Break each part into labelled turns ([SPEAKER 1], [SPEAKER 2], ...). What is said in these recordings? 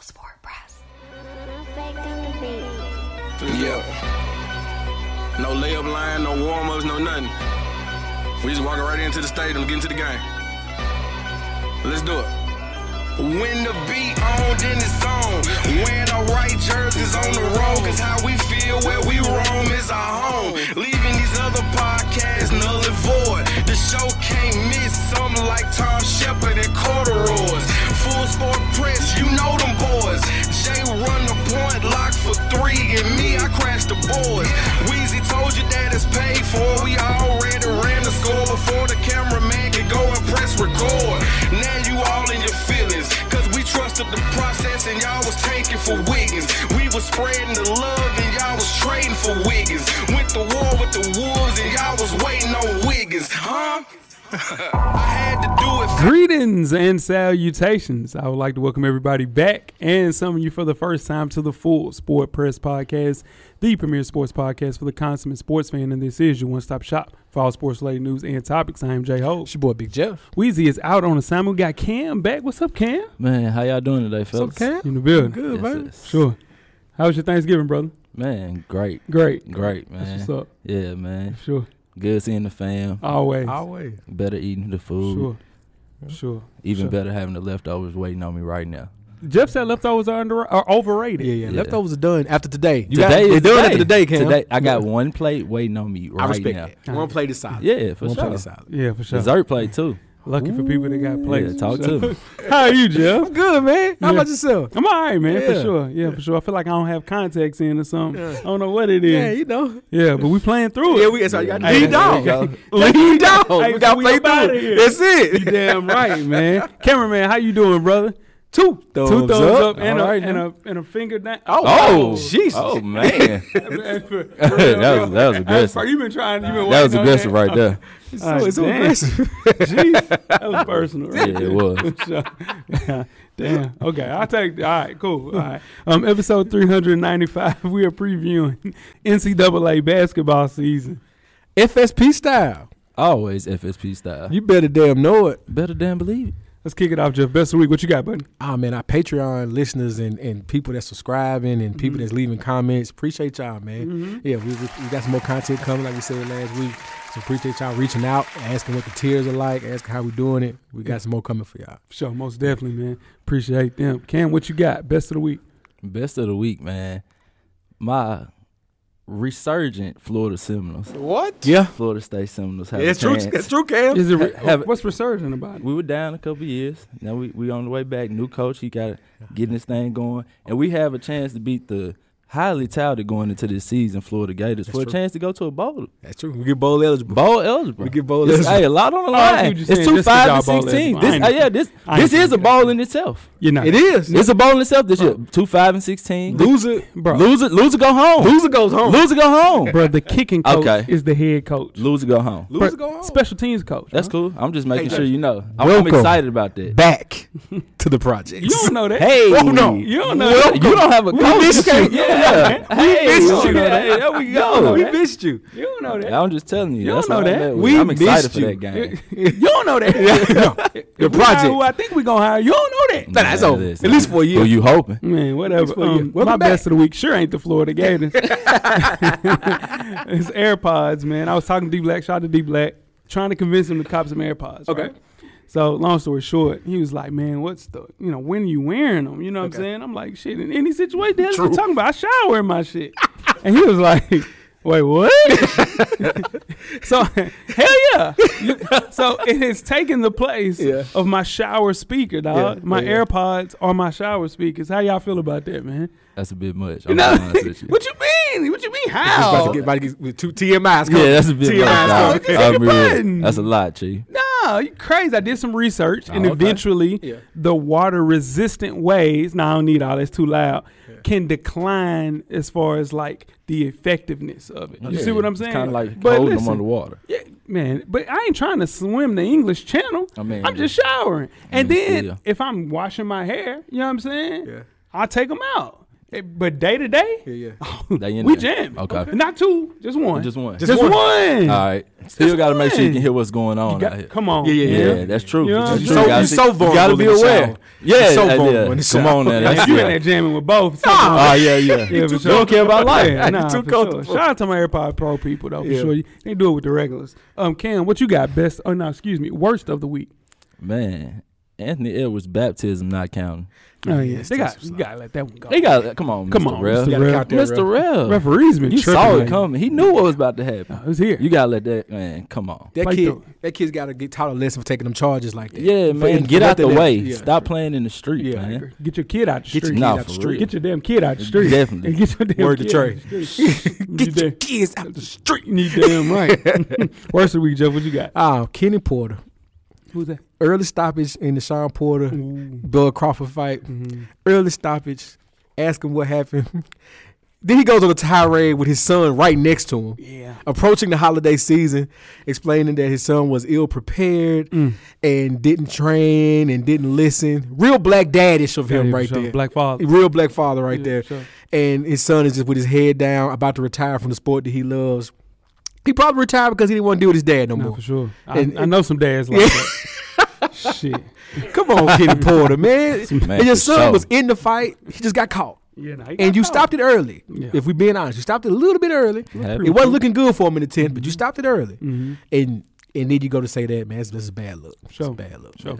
[SPEAKER 1] Sport Press.
[SPEAKER 2] Yeah. No layup line, no warm ups, no nothing. We just walking right into the stadium, getting to the game. Let's do it. When the beat on, then it's on. When the right jerseys on the road, cause how we feel where we roam is our home. Leaving these other podcasts null and void. The show can't miss something like Tom Shepard and corduroys. Full sport press, you know them boys. Jay run the point, lock for three, and me, I crash the boards. Wheezy told you that it's paid for. We already ran the score before the cameraman could go and press record. Now you all in your feelings. Cause we trusted the process and y'all was taking for Wiggins. We was spreading the love and y'all was trading for Wiggins. Went to war with the wolves and y'all was waiting on Wiggins, huh? I had to do it.
[SPEAKER 3] Greetings and salutations. I would like to welcome everybody back and some of you for the first time to the full Sport Press Podcast, the premier sports podcast for the consummate sports fan. And this is your one stop shop for all sports related news and topics. I am Jay Hope.
[SPEAKER 4] It's your boy Big Jeff.
[SPEAKER 3] Weezy is out on assignment. We got Cam back. What's up, Cam?
[SPEAKER 5] Man, how y'all doing today, fellas?
[SPEAKER 3] In the building.
[SPEAKER 4] Good,
[SPEAKER 5] Yes,
[SPEAKER 4] baby.
[SPEAKER 5] yes.
[SPEAKER 3] Sure. How was your Thanksgiving, brother?
[SPEAKER 5] Man, great.
[SPEAKER 3] Great.
[SPEAKER 5] Great, man.
[SPEAKER 3] That's what's up.
[SPEAKER 5] Yeah, man.
[SPEAKER 3] Sure.
[SPEAKER 5] Good seeing the fam.
[SPEAKER 3] Always.
[SPEAKER 4] Always.
[SPEAKER 5] Better eating the food.
[SPEAKER 3] Sure. Sure.
[SPEAKER 5] Even
[SPEAKER 3] sure.
[SPEAKER 5] better having the leftovers waiting on me right now.
[SPEAKER 3] Jeff said leftovers are, under, are overrated.
[SPEAKER 4] Yeah, yeah.
[SPEAKER 5] Yeah.
[SPEAKER 4] Leftovers are done after today. You
[SPEAKER 5] today
[SPEAKER 4] got,
[SPEAKER 5] is
[SPEAKER 4] they're
[SPEAKER 5] the
[SPEAKER 4] doing it today, Cam.
[SPEAKER 5] Today, I got one plate waiting on me
[SPEAKER 4] I
[SPEAKER 5] right
[SPEAKER 4] respect
[SPEAKER 5] now.
[SPEAKER 4] that. One plate is solid.
[SPEAKER 5] Yeah, for
[SPEAKER 4] One plate is
[SPEAKER 5] sure.
[SPEAKER 4] solid.
[SPEAKER 3] Yeah, for sure.
[SPEAKER 5] Dessert plate too.
[SPEAKER 3] Lucky for people that got plates.
[SPEAKER 5] Yeah, talk
[SPEAKER 3] Sure.
[SPEAKER 5] to me.
[SPEAKER 3] How are you, Jeff?
[SPEAKER 4] I'm good, man. How
[SPEAKER 3] Yeah.
[SPEAKER 4] about yourself?
[SPEAKER 3] I'm all right, man, for
[SPEAKER 4] Yeah.
[SPEAKER 3] sure. Yeah, for sure. I feel like I don't have contacts in or something. I don't know what it is.
[SPEAKER 4] Yeah,
[SPEAKER 3] Yeah,
[SPEAKER 4] you know.
[SPEAKER 3] but we playing through it.
[SPEAKER 4] Yeah, we. That's all you got.
[SPEAKER 3] Hey,
[SPEAKER 4] Lead
[SPEAKER 3] there you
[SPEAKER 4] dog.
[SPEAKER 3] go.
[SPEAKER 4] Lead dog.
[SPEAKER 3] Hey,
[SPEAKER 4] We got
[SPEAKER 3] we
[SPEAKER 4] play
[SPEAKER 3] up outta
[SPEAKER 4] through.
[SPEAKER 3] here.
[SPEAKER 4] That's
[SPEAKER 3] You
[SPEAKER 4] it.
[SPEAKER 3] damn right, man. Cameraman, how you doing, brother? Two
[SPEAKER 4] thumbs
[SPEAKER 3] Two thumbs
[SPEAKER 4] up.
[SPEAKER 3] up, and, a,
[SPEAKER 5] All right,
[SPEAKER 3] and,
[SPEAKER 5] man.
[SPEAKER 3] a, and a finger down.
[SPEAKER 5] Oh,
[SPEAKER 4] Jesus.
[SPEAKER 5] Oh man,
[SPEAKER 3] that was
[SPEAKER 5] that was that was
[SPEAKER 3] Hey,
[SPEAKER 5] aggressive.
[SPEAKER 3] you been trying. You been
[SPEAKER 5] That was
[SPEAKER 3] waiting on
[SPEAKER 5] aggressive
[SPEAKER 3] that.
[SPEAKER 5] right there.
[SPEAKER 4] So it's so
[SPEAKER 3] damn.
[SPEAKER 4] aggressive.
[SPEAKER 3] Jeez, that was personal. Right?
[SPEAKER 5] Yeah, it was.
[SPEAKER 3] So, yeah, damn. Okay, I'll take. All right, cool. All right. Um, episode 395. We are previewing NCAA basketball season.
[SPEAKER 4] FSP style.
[SPEAKER 5] Always FSP style. You
[SPEAKER 4] You better damn know it.
[SPEAKER 5] better damn believe it.
[SPEAKER 3] Let's kick it off, Jeff. Best of the week. What you got, buddy?
[SPEAKER 4] Oh man, our Patreon listeners and, and people that's subscribing and people that's leaving comments, appreciate y'all, man. Yeah, we, we, we got some more content coming, like we said last week. So appreciate y'all reaching out, asking what the tiers are like, asking how we doing it. We got some more coming for y'all.
[SPEAKER 3] Sure, most definitely, man. Appreciate them. Cam, what you got? Best of the week.
[SPEAKER 5] Best of the week, man. My resurgent Florida Seminoles.
[SPEAKER 4] What? Yeah,
[SPEAKER 5] Florida State Seminoles have
[SPEAKER 4] yeah,
[SPEAKER 5] a
[SPEAKER 4] it's true.
[SPEAKER 5] chance.
[SPEAKER 4] It's true, Cam.
[SPEAKER 3] Is it re-
[SPEAKER 5] Ha- have-
[SPEAKER 3] what's resurgent about it?
[SPEAKER 5] We were down a couple years. Now we we on the way back. New coach, he got getting this thing going, and we have a chance to beat the highly touted going into this season Florida Gators for
[SPEAKER 4] true.
[SPEAKER 5] a chance to go to a bowl.
[SPEAKER 4] That's true. We get bowl eligible.
[SPEAKER 5] Bowl eligible.
[SPEAKER 4] We get bowl
[SPEAKER 5] It's-
[SPEAKER 4] eligible.
[SPEAKER 5] Hey, a lot on the
[SPEAKER 3] Oh, I see what
[SPEAKER 5] line.
[SPEAKER 3] you're
[SPEAKER 5] It's
[SPEAKER 3] saying. Just
[SPEAKER 5] two
[SPEAKER 3] 'cause
[SPEAKER 5] five
[SPEAKER 3] y'all
[SPEAKER 5] and
[SPEAKER 3] bowl
[SPEAKER 5] sixteen.
[SPEAKER 3] eligible. I
[SPEAKER 5] This,
[SPEAKER 3] ain't-
[SPEAKER 5] uh, yeah, this
[SPEAKER 3] I ain't
[SPEAKER 5] this is a
[SPEAKER 3] thinking
[SPEAKER 5] bowl in itself.
[SPEAKER 3] You know,
[SPEAKER 4] It is.
[SPEAKER 5] It's a bowl in itself this year. Two five and sixteen.
[SPEAKER 4] loser.
[SPEAKER 3] bro.
[SPEAKER 5] Loser, loser, go home.
[SPEAKER 4] Loser goes home.
[SPEAKER 5] Loser go home.
[SPEAKER 3] bro, the kicking coach
[SPEAKER 5] Okay.
[SPEAKER 3] is the head coach.
[SPEAKER 5] Loser go home.
[SPEAKER 4] Loser
[SPEAKER 3] Bro,
[SPEAKER 4] go home.
[SPEAKER 3] Special teams coach.
[SPEAKER 5] That's
[SPEAKER 3] bro.
[SPEAKER 5] cool. I'm just making
[SPEAKER 4] Hey,
[SPEAKER 5] sure you know. I'm, I'm
[SPEAKER 4] welcome.
[SPEAKER 5] excited about that.
[SPEAKER 4] Back to the project.
[SPEAKER 3] You don't know that.
[SPEAKER 5] Hey,
[SPEAKER 4] Oh, no.
[SPEAKER 3] You don't know
[SPEAKER 5] Well,
[SPEAKER 3] that.
[SPEAKER 5] you don't have a coach.
[SPEAKER 4] missed you.
[SPEAKER 5] Yeah, yeah. Hey,
[SPEAKER 4] missed
[SPEAKER 5] don't
[SPEAKER 4] you.
[SPEAKER 5] know that. Hey, there we
[SPEAKER 4] we
[SPEAKER 5] go.
[SPEAKER 4] missed you.
[SPEAKER 3] You don't know that.
[SPEAKER 5] I'm just telling you.
[SPEAKER 3] You
[SPEAKER 5] that's
[SPEAKER 3] don't
[SPEAKER 5] what
[SPEAKER 3] know
[SPEAKER 5] I'm
[SPEAKER 3] that.
[SPEAKER 5] at with.
[SPEAKER 4] We
[SPEAKER 5] I'm excited for that
[SPEAKER 4] missed you.
[SPEAKER 5] game.
[SPEAKER 3] you don't know that.
[SPEAKER 4] The
[SPEAKER 3] If we hire Who
[SPEAKER 4] project.
[SPEAKER 3] I think we gonna hire. You don't know that.
[SPEAKER 5] Nah,
[SPEAKER 4] that's over.
[SPEAKER 5] listen.
[SPEAKER 4] At least for a year.
[SPEAKER 5] Who you hoping?
[SPEAKER 3] Man, whatever.
[SPEAKER 4] for you.
[SPEAKER 3] Um, my
[SPEAKER 4] Welcome back.
[SPEAKER 3] best of the week sure ain't the Florida Gators. it's AirPods, man. I was talking to D Black, shout out to D Black, trying to convince him to cop some AirPods.
[SPEAKER 4] Okay.
[SPEAKER 3] right? So long story short, he was like, "Man, what's the you know when you wearing them? You know what I'm saying?" I'm like, "Shit, in any situation, that's what
[SPEAKER 4] True.
[SPEAKER 3] I'm talking about. I shower in my shit." and he was like, "Wait, what?" so hell yeah. You- so it has taken the place
[SPEAKER 4] Yeah.
[SPEAKER 3] of my shower speaker, dog.
[SPEAKER 4] Yeah,
[SPEAKER 3] my
[SPEAKER 4] yeah, yeah.
[SPEAKER 3] AirPods are my shower speakers. How y'all feel about that, man?
[SPEAKER 5] That's a bit much.
[SPEAKER 3] You
[SPEAKER 5] I'm
[SPEAKER 3] know,
[SPEAKER 5] being honest with you.
[SPEAKER 3] what you mean? What you mean?
[SPEAKER 4] About
[SPEAKER 3] How?
[SPEAKER 4] to get, about to get with two TMIs.
[SPEAKER 5] Yeah, that's a bit
[SPEAKER 4] TMI's
[SPEAKER 5] much.
[SPEAKER 3] coming.
[SPEAKER 5] dog.
[SPEAKER 3] Just hit
[SPEAKER 5] I'll
[SPEAKER 3] the
[SPEAKER 5] be real.
[SPEAKER 3] button.
[SPEAKER 5] That's a lot, Chief.
[SPEAKER 3] No, you crazy. I did some research, and
[SPEAKER 5] okay.
[SPEAKER 3] eventually,
[SPEAKER 4] Oh, Yeah.
[SPEAKER 3] the water resistant ways. Now I don't need all that's too loud. Can decline as far as like the effectiveness of it. You see what I'm saying?
[SPEAKER 5] Kind of like
[SPEAKER 3] But
[SPEAKER 5] holding them
[SPEAKER 3] listen,
[SPEAKER 5] under water.
[SPEAKER 3] Yeah, man, but I ain't trying to swim the English Channel. I
[SPEAKER 5] I mean,
[SPEAKER 3] am just showering, and
[SPEAKER 5] mean,
[SPEAKER 3] then
[SPEAKER 5] still.
[SPEAKER 3] if I'm washing my hair, you know what I'm saying?
[SPEAKER 4] Yeah.
[SPEAKER 3] I take them out. Eh, But day to day,
[SPEAKER 4] Yeah, yeah.
[SPEAKER 3] Oh,
[SPEAKER 5] They in
[SPEAKER 3] we
[SPEAKER 5] there.
[SPEAKER 3] jam.
[SPEAKER 5] Okay.
[SPEAKER 3] Not two, just one.
[SPEAKER 5] Just one.
[SPEAKER 3] Just, one.
[SPEAKER 4] one.
[SPEAKER 5] All right. Still got to make sure you
[SPEAKER 3] one.
[SPEAKER 5] can hear what's going on.
[SPEAKER 3] You got-
[SPEAKER 5] out here.
[SPEAKER 3] come on.
[SPEAKER 4] Yeah, yeah,
[SPEAKER 5] Yeah, that's true.
[SPEAKER 3] You know
[SPEAKER 5] that's
[SPEAKER 3] what
[SPEAKER 5] true.
[SPEAKER 3] I'm saying?
[SPEAKER 5] gotta be-
[SPEAKER 4] You so
[SPEAKER 5] you gotta
[SPEAKER 4] vulnerable
[SPEAKER 5] be
[SPEAKER 4] in the
[SPEAKER 5] aware.
[SPEAKER 4] shower.
[SPEAKER 5] Yeah,
[SPEAKER 4] You so
[SPEAKER 5] yeah,
[SPEAKER 4] vulnerable
[SPEAKER 5] yeah.
[SPEAKER 4] in the
[SPEAKER 5] Come
[SPEAKER 4] shower.
[SPEAKER 5] on, now.
[SPEAKER 3] Like,
[SPEAKER 5] That's,
[SPEAKER 3] you
[SPEAKER 5] yeah.
[SPEAKER 3] in there jamming with both.
[SPEAKER 5] Oh yeah, yeah.
[SPEAKER 3] Yeah,
[SPEAKER 5] you
[SPEAKER 3] for sure.
[SPEAKER 5] don't care about life.
[SPEAKER 3] Yeah, nah,
[SPEAKER 4] too
[SPEAKER 3] for
[SPEAKER 4] comfortable.
[SPEAKER 3] Sure. Shout out to my AirPod Pro people though. For
[SPEAKER 4] Yeah.
[SPEAKER 3] sure, You- they do it with the regulars. Um, Cam, what you got? Best? Oh no, excuse me. Worst of the week.
[SPEAKER 5] Man, Anthony Edwards' baptism not counting.
[SPEAKER 3] Oh
[SPEAKER 4] yeah,
[SPEAKER 3] yeah, they got.
[SPEAKER 4] that's
[SPEAKER 3] You gotta let that one go.
[SPEAKER 5] They got come on,
[SPEAKER 3] Come
[SPEAKER 5] Mr.
[SPEAKER 3] on,
[SPEAKER 5] Rev.
[SPEAKER 3] Mr.
[SPEAKER 4] Gotta
[SPEAKER 3] Rev.
[SPEAKER 4] count that,
[SPEAKER 5] Mr.
[SPEAKER 4] Rev.
[SPEAKER 5] Rev.
[SPEAKER 3] Referees been
[SPEAKER 5] Uh, You
[SPEAKER 3] tripping.
[SPEAKER 5] saw it
[SPEAKER 3] lately.
[SPEAKER 5] coming. He knew what was about to
[SPEAKER 3] Oh,
[SPEAKER 5] happen.
[SPEAKER 3] it was here.
[SPEAKER 5] You gotta let that man. Come on.
[SPEAKER 4] That
[SPEAKER 3] Like
[SPEAKER 4] kid,
[SPEAKER 3] the-
[SPEAKER 4] that kid's got to get taught a lesson for taking them charges like that.
[SPEAKER 5] Yeah,
[SPEAKER 4] For-
[SPEAKER 5] man.
[SPEAKER 4] and
[SPEAKER 5] Get
[SPEAKER 4] for
[SPEAKER 5] out the
[SPEAKER 4] nothing else.
[SPEAKER 5] way.
[SPEAKER 4] Yeah.
[SPEAKER 5] Stop playing in the street,
[SPEAKER 4] Yeah, I
[SPEAKER 5] man.
[SPEAKER 3] Get your kid out the
[SPEAKER 4] Get your
[SPEAKER 3] street.
[SPEAKER 4] kid
[SPEAKER 5] Nah,
[SPEAKER 4] out the
[SPEAKER 5] for
[SPEAKER 4] street.
[SPEAKER 3] Get your damn kid out the street.
[SPEAKER 5] Definitely.
[SPEAKER 3] And get your damn
[SPEAKER 4] Word to
[SPEAKER 3] kid
[SPEAKER 4] Trey.
[SPEAKER 3] out the street. You
[SPEAKER 4] Get your
[SPEAKER 3] damn-
[SPEAKER 4] kids out the street.
[SPEAKER 3] You damn right. Worst of the week, Jeff. What you got?
[SPEAKER 4] Oh, Kenny Porter.
[SPEAKER 3] Who's that?
[SPEAKER 4] Early stoppage in the Sean Porter, Bill Crawford fight. Early stoppage. Ask him what happened. then he goes on a tirade with his son right next to him.
[SPEAKER 3] Yeah.
[SPEAKER 4] approaching the holiday season, explaining that his son was ill prepared
[SPEAKER 3] Mm.
[SPEAKER 4] and didn't train and didn't listen. Real black daddish of him
[SPEAKER 3] Yeah,
[SPEAKER 4] right
[SPEAKER 3] sure.
[SPEAKER 4] there.
[SPEAKER 3] Black father.
[SPEAKER 4] Real black father right
[SPEAKER 3] Yeah,
[SPEAKER 4] there.
[SPEAKER 3] sure.
[SPEAKER 4] And his son is just with his head down, about to retire from the sport that he loves. He probably retired because he didn't want to deal with his dad no
[SPEAKER 3] Nah,
[SPEAKER 4] more.
[SPEAKER 3] for sure. I,
[SPEAKER 4] And-
[SPEAKER 3] I know some dads like that. Shit.
[SPEAKER 4] Come on, Kenny Porter, man.
[SPEAKER 5] Man,
[SPEAKER 4] and your
[SPEAKER 5] for
[SPEAKER 4] son
[SPEAKER 5] sure.
[SPEAKER 4] was in the fight. He just got caught.
[SPEAKER 3] Yeah, nah, he got
[SPEAKER 4] And you
[SPEAKER 3] caught.
[SPEAKER 4] stopped it early.
[SPEAKER 3] Yeah.
[SPEAKER 4] If we're being honest, you stopped it a little bit early. It wasn't looking good for him in the 10th,
[SPEAKER 3] Mm-hmm.
[SPEAKER 4] but you stopped it early. And and then you go to say that, man, this is a bad look. It's
[SPEAKER 3] Sure.
[SPEAKER 4] a bad look.
[SPEAKER 3] So,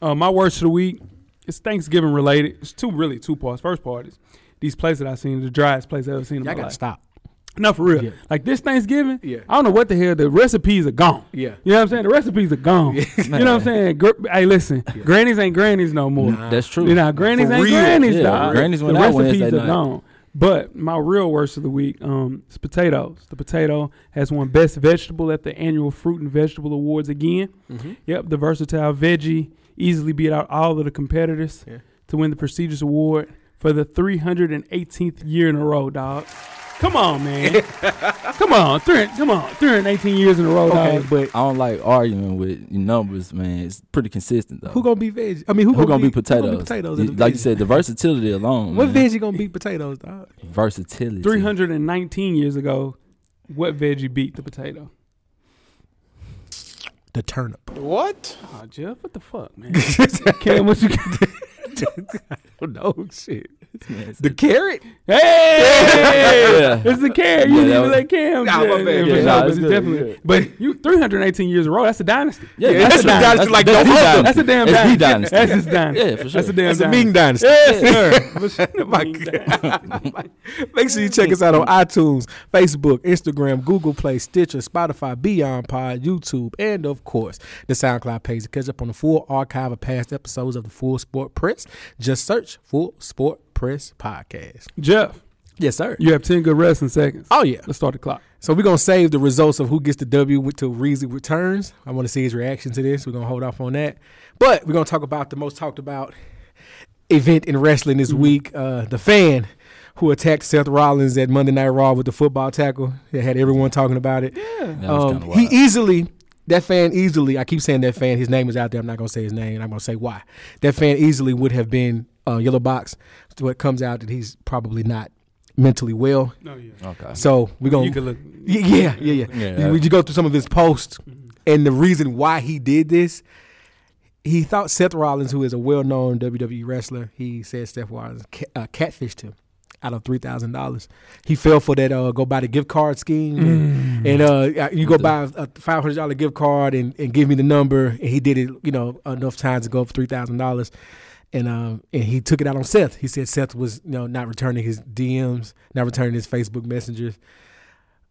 [SPEAKER 3] uh, my worst of the week is Thanksgiving related. It's two really two parts. First part is these places that I've seen, the driest place I've ever seen in
[SPEAKER 4] Y'all
[SPEAKER 3] my
[SPEAKER 4] got to
[SPEAKER 3] life.
[SPEAKER 4] stop.
[SPEAKER 3] No, for real.
[SPEAKER 4] Yeah.
[SPEAKER 3] Like this Thanksgiving,
[SPEAKER 4] Yeah.
[SPEAKER 3] I don't know what the hell. The recipes are gone.
[SPEAKER 4] Yeah.
[SPEAKER 3] You know what I'm saying? The recipes are gone. you know what I'm saying? Gr- hey, listen, grannies ain't grannies no more.
[SPEAKER 4] Nah.
[SPEAKER 5] That's true.
[SPEAKER 3] You know, grannies
[SPEAKER 4] For
[SPEAKER 3] ain't
[SPEAKER 4] real.
[SPEAKER 3] grannies,
[SPEAKER 5] Yeah,
[SPEAKER 3] dog.
[SPEAKER 5] grannies
[SPEAKER 3] the
[SPEAKER 5] went out
[SPEAKER 3] recipes
[SPEAKER 5] Wednesday
[SPEAKER 3] are
[SPEAKER 5] night.
[SPEAKER 3] gone. But my real worst of the week um, is potatoes. The potato has won best vegetable at the annual fruit and vegetable awards again.
[SPEAKER 5] Mm-hmm.
[SPEAKER 3] Yep, the versatile veggie easily beat out all of the competitors
[SPEAKER 4] Yeah.
[SPEAKER 3] to win the prestigious award for the 318th year in a row, dog. Come on, man. come on, three, come on, 318 years in a row,
[SPEAKER 4] Okay,
[SPEAKER 3] dog.
[SPEAKER 4] but
[SPEAKER 5] I don't like arguing with numbers, man. It's pretty consistent though.
[SPEAKER 4] who going to be veg? I mean, who,
[SPEAKER 5] Who gonna be
[SPEAKER 4] who gonna
[SPEAKER 5] potatoes?
[SPEAKER 4] potatoes
[SPEAKER 5] You-
[SPEAKER 4] in the
[SPEAKER 5] like
[SPEAKER 4] veggie?
[SPEAKER 5] you said, the versatility alone.
[SPEAKER 4] What
[SPEAKER 5] man.
[SPEAKER 4] veggie going to be potatoes, dog?
[SPEAKER 5] Versatility.
[SPEAKER 3] 319 years ago, what veggie beat the potato?
[SPEAKER 4] The turnip.
[SPEAKER 3] Oh, Jeff, what the fuck, man? Cam, what you got?
[SPEAKER 4] no, shit.
[SPEAKER 5] Man, it's-
[SPEAKER 4] The carrot?
[SPEAKER 3] Hey!
[SPEAKER 5] Yeah.
[SPEAKER 3] It's the Cam. You
[SPEAKER 5] Yeah,
[SPEAKER 3] didn't
[SPEAKER 5] that
[SPEAKER 3] even
[SPEAKER 5] was-
[SPEAKER 3] let Cam.
[SPEAKER 4] Nah, my
[SPEAKER 3] Yeah,
[SPEAKER 4] bad.
[SPEAKER 3] yeah,
[SPEAKER 5] Yeah,
[SPEAKER 3] but
[SPEAKER 5] nah,
[SPEAKER 3] no,
[SPEAKER 5] it's
[SPEAKER 3] but
[SPEAKER 5] good,
[SPEAKER 3] definitely.
[SPEAKER 5] it's
[SPEAKER 3] But you 318 years in a row. That's a dynasty.
[SPEAKER 5] Yeah,
[SPEAKER 4] Yeah,
[SPEAKER 5] that's,
[SPEAKER 4] that's
[SPEAKER 5] a
[SPEAKER 4] a dynasty
[SPEAKER 5] dynasty.
[SPEAKER 4] like
[SPEAKER 5] that's
[SPEAKER 4] no
[SPEAKER 5] the
[SPEAKER 4] other.
[SPEAKER 5] dynasty.
[SPEAKER 3] That's a damn
[SPEAKER 5] That's the
[SPEAKER 3] dynasty.
[SPEAKER 5] dynasty.
[SPEAKER 3] That's his dynasty.
[SPEAKER 5] Yeah, for sure.
[SPEAKER 3] That's a damn
[SPEAKER 4] That's a
[SPEAKER 3] dynasty.
[SPEAKER 4] Ming Dynasty.
[SPEAKER 3] Yes, sir. But
[SPEAKER 4] My
[SPEAKER 3] Ming
[SPEAKER 4] God.
[SPEAKER 3] dynasty.
[SPEAKER 4] Make sure you check us out on iTunes, Facebook, Instagram, Google Play, Stitcher, Spotify, Beyond Pod, YouTube, and of course the SoundCloud page to catch up on the full archive of past episodes of the Full Sport Press. Just search Full Sport Press Podcast.
[SPEAKER 3] Jeff,
[SPEAKER 4] Yes, sir.
[SPEAKER 3] you have 10 good rests in seconds.
[SPEAKER 4] Oh yeah.
[SPEAKER 3] Let's start the clock.
[SPEAKER 4] So we're gonna save the results of who gets the W with till Reezy returns. I want to see his reaction to this. We're gonna hold off on that, but we're gonna talk about the most talked about event in wrestling this
[SPEAKER 3] Mm-hmm.
[SPEAKER 4] week: uh, the fan who attacked Seth Rollins at Monday Night Raw with the football tackle. It had everyone talking about it.
[SPEAKER 5] That was
[SPEAKER 4] Um,
[SPEAKER 5] kinda
[SPEAKER 4] he
[SPEAKER 5] wild.
[SPEAKER 4] easily, that fan easily, I keep saying that fan, his name is out there. I'm not going to say his name, and I'm going to say why. That fan easily would have been uh, Yellow Box. So it comes out that he's probably not mentally well.
[SPEAKER 3] No, yeah.
[SPEAKER 5] okay.
[SPEAKER 4] So we're going
[SPEAKER 3] You can look.
[SPEAKER 4] Y- Yeah, yeah, yeah.
[SPEAKER 5] Yeah. Mm-hmm.
[SPEAKER 4] You- Would you go through some of his posts and the reason why he did this? He thought Seth Rollins, who is a well-known WWE wrestler, he said Seth Rollins ca- uh, catfished him out of three thousand dollars. He fell for that uh, go buy the gift card scheme, and,
[SPEAKER 5] Mm.
[SPEAKER 4] and, uh, uh, you go buy a five hundred dollar gift card and, and give me the number. And he did it, you know, enough times to go up three thousand dollars. And um and he took it out on Seth. He said Seth was you know not returning his DMs, not returning his Facebook messengers.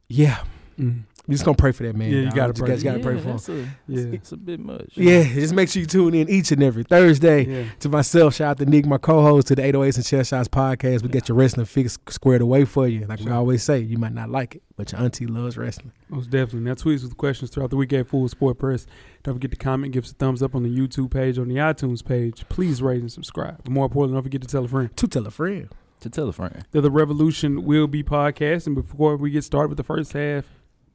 [SPEAKER 4] Yeah,
[SPEAKER 3] Mm.
[SPEAKER 4] we just gonna pray for that man.
[SPEAKER 3] Yeah, you
[SPEAKER 4] dog.
[SPEAKER 3] gotta
[SPEAKER 4] Just
[SPEAKER 3] pray.
[SPEAKER 4] guys gotta pray for him.
[SPEAKER 5] that's a,
[SPEAKER 3] Yeah.
[SPEAKER 5] It's a bit much.
[SPEAKER 4] Yeah, just make sure you tune in each and every Thursday.
[SPEAKER 3] Yeah.
[SPEAKER 4] To myself, shout out to Nick, my co-host, to the 808s and Chair Shots podcast. We get your wrestling fix squared away for you. Like we
[SPEAKER 3] Sure.
[SPEAKER 4] always say, you might not like it, but your auntie loves wrestling.
[SPEAKER 3] Most definitely. Now, tweets with questions throughout the week at Full Sport Press. Don't forget to comment, give us a thumbs up on the YouTube page, on the iTunes page. Please rate and subscribe. But more importantly, don't forget to tell a friend.
[SPEAKER 4] To tell a friend.
[SPEAKER 5] To tell a friend.
[SPEAKER 3] that the Revolution will be podcast. And before we get started with the first half,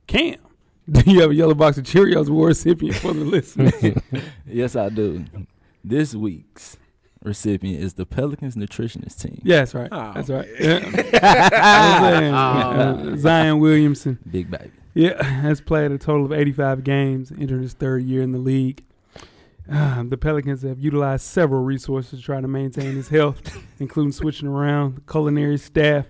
[SPEAKER 3] Cam, do you have a yellow box of Cheerios award recipient for the listeners?
[SPEAKER 5] yes, I do. This week's recipient is the Pelicans nutritionist team.
[SPEAKER 3] Yeah, that's right.
[SPEAKER 4] Oh.
[SPEAKER 3] That's right. Yeah. I'm saying, uh, Zion Williamson.
[SPEAKER 5] Big baby.
[SPEAKER 3] Yeah, has played a total of 85 games, entering his third year in the league. Um, the Pelicans have utilized several resources to try to maintain his health, including switching around the culinary staff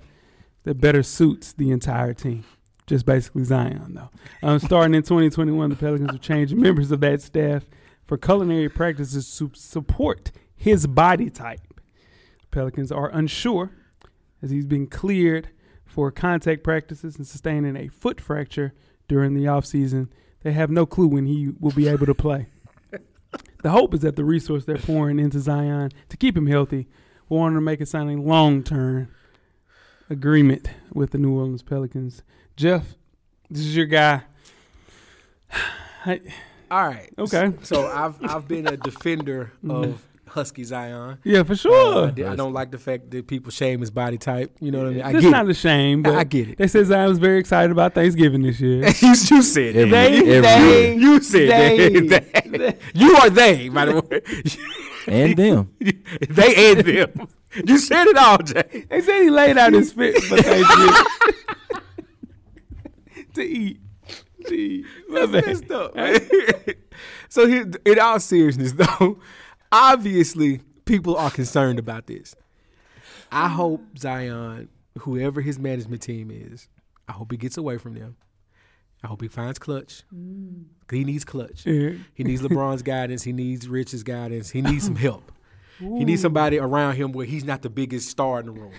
[SPEAKER 3] that better suits the entire team. Just basically Zion, though. Um, starting in 2021, the Pelicans are changing members of that staff for culinary practices to support his body type. Pelicans are unsure as he's been cleared for contact practices and sustaining a foot fracture during the offseason. They have no clue when he will be able to play. the hope is that the resource they're pouring into Zion to keep him healthy will want to make it sign a long term agreement with the New Orleans Pelicans. Jeff, this is your guy.
[SPEAKER 4] All right.
[SPEAKER 3] Okay. Mm-hmm.
[SPEAKER 4] So I've I've been a defender of Husky Zion.
[SPEAKER 3] Yeah, for
[SPEAKER 4] Uh, I,
[SPEAKER 3] sure.
[SPEAKER 4] di- I don't like the fact that people shame his body type. You know what I mean? I
[SPEAKER 3] That's
[SPEAKER 4] get
[SPEAKER 3] not a shame,
[SPEAKER 4] it. I
[SPEAKER 3] but
[SPEAKER 4] get it.
[SPEAKER 3] they said Zion was very excited about Thanksgiving this year.
[SPEAKER 4] you, you said it.
[SPEAKER 5] Every-
[SPEAKER 3] They-
[SPEAKER 5] every year.
[SPEAKER 3] they-
[SPEAKER 4] You said that. You are they, by the way.
[SPEAKER 5] and them.
[SPEAKER 4] they and them. You said it all, Jay.
[SPEAKER 3] They said he laid out his fit for Thanksgiving to eat. To eat. My
[SPEAKER 4] That's
[SPEAKER 3] bad.
[SPEAKER 4] messed up. so here, in all seriousness, though, obviously people are concerned about this. I hope Zion, whoever his management team is, I hope he gets away from them. I hope he finds Clutch. 'Cause He needs Clutch.
[SPEAKER 3] Yeah.
[SPEAKER 4] He needs LeBron's guidance. He needs Rich's guidance. He needs some help. He needs somebody around him where he's not the biggest star in the room.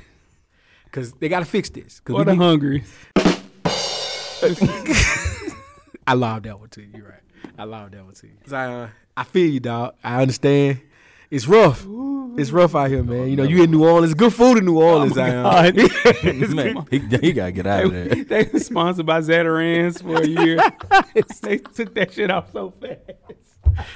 [SPEAKER 4] Because they got to fix this. 'Cause we
[SPEAKER 3] What a
[SPEAKER 4] need-
[SPEAKER 3] hungry.
[SPEAKER 4] I lobbed that one to you. You're right. I lobbed that one to you. Zion, I feel you, dog. I understand. It's rough. It's rough out here, man. You know, you in New Orleans. Good food in New Orleans, Zion.
[SPEAKER 3] God.
[SPEAKER 5] Man, he, he gotta get out of there.
[SPEAKER 3] they was sponsored by Zatarans for a year. they took that shit off so fast.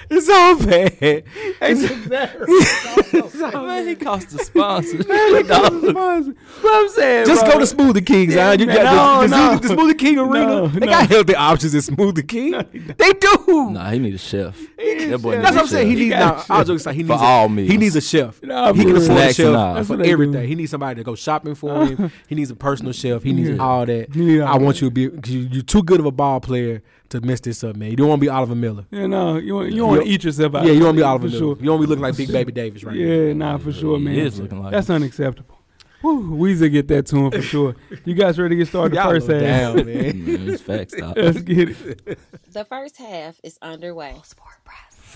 [SPEAKER 4] It's all bad.
[SPEAKER 3] They took Zatarans off so fast.
[SPEAKER 5] Man, he cost the sponsor.
[SPEAKER 3] Sponsored. What I'm saying,
[SPEAKER 4] Just
[SPEAKER 3] bro.
[SPEAKER 4] go to Smoothie King, Zion. You
[SPEAKER 3] man,
[SPEAKER 4] got the, the,
[SPEAKER 3] no,
[SPEAKER 4] Smoothie-
[SPEAKER 3] no.
[SPEAKER 4] the Smoothie King Arena.
[SPEAKER 3] No,
[SPEAKER 4] they
[SPEAKER 3] no.
[SPEAKER 4] got healthy options at Smoothie King. they do.
[SPEAKER 5] nah, he need a chef.
[SPEAKER 3] That boy
[SPEAKER 4] That's what I'm saying. He
[SPEAKER 5] He
[SPEAKER 4] needs.
[SPEAKER 3] got
[SPEAKER 4] Now,
[SPEAKER 3] a
[SPEAKER 4] all jokes aside, he
[SPEAKER 5] For
[SPEAKER 4] needs.
[SPEAKER 5] all
[SPEAKER 4] a, he
[SPEAKER 5] meals.
[SPEAKER 4] needs a chef.
[SPEAKER 3] Nah,
[SPEAKER 4] he
[SPEAKER 3] for
[SPEAKER 4] can
[SPEAKER 3] real.
[SPEAKER 4] afford a
[SPEAKER 5] Snacks and all.
[SPEAKER 4] chef
[SPEAKER 5] That's
[SPEAKER 4] for
[SPEAKER 3] what they do.
[SPEAKER 4] everything. He needs somebody to go shopping for him. he needs a personal chef. He needs
[SPEAKER 3] Yeah.
[SPEAKER 4] all that.
[SPEAKER 3] Yeah.
[SPEAKER 4] I want you to be. 'cause You, you're too good of a ball player to mess this up, man. You don't want to be Oliver Miller.
[SPEAKER 3] You know, you want, you want to
[SPEAKER 4] Yeah.
[SPEAKER 3] eat yourself out.
[SPEAKER 4] yeah, you don't want to be Oliver
[SPEAKER 3] for
[SPEAKER 4] Miller.
[SPEAKER 3] sure.
[SPEAKER 4] You don't be looking like Big Baby Davis right now.
[SPEAKER 3] Yeah, nah, for sure,
[SPEAKER 5] He
[SPEAKER 3] man.
[SPEAKER 5] is looking like
[SPEAKER 3] That's
[SPEAKER 5] him.
[SPEAKER 3] unacceptable. Woo, Weezer get that to him for sure. You guys ready to get started?
[SPEAKER 4] Y'all
[SPEAKER 3] first
[SPEAKER 4] know
[SPEAKER 3] half.
[SPEAKER 4] down, man.
[SPEAKER 5] Mm, Man, it's facts, dog.
[SPEAKER 3] Let's get it.
[SPEAKER 1] The first half is underway.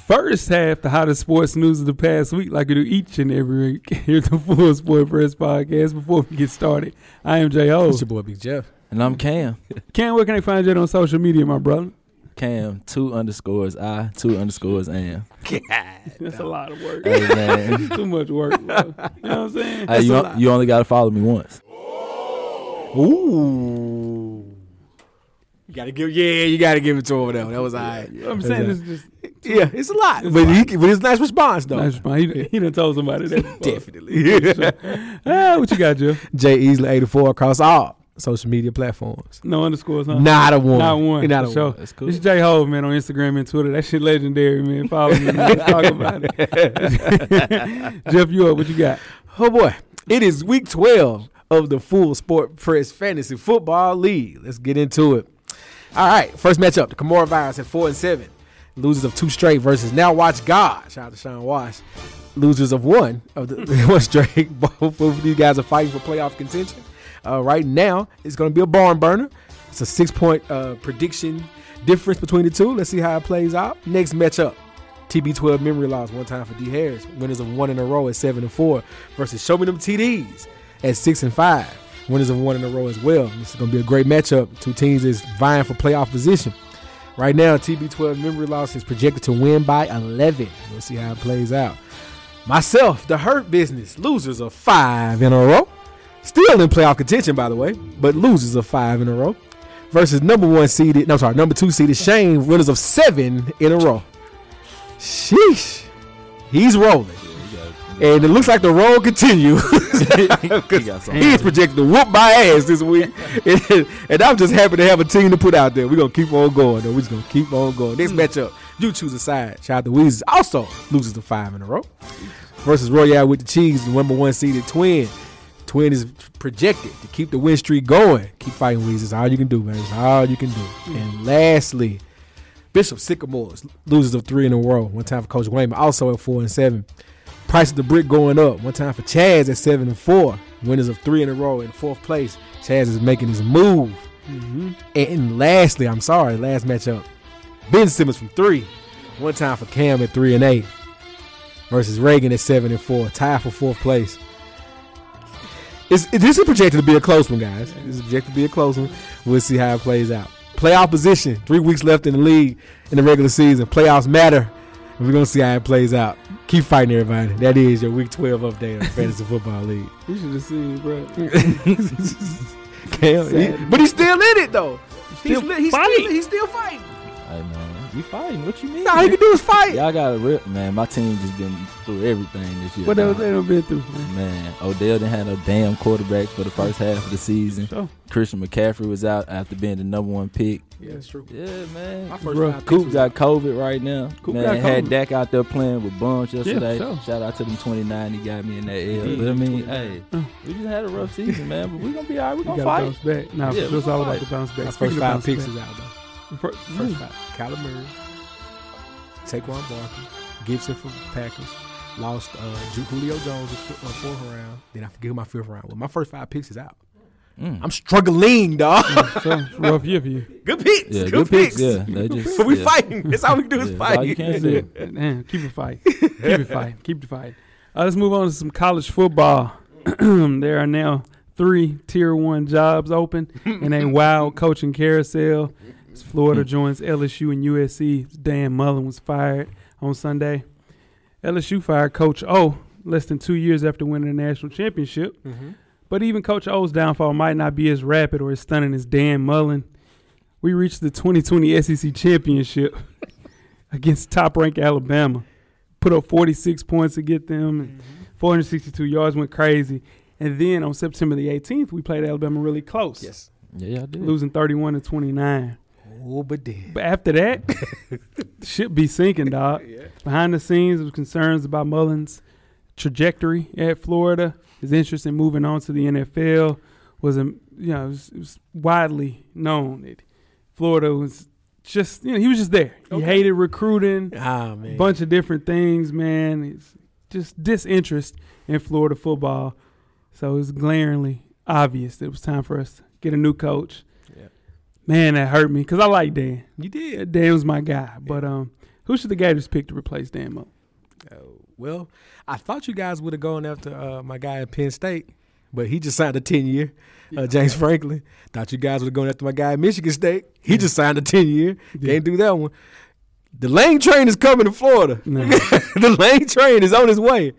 [SPEAKER 3] First half, the hottest sports news of the past week, like we do each and every week here at the Full Sport Press Podcast. Before we get started, I am J.O.
[SPEAKER 4] It's your boy Big Jeff.
[SPEAKER 5] And I'm Cam.
[SPEAKER 3] Ken, where can they find you at on social media, my brother?
[SPEAKER 5] Cam, two underscores I, two underscores am.
[SPEAKER 3] That's a lot of work.
[SPEAKER 5] Hey, man.
[SPEAKER 3] Too much work, bro. You know what I'm saying?
[SPEAKER 5] Hey, you, you only gotta follow me once.
[SPEAKER 4] Ooh. You gotta give. Yeah, you gotta give it to him. for That one. That was all right.
[SPEAKER 3] I'm saying this is just
[SPEAKER 4] Yeah, it's a lot, but he, but it's a nice response though.
[SPEAKER 3] nice. response. He, he done told somebody that. before.
[SPEAKER 4] Definitely.
[SPEAKER 3] ah, what you got, Jeff?
[SPEAKER 4] Jay Easley 84 across all social media platforms.
[SPEAKER 3] No underscores, huh?
[SPEAKER 4] Not a one.
[SPEAKER 3] Not one.
[SPEAKER 4] Not a
[SPEAKER 3] for sure.
[SPEAKER 4] one.
[SPEAKER 5] That's cool.
[SPEAKER 3] It's J Hove, man, on Instagram and Twitter. That shit legendary, man. Follow me, man. Let's talk about it. Jeff, you up? What you got?
[SPEAKER 4] Oh boy. It is week 12 of the Full Sport Press Fantasy Football League. Let's get into it. All right. First matchup, the Kamara Virus at four and seven. Losers of two straight versus now watch God. Shout out to Sean Wash. Losers of one of the one straight. Both of you guys are fighting for playoff contention. Uh, right now, it's going to be a barn burner. It's a six point uh, prediction difference between the two. Let's see how it plays out. Next matchup. TB12 memory loss one time for D Harris. Winners of one in a row at seven and four versus Show Me Them TDs at six and five. Winners of one in a row as well. This is gonna be a great matchup. Two teams is vying for playoff position. Right now, TB12 memory loss is projected to win by 11. We'll see how it plays out. Myself, the Hurt Business, losers of five in a row. Still in playoff contention, by the way, but losers of five in a row. Versus number one seeded, no, sorry, number two seeded Shane, winners of seven in a row. Sheesh. He's rolling. And it looks like the roll continues.
[SPEAKER 5] He got something.
[SPEAKER 4] He's projected to whoop my ass this week. and, and I'm just happy to have a team to put out there. We're going to keep on going, though. We're just going to
[SPEAKER 5] Hmm.
[SPEAKER 4] keep on going. Next matchup, you choose a side. Shout out to Weezers. Also loses the five in a row. versus Royale with the Cheese, the number one seeded Twin. Twin is projected to keep the win streak going. Keep fighting Weezy. That's all you can do, man. That's all you can do.
[SPEAKER 5] Hmm.
[SPEAKER 4] And lastly, Bishop Sycamores loses of three in a row. One time for Coach Wayman, also at four and seven. Price of the brick going up. One time for Chaz at seven and four. Winners of three in a row in fourth place. Chaz is making his move. And lastly, I'm sorry, last matchup. Ben Simmons from three. One time for Cam at three and eight. Versus Reagan at seven and four. Tie for fourth place. It's, it- this is projected to be a close one, guys. This is projected to be a close one. We'll see how it plays out. Playoff position. Three weeks left in the league in the regular season. Playoffs matter. And We're gonna see how it plays out. Keep fighting, everybody. That is your week twelve update on fantasy football league.
[SPEAKER 3] You should have seen, bro.
[SPEAKER 4] Cam, he- but he's still in it though. He's,
[SPEAKER 3] Still
[SPEAKER 4] li- he's,
[SPEAKER 3] fighting.
[SPEAKER 4] still, he's still fighting.
[SPEAKER 5] Hey man, you fighting? What you mean?
[SPEAKER 4] All he
[SPEAKER 5] man?
[SPEAKER 4] can do is fight.
[SPEAKER 5] Y'all got to rip, man. My team just been through everything this year.
[SPEAKER 3] What else
[SPEAKER 5] dog.
[SPEAKER 3] they done been through, man?
[SPEAKER 5] Man, Odell didn't have no damn quarterback for the first half of the season.
[SPEAKER 3] Sure.
[SPEAKER 5] Christian McCaffrey was out after being the number one pick.
[SPEAKER 4] Yeah, that's true.
[SPEAKER 5] Yeah, man.
[SPEAKER 4] first
[SPEAKER 3] Bruh,
[SPEAKER 4] five
[SPEAKER 5] Coop
[SPEAKER 4] picks
[SPEAKER 5] got COVID right now.
[SPEAKER 3] Coop
[SPEAKER 5] man,
[SPEAKER 3] got
[SPEAKER 5] had
[SPEAKER 3] COVID.
[SPEAKER 5] Dak out there playing with bums yesterday.
[SPEAKER 3] sure.
[SPEAKER 5] Shout out to them 29. He got me in that L.
[SPEAKER 4] did,
[SPEAKER 5] But I mean,
[SPEAKER 4] 29.
[SPEAKER 5] hey,
[SPEAKER 3] Uh.
[SPEAKER 5] we just had a rough season, man. But we're going to be all right. We're
[SPEAKER 3] You
[SPEAKER 5] going
[SPEAKER 3] gotta
[SPEAKER 5] to fight.
[SPEAKER 3] bounce back. Nah,
[SPEAKER 5] Yeah,
[SPEAKER 3] for
[SPEAKER 5] we
[SPEAKER 3] sure, it's all
[SPEAKER 5] gonna
[SPEAKER 3] about the bounce back.
[SPEAKER 4] was-
[SPEAKER 3] Speaking
[SPEAKER 4] first
[SPEAKER 3] of
[SPEAKER 4] five
[SPEAKER 3] bounce
[SPEAKER 4] picks
[SPEAKER 3] back,
[SPEAKER 4] is out though.
[SPEAKER 3] fir-
[SPEAKER 4] First
[SPEAKER 3] mm,
[SPEAKER 4] five. Kyler Murray, Saquon Barkley, Gibson for the Packers. Lost uh, Ju- Julio Jones in fo- uh, fourth round. Then I forget who my fifth round. was. my first five picks is out.
[SPEAKER 5] Mm.
[SPEAKER 4] I'm struggling, dog.
[SPEAKER 3] sure, it's a rough year for you.
[SPEAKER 4] good picks.
[SPEAKER 5] Yeah,
[SPEAKER 4] good,
[SPEAKER 5] good
[SPEAKER 4] picks.
[SPEAKER 5] picks. Yeah, they just.
[SPEAKER 4] But we
[SPEAKER 5] yeah.
[SPEAKER 4] fighting. That's all we do is
[SPEAKER 5] Yeah, that's all you
[SPEAKER 4] fight.
[SPEAKER 5] can do.
[SPEAKER 3] Yeah. Damn, keep it fighting. Keep it fighting. Keep it fighting. Uh, let's move on to some college football. there are now three tier one jobs open in a wild coaching carousel. As Florida joins LSU and USC. Dan Mullen was fired on Sunday. LSU fired Coach O less than two years after winning the national championship. But even Coach O's downfall might not be as rapid or as stunning as Dan Mullen. We reached the 2020 SEC E championship against top-ranked Alabama. Put up 46 points to get them,
[SPEAKER 4] Mm.
[SPEAKER 3] and 462 yards went crazy. And then on September the 18th, we played Alabama really close,
[SPEAKER 4] Yes.
[SPEAKER 5] Yeah, I did.
[SPEAKER 3] losing 31 to 29.
[SPEAKER 4] Oh, but then.
[SPEAKER 3] But after that, shit be sinking, dog. Behind the scenes, there was concerns about Mullins' trajectory at Florida, his interest in moving on to the NFL was, um, you know, it was, it was widely known that Florida was just, you know, he was just there. He
[SPEAKER 4] Okay.
[SPEAKER 3] hated recruiting,
[SPEAKER 4] Ah man.
[SPEAKER 3] bunch of different things, man. It's just disinterest in Florida football. So it's glaringly obvious that it was time for us to get a new coach.
[SPEAKER 4] Yeah.
[SPEAKER 3] Man, that hurt me because I like Dan.
[SPEAKER 4] you did.
[SPEAKER 3] Dan was my guy. But um, who should the Gators pick to replace Dan Mullen?
[SPEAKER 4] Uh, well, I thought you guys would have gone after uh, my guy at Penn State, but he just signed a 10 year. Uh, James Franklin. Thought you guys would have gone after my guy at Michigan State. He just signed a 10 year. Can't do that one. The Lane train is coming to Florida.
[SPEAKER 3] No.
[SPEAKER 4] the Lane train is on its way.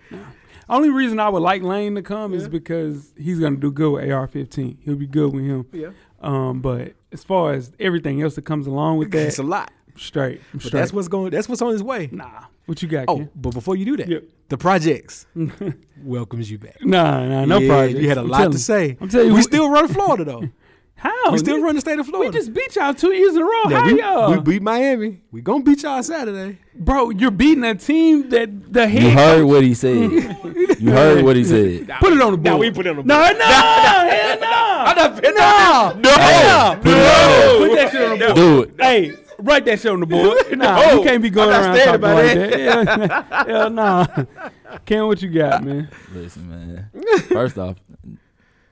[SPEAKER 3] Only reason I would like Lane to come is because he's gonna do good with AR-15. He'll be good with him.
[SPEAKER 4] Yeah.
[SPEAKER 3] Um, but as far as everything else that comes along with
[SPEAKER 4] It's
[SPEAKER 3] that,
[SPEAKER 4] a lot.
[SPEAKER 3] I'm straight. I'm
[SPEAKER 4] But
[SPEAKER 3] straight.
[SPEAKER 4] that's what's going that's what's on its way.
[SPEAKER 3] nah. What you got?
[SPEAKER 4] Oh,
[SPEAKER 3] Ken?
[SPEAKER 4] but before you do that,
[SPEAKER 3] Yep.
[SPEAKER 4] the projects welcomes you back.
[SPEAKER 3] Nah, nah, no
[SPEAKER 4] Yeah,
[SPEAKER 3] problem.
[SPEAKER 4] You had a lot to say.
[SPEAKER 3] I'm telling you,
[SPEAKER 4] we
[SPEAKER 3] we-
[SPEAKER 4] still run Florida though.
[SPEAKER 3] How
[SPEAKER 4] we still
[SPEAKER 3] We-
[SPEAKER 4] run the state of
[SPEAKER 3] We
[SPEAKER 4] Florida.
[SPEAKER 3] just beat y'all two years in a row.
[SPEAKER 4] Yeah,
[SPEAKER 3] How
[SPEAKER 4] we,
[SPEAKER 3] y'all,
[SPEAKER 4] we beat Miami. We gonna beat y'all Saturday.
[SPEAKER 3] bro? You're beating a team that the
[SPEAKER 5] You
[SPEAKER 3] head.
[SPEAKER 5] heard what he said. you heard what he said.
[SPEAKER 3] put it on the board.
[SPEAKER 4] Now we put it on the
[SPEAKER 3] No, no, hell no. I'm not putting no. No.
[SPEAKER 5] Hey, put it
[SPEAKER 3] Put that shit on the board.
[SPEAKER 5] Do it.
[SPEAKER 3] Hey, write that shit on the board. Nah, you can't be going
[SPEAKER 4] I'm not
[SPEAKER 3] around talking
[SPEAKER 4] standing by
[SPEAKER 3] like that. Yeah, yeah, nah. Ken, what you got, man?
[SPEAKER 5] Listen, man. First off,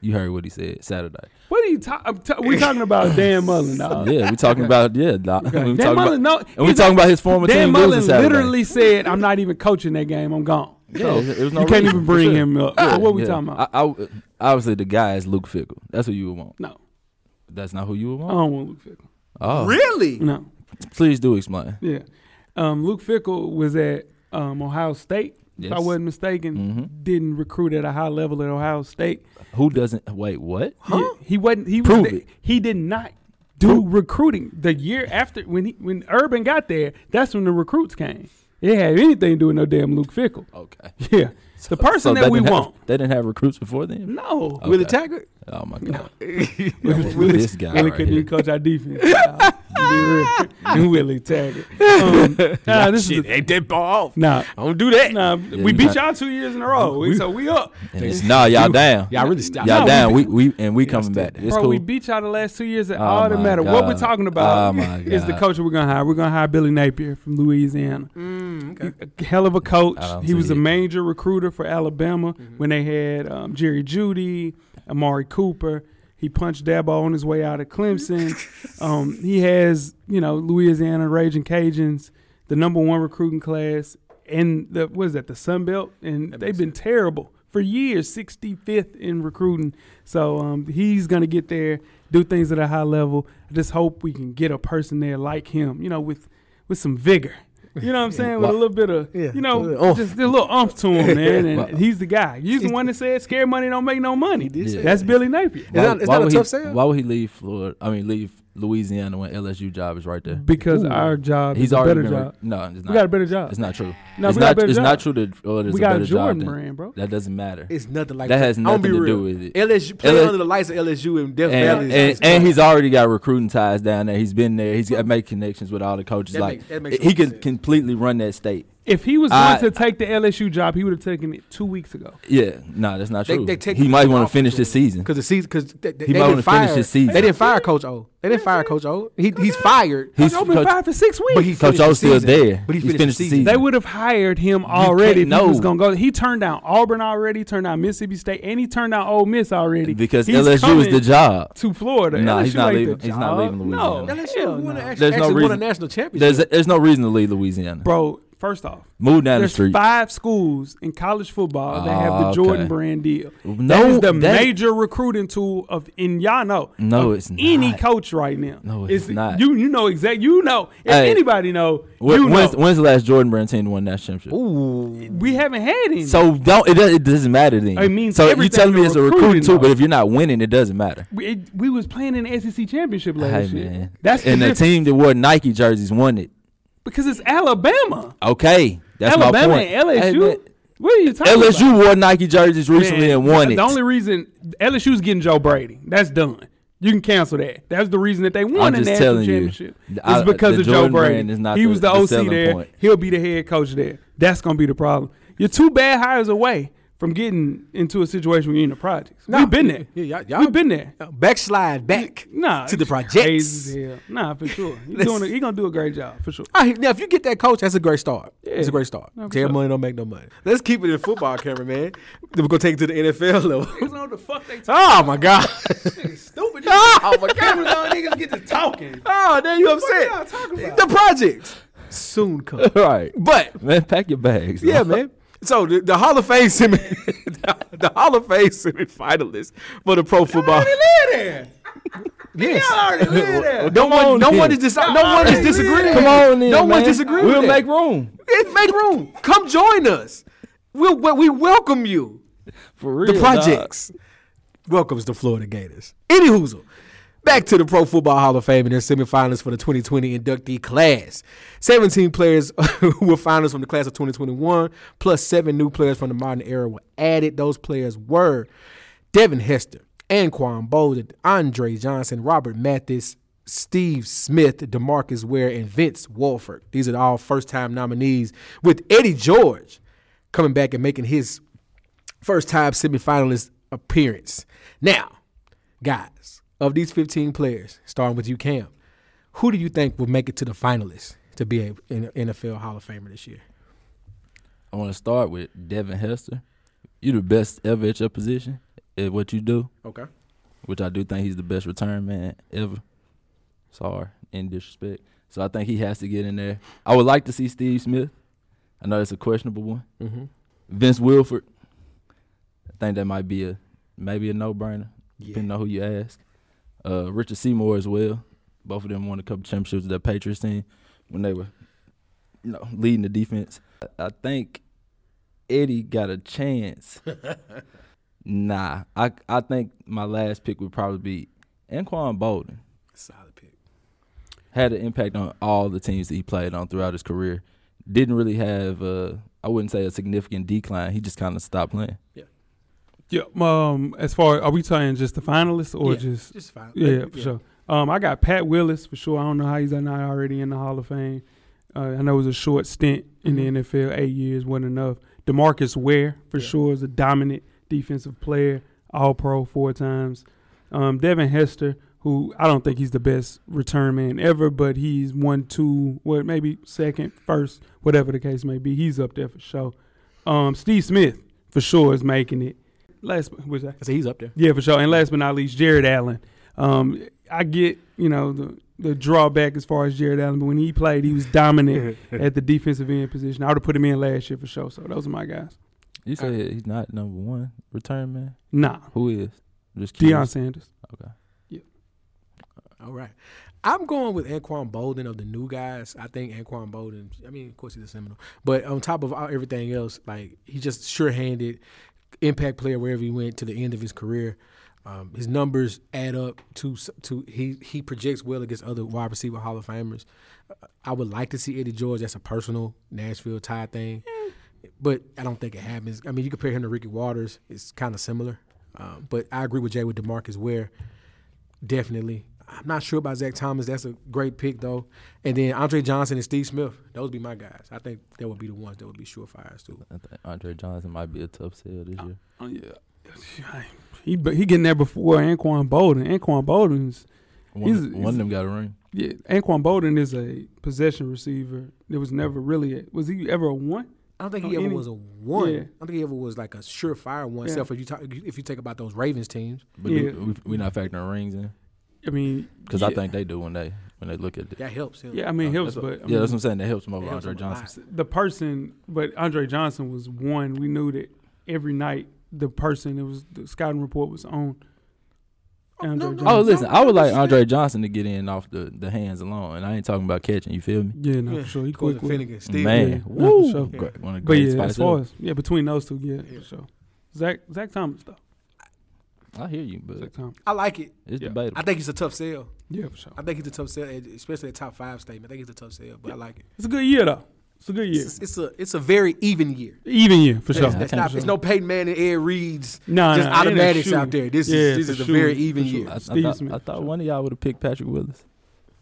[SPEAKER 5] you heard what he said Saturday.
[SPEAKER 3] What are you talking? we talking about Dan Mullen, dog.
[SPEAKER 5] yeah, we talking about yeah. Nah, we talking
[SPEAKER 3] Uh, Dan
[SPEAKER 5] about,
[SPEAKER 3] Mullen, no,
[SPEAKER 5] and we
[SPEAKER 3] he's
[SPEAKER 5] talking about his former
[SPEAKER 3] Dan
[SPEAKER 5] team
[SPEAKER 3] Mullen
[SPEAKER 5] losing Saturday.
[SPEAKER 3] literally said, "I'm not even coaching that game. I'm gone."
[SPEAKER 5] yeah, it was no
[SPEAKER 3] you can't
[SPEAKER 5] reason,
[SPEAKER 3] even
[SPEAKER 5] for
[SPEAKER 3] bring
[SPEAKER 5] sure.
[SPEAKER 3] him up.
[SPEAKER 5] Yeah,
[SPEAKER 3] what we
[SPEAKER 5] yeah.
[SPEAKER 3] talking about?
[SPEAKER 5] I, I- obviously, the guy is Luke Fickle. That's who you would want.
[SPEAKER 3] no,
[SPEAKER 5] That's not who you would
[SPEAKER 3] I
[SPEAKER 5] want.
[SPEAKER 3] don't want Luke Fickle.
[SPEAKER 5] Oh,
[SPEAKER 4] Really?
[SPEAKER 3] No,
[SPEAKER 5] please do explain.
[SPEAKER 3] yeah. Um, Luke Fickle was at um, Ohio State. If I
[SPEAKER 5] Yes.
[SPEAKER 3] wasn't mistaken,
[SPEAKER 5] Mhm.
[SPEAKER 3] didn't recruit at a high level at Ohio State.
[SPEAKER 5] Who doesn't? Wait, what?
[SPEAKER 3] Huh? He, wasn't. He was
[SPEAKER 5] Prove
[SPEAKER 3] the-
[SPEAKER 5] it.
[SPEAKER 3] He did not do recruiting the year after when he when Urban got there. That's when the recruits came. It had anything to do with no damn Luke Fickle.
[SPEAKER 5] Okay.
[SPEAKER 3] Yeah, the person
[SPEAKER 5] they
[SPEAKER 3] that we
[SPEAKER 5] didn't have-
[SPEAKER 3] want.
[SPEAKER 5] they didn't have recruits before then.
[SPEAKER 3] No,
[SPEAKER 5] Okay.
[SPEAKER 4] Willie Taggart.
[SPEAKER 5] Oh my god.
[SPEAKER 4] Willie
[SPEAKER 5] This guy
[SPEAKER 3] Willie
[SPEAKER 5] right
[SPEAKER 3] couldn't
[SPEAKER 5] here.
[SPEAKER 3] even coach our defense. be real. Willie Taggart. Um, nah, this is
[SPEAKER 4] Shit,
[SPEAKER 3] the,
[SPEAKER 4] ain't that ball off.
[SPEAKER 3] nah,
[SPEAKER 4] I don't do that.
[SPEAKER 3] nah.
[SPEAKER 5] Yeah,
[SPEAKER 3] we
[SPEAKER 5] you
[SPEAKER 3] beat
[SPEAKER 5] not-
[SPEAKER 3] y'all two years in a row. We, so we up.
[SPEAKER 5] And it's nah, y'all down.
[SPEAKER 4] Y'all really stop.
[SPEAKER 5] Y'all
[SPEAKER 3] No, we
[SPEAKER 5] down. We, we and we coming
[SPEAKER 4] still
[SPEAKER 5] back. It's
[SPEAKER 3] Bro,
[SPEAKER 5] cool.
[SPEAKER 3] we beat y'all the last two years. It
[SPEAKER 5] Oh
[SPEAKER 3] all that
[SPEAKER 5] my
[SPEAKER 3] matter. What we're
[SPEAKER 5] God.
[SPEAKER 3] talking about
[SPEAKER 5] Oh my
[SPEAKER 3] is the
[SPEAKER 5] God.
[SPEAKER 3] coach we're gonna hire. We're gonna hire Billy Napier from Louisiana. A hell of a coach.
[SPEAKER 5] I don't
[SPEAKER 3] He was
[SPEAKER 5] see
[SPEAKER 3] a
[SPEAKER 5] it.
[SPEAKER 3] major recruiter for Alabama when they had um, Jerry Judy, Amari Cooper. He punched Dabo on his way out of Clemson. um, he has you know Louisiana Raging Cajuns, the number one recruiting class, and the what is that the Sun Belt, and they've been terrible for years, 65th in recruiting. So um, he's going to get there, do things at a high level. I just hope we can get a person there like him, you know, with with some vigor. You know what I'm saying? With a little bit of,
[SPEAKER 4] Yeah.
[SPEAKER 3] you
[SPEAKER 4] A
[SPEAKER 3] know,
[SPEAKER 4] little oomph.
[SPEAKER 3] just a little umph to him, man. And
[SPEAKER 5] Well-
[SPEAKER 3] he's the guy. He's the one that said, "Scare money don't make no money."
[SPEAKER 4] did say
[SPEAKER 3] That's Billy Napier.
[SPEAKER 4] It's not- it's not a
[SPEAKER 5] would
[SPEAKER 4] tough
[SPEAKER 5] he,
[SPEAKER 4] sale?
[SPEAKER 5] Why would he leave Florida? I mean, leave Louisiana when LSU job is right there.
[SPEAKER 3] Because our job
[SPEAKER 5] He's
[SPEAKER 3] is a
[SPEAKER 5] already
[SPEAKER 3] better
[SPEAKER 5] been re-
[SPEAKER 3] job.
[SPEAKER 5] no. It's not.
[SPEAKER 3] We got a better job.
[SPEAKER 5] It's not true.
[SPEAKER 3] No,
[SPEAKER 5] it's
[SPEAKER 3] we got a
[SPEAKER 5] not.
[SPEAKER 3] better
[SPEAKER 5] It's
[SPEAKER 3] job.
[SPEAKER 5] not true that Florida's
[SPEAKER 3] we
[SPEAKER 5] a
[SPEAKER 3] got
[SPEAKER 5] better
[SPEAKER 3] Jordan
[SPEAKER 5] job. than-
[SPEAKER 3] brand, bro.
[SPEAKER 5] That doesn't matter.
[SPEAKER 4] It's nothing like
[SPEAKER 5] That has
[SPEAKER 4] I'm gonna be
[SPEAKER 5] nothing to
[SPEAKER 4] real.
[SPEAKER 5] do with it.
[SPEAKER 4] LSU playing
[SPEAKER 5] LSU
[SPEAKER 4] under the lights of LSU and Death Valley.
[SPEAKER 5] and,
[SPEAKER 4] is-
[SPEAKER 5] and,
[SPEAKER 4] is-
[SPEAKER 5] and he's already got recruiting ties down there. He's been there. He's got made connections with all the coaches.
[SPEAKER 4] That
[SPEAKER 5] like
[SPEAKER 4] make- that makes
[SPEAKER 5] he can
[SPEAKER 4] 100%
[SPEAKER 5] completely run that state.
[SPEAKER 3] If he was
[SPEAKER 5] I-
[SPEAKER 3] going to take the LSU job, he would have taken it two weeks ago.
[SPEAKER 5] Yeah, no, that's not
[SPEAKER 4] They-
[SPEAKER 5] true.
[SPEAKER 4] they take
[SPEAKER 5] he
[SPEAKER 4] the
[SPEAKER 5] might
[SPEAKER 4] team
[SPEAKER 5] want
[SPEAKER 4] off
[SPEAKER 5] to finish
[SPEAKER 4] the
[SPEAKER 5] this season.
[SPEAKER 4] because the season because they, they,
[SPEAKER 5] might
[SPEAKER 4] didn't
[SPEAKER 5] wanna finish
[SPEAKER 4] fire.
[SPEAKER 5] his season.
[SPEAKER 4] They didn't fire Coach O. They didn't fire Coach O. He, he's fired.
[SPEAKER 5] He's
[SPEAKER 3] I've been
[SPEAKER 5] Coach-
[SPEAKER 3] fired for six weeks.
[SPEAKER 4] but he
[SPEAKER 5] Coach
[SPEAKER 4] finished the
[SPEAKER 5] O's still
[SPEAKER 4] season.
[SPEAKER 5] there.
[SPEAKER 4] But he
[SPEAKER 5] He
[SPEAKER 4] finished,
[SPEAKER 5] finished
[SPEAKER 4] the
[SPEAKER 5] the
[SPEAKER 4] season.
[SPEAKER 5] season.
[SPEAKER 3] They would have hired him already if
[SPEAKER 5] can't
[SPEAKER 3] he was
[SPEAKER 5] know.
[SPEAKER 3] going to go. He turned down Auburn already, turned down Mississippi State, and he turned down Ole Miss already.
[SPEAKER 5] Because
[SPEAKER 3] He's
[SPEAKER 5] LSU is
[SPEAKER 3] coming
[SPEAKER 5] the job.
[SPEAKER 3] To Florida.
[SPEAKER 5] Nah,
[SPEAKER 3] LSU
[SPEAKER 5] he's not
[SPEAKER 3] ain't the
[SPEAKER 5] leaving- he's not
[SPEAKER 3] job.
[SPEAKER 5] leaving Louisiana.
[SPEAKER 3] No,
[SPEAKER 4] LSU
[SPEAKER 3] hell
[SPEAKER 4] won
[SPEAKER 3] no.
[SPEAKER 4] an
[SPEAKER 5] There's
[SPEAKER 4] actually,
[SPEAKER 5] no
[SPEAKER 4] actually won a
[SPEAKER 5] reason-
[SPEAKER 4] national championship.
[SPEAKER 5] There's there's no reason to leave Louisiana.
[SPEAKER 3] Bro, first off,
[SPEAKER 5] Move down the
[SPEAKER 3] there's
[SPEAKER 5] street.
[SPEAKER 3] five schools in college football that have the
[SPEAKER 5] Ah,
[SPEAKER 3] Jordan
[SPEAKER 5] okay.
[SPEAKER 3] brand deal. that
[SPEAKER 5] No,
[SPEAKER 3] is the
[SPEAKER 5] that-
[SPEAKER 3] major recruiting tool of in y'all know.
[SPEAKER 5] No,
[SPEAKER 3] of
[SPEAKER 5] it's
[SPEAKER 3] any
[SPEAKER 5] not.
[SPEAKER 3] coach right now.
[SPEAKER 5] No, it's not.
[SPEAKER 3] You you know exactly. You know if
[SPEAKER 5] Hey,
[SPEAKER 3] anybody know.
[SPEAKER 5] When-
[SPEAKER 3] you know.
[SPEAKER 5] when's, when's the last Jordan Brand team to win that championship?
[SPEAKER 4] Ooh,
[SPEAKER 3] we haven't had any.
[SPEAKER 5] So don't it, does- it doesn't matter then.
[SPEAKER 3] It means
[SPEAKER 5] so you
[SPEAKER 3] everything
[SPEAKER 5] telling me
[SPEAKER 3] to
[SPEAKER 5] it's a
[SPEAKER 3] recruiting,
[SPEAKER 5] recruiting tool,
[SPEAKER 3] though.
[SPEAKER 5] but if you're not winning, it doesn't matter.
[SPEAKER 3] we, it- we was playing in the SEC championship
[SPEAKER 5] Hey
[SPEAKER 3] last year.
[SPEAKER 5] man,
[SPEAKER 3] That's the
[SPEAKER 5] and the
[SPEAKER 3] difference.
[SPEAKER 5] team that wore Nike jerseys won it.
[SPEAKER 3] because it's Alabama.
[SPEAKER 5] Okay, that's
[SPEAKER 3] Alabama
[SPEAKER 5] my point.
[SPEAKER 3] and
[SPEAKER 5] Hey,
[SPEAKER 3] LSU.
[SPEAKER 5] man,
[SPEAKER 3] what are you talking about?
[SPEAKER 5] LSU wore Nike jerseys recently
[SPEAKER 3] Man,
[SPEAKER 5] and won
[SPEAKER 3] the
[SPEAKER 5] it.
[SPEAKER 3] only reason LSU's getting Joe Brady. That's done. You can cancel that. That's the reason that they won
[SPEAKER 5] I'm
[SPEAKER 3] the
[SPEAKER 5] just
[SPEAKER 3] national
[SPEAKER 5] telling you,
[SPEAKER 3] championship.
[SPEAKER 5] the- I-
[SPEAKER 3] it's because
[SPEAKER 5] the
[SPEAKER 3] of Joe
[SPEAKER 5] Jordan
[SPEAKER 3] Brady.
[SPEAKER 5] brand is not
[SPEAKER 3] he
[SPEAKER 5] the-
[SPEAKER 3] was the,
[SPEAKER 5] the
[SPEAKER 3] OC
[SPEAKER 5] selling
[SPEAKER 3] there.
[SPEAKER 5] point.
[SPEAKER 3] He'll be the head coach there. That's gonna be the problem. You're two bad hires away from getting into a situation where you're in the projects.
[SPEAKER 4] Nah,
[SPEAKER 3] We've been there.
[SPEAKER 4] yeah, y'all- y'all-
[SPEAKER 3] We've been there.
[SPEAKER 4] backslide back.
[SPEAKER 3] Nah,
[SPEAKER 4] to the
[SPEAKER 3] it's
[SPEAKER 4] projects.
[SPEAKER 3] crazy as hell. Nah, for sure. He's
[SPEAKER 4] Let's-
[SPEAKER 3] doing. A, he gonna do a great job for sure.
[SPEAKER 4] All right, Ah, now, if you get that coach, that's a great start. It's
[SPEAKER 3] Yeah.
[SPEAKER 4] a great start.
[SPEAKER 3] No, for
[SPEAKER 4] Tear
[SPEAKER 3] sure.
[SPEAKER 4] money don't make no money. Let's keep it in football, camera man. Then we're gonna take it to the NFL level.
[SPEAKER 3] know the fuck they talking.
[SPEAKER 4] Oh my god.
[SPEAKER 3] Stupid.
[SPEAKER 4] Oh my god.
[SPEAKER 3] niggas get to talking.
[SPEAKER 4] Oh, now you
[SPEAKER 3] y'all
[SPEAKER 4] upset.
[SPEAKER 3] talking about?
[SPEAKER 4] The projects soon come,
[SPEAKER 5] right,
[SPEAKER 4] but
[SPEAKER 5] man, pack your bags.
[SPEAKER 4] Yeah, man. So the, the Hall of Fame semi, the, Hall of Fame semifinalist for the Pro Football. Yes. no one, no one is dis- no one is disagreeing.
[SPEAKER 5] Come on, in,
[SPEAKER 4] no
[SPEAKER 5] man.
[SPEAKER 4] one's disagreeing.
[SPEAKER 5] We'll
[SPEAKER 4] with
[SPEAKER 5] make
[SPEAKER 4] that.
[SPEAKER 5] room
[SPEAKER 4] It- make room. Come join us. We'll, we we welcome you.
[SPEAKER 5] for real.
[SPEAKER 4] The projects welcomes the Florida Gators. Any hoozle. Back to the Pro Football Hall of Fame and their semifinals for the 2020 inductee class. 17 players who were finalists from the class of 2021, plus seven new players from the modern era were added. Those players were Devin Hester, Anquan Bolden, Andre Johnson, Robert Mathis, Steve Smith, Demarcus Ware, and Vince Walford. These are all first time nominees, with Eddie George coming back and making his first time semifinalist appearance. Now, guys, of these 15 players, starting with you, Cam, who do you think will make it to the finalists to be a, an NFL Hall of Famer this year?
[SPEAKER 5] I want to start with Devin Hester. You the best ever at your position at what you do,
[SPEAKER 4] Okay.
[SPEAKER 5] which I do think he's the best return man ever. Sorry, in disrespect. So I think he has to get in there. I would like to see Steve Smith. I know that's a questionable one.
[SPEAKER 4] Mm-hmm.
[SPEAKER 5] Vince Wilford. I think that might be a maybe a no brainer.
[SPEAKER 4] Yeah.
[SPEAKER 5] Depending on who you ask. Uh, Richard Seymour as well. Both of them won a couple championships with that Patriots team when they were, you know, leading the defense. I, I think Eddie got a chance. nah, I I think my last pick would probably be Anquan Bolden
[SPEAKER 4] Solid pick.
[SPEAKER 5] had an impact on all the teams that he played on throughout his career. Didn't really have, uh, I wouldn't say a significant decline. He just kind of stopped playing.
[SPEAKER 3] Yeah. Um. As far are we talking just the finalists or
[SPEAKER 4] Yeah,
[SPEAKER 3] just
[SPEAKER 4] Just fine.
[SPEAKER 3] Yeah, yeah, for sure. Um, I got Pat Willis for sure. I don't know how he's not already in the Hall of Fame. Uh, I know it was a short stint in the NFL. Eight years wasn't enough. Demarcus Ware for
[SPEAKER 4] Yeah.
[SPEAKER 3] sure is a dominant defensive player, All Pro four times. Um, Devin Hester, who I don't think he's the best return man ever, but he's one, two, what maybe second, first, whatever the case may be. He's up there for sure. Um, Steve Smith for sure is making it. Last, was that?
[SPEAKER 4] I say he's up there.
[SPEAKER 3] Yeah, for sure. And last but not least, Jared Allen. Um, I get you know the the drawback as far as Jared Allen, but when he played, he was dominant at the defensive end position. I would have put him in last year for sure. So those are my guys.
[SPEAKER 5] You said he's not number one return man.
[SPEAKER 3] Nah,
[SPEAKER 5] Who is? I'm Just
[SPEAKER 3] Deion
[SPEAKER 5] curious.
[SPEAKER 3] Sanders.
[SPEAKER 5] Okay.
[SPEAKER 4] All right. I'm going with Anquan Bolden of the new guys. I think Anquan Bolden, I mean, of course he's a Seminole, but on top of all, everything else, like he's just sure-handed, impact player wherever he went to the end of his career. Um, his numbers add up to to he he projects well against other wide receiver Hall of Famers. Uh, I would like to see Eddie George. That's a personal Nashville tie thing, but I don't think it happens. I mean, you compare him to Ricky Waters; it's kind of similar. Um, but I agree with Jay with Demarcus Ware. Definitely. I'm not sure about Zach Thomas. That's a great pick though. And then Andre Johnson and Steve Smith. Those would be my guys. I think that would be the ones that would be surefires too.
[SPEAKER 5] I think Andre Johnson might be a tough sell this year.
[SPEAKER 3] Oh yeah. He but he getting there before Anquan Bolden. Anquan Bolden's
[SPEAKER 5] One,
[SPEAKER 3] He's-
[SPEAKER 5] one of them got a ring.
[SPEAKER 3] yeah. Anquan Bolden is a possession receiver. There was never really a, was he ever a one?
[SPEAKER 4] I don't think
[SPEAKER 3] Oh,
[SPEAKER 4] he ever
[SPEAKER 3] any-
[SPEAKER 4] was a one.
[SPEAKER 3] yeah.
[SPEAKER 4] I don't think he ever was like a surefire one.
[SPEAKER 3] Yeah.
[SPEAKER 4] Except if you talk, if you take about those Ravens teams,
[SPEAKER 5] But
[SPEAKER 3] Yeah.
[SPEAKER 5] we, we not factoring rings in
[SPEAKER 3] I mean,
[SPEAKER 5] because I
[SPEAKER 3] yeah.
[SPEAKER 5] think they do when they when they look at it.
[SPEAKER 4] that helps him.
[SPEAKER 3] yeah. I mean,
[SPEAKER 5] Uh,
[SPEAKER 3] he was,
[SPEAKER 5] that's what-
[SPEAKER 3] but I
[SPEAKER 5] yeah,
[SPEAKER 3] mean,
[SPEAKER 5] that's what I'm saying. That helps him over
[SPEAKER 4] That helps
[SPEAKER 5] Andre
[SPEAKER 4] him a lot.
[SPEAKER 5] Johnson.
[SPEAKER 3] the person, but Andre Johnson was one. We knew that every night the person it was the scouting report was on. Andre
[SPEAKER 4] no, no.
[SPEAKER 5] Oh,
[SPEAKER 3] Johnson.
[SPEAKER 5] listen, I would like Andre Johnson to get in off the, the hands alone, and I ain't talking about catching. You feel me?
[SPEAKER 3] yeah, no,
[SPEAKER 4] Yeah.
[SPEAKER 3] for sure. He
[SPEAKER 4] Because
[SPEAKER 3] quick
[SPEAKER 4] of
[SPEAKER 3] with it.
[SPEAKER 4] Finnegan, Steve.
[SPEAKER 5] Man,
[SPEAKER 3] Yeah, no, for
[SPEAKER 5] woo,
[SPEAKER 3] sure.
[SPEAKER 5] Great- one of
[SPEAKER 3] But
[SPEAKER 5] the greatest
[SPEAKER 3] yeah,
[SPEAKER 5] yeah,
[SPEAKER 3] as far as yeah, between those two, yeah,
[SPEAKER 4] Yeah.
[SPEAKER 3] for sure. Zach Zach Thomas though.
[SPEAKER 5] I hear you, but
[SPEAKER 3] Zach Thomas.
[SPEAKER 4] I like it.
[SPEAKER 5] it's
[SPEAKER 3] Yeah.
[SPEAKER 5] debatable.
[SPEAKER 4] I think he's a tough sell.
[SPEAKER 3] Yeah, for sure.
[SPEAKER 4] I think he's a tough sell, especially a top five statement. I think he's a tough sell, but I like it.
[SPEAKER 3] It's a good year though. It's a good year.
[SPEAKER 4] It's, it's a it's a very even year.
[SPEAKER 3] Even year for sure.
[SPEAKER 5] Yeah.
[SPEAKER 4] That's not, it's no Peyton Manning, Ed Reed's,
[SPEAKER 3] Nah,
[SPEAKER 4] just
[SPEAKER 3] nah, it ain't a
[SPEAKER 4] automatics out
[SPEAKER 3] shoe.
[SPEAKER 4] there. This
[SPEAKER 3] Yeah,
[SPEAKER 4] is this
[SPEAKER 3] for
[SPEAKER 4] is a
[SPEAKER 3] sure,
[SPEAKER 4] very
[SPEAKER 3] for
[SPEAKER 4] even
[SPEAKER 3] sure.
[SPEAKER 4] year.
[SPEAKER 5] I, I
[SPEAKER 3] Steve
[SPEAKER 5] thought,
[SPEAKER 3] Smith,
[SPEAKER 5] I thought
[SPEAKER 3] sure.
[SPEAKER 5] one of y'all would have picked Patrick Willis.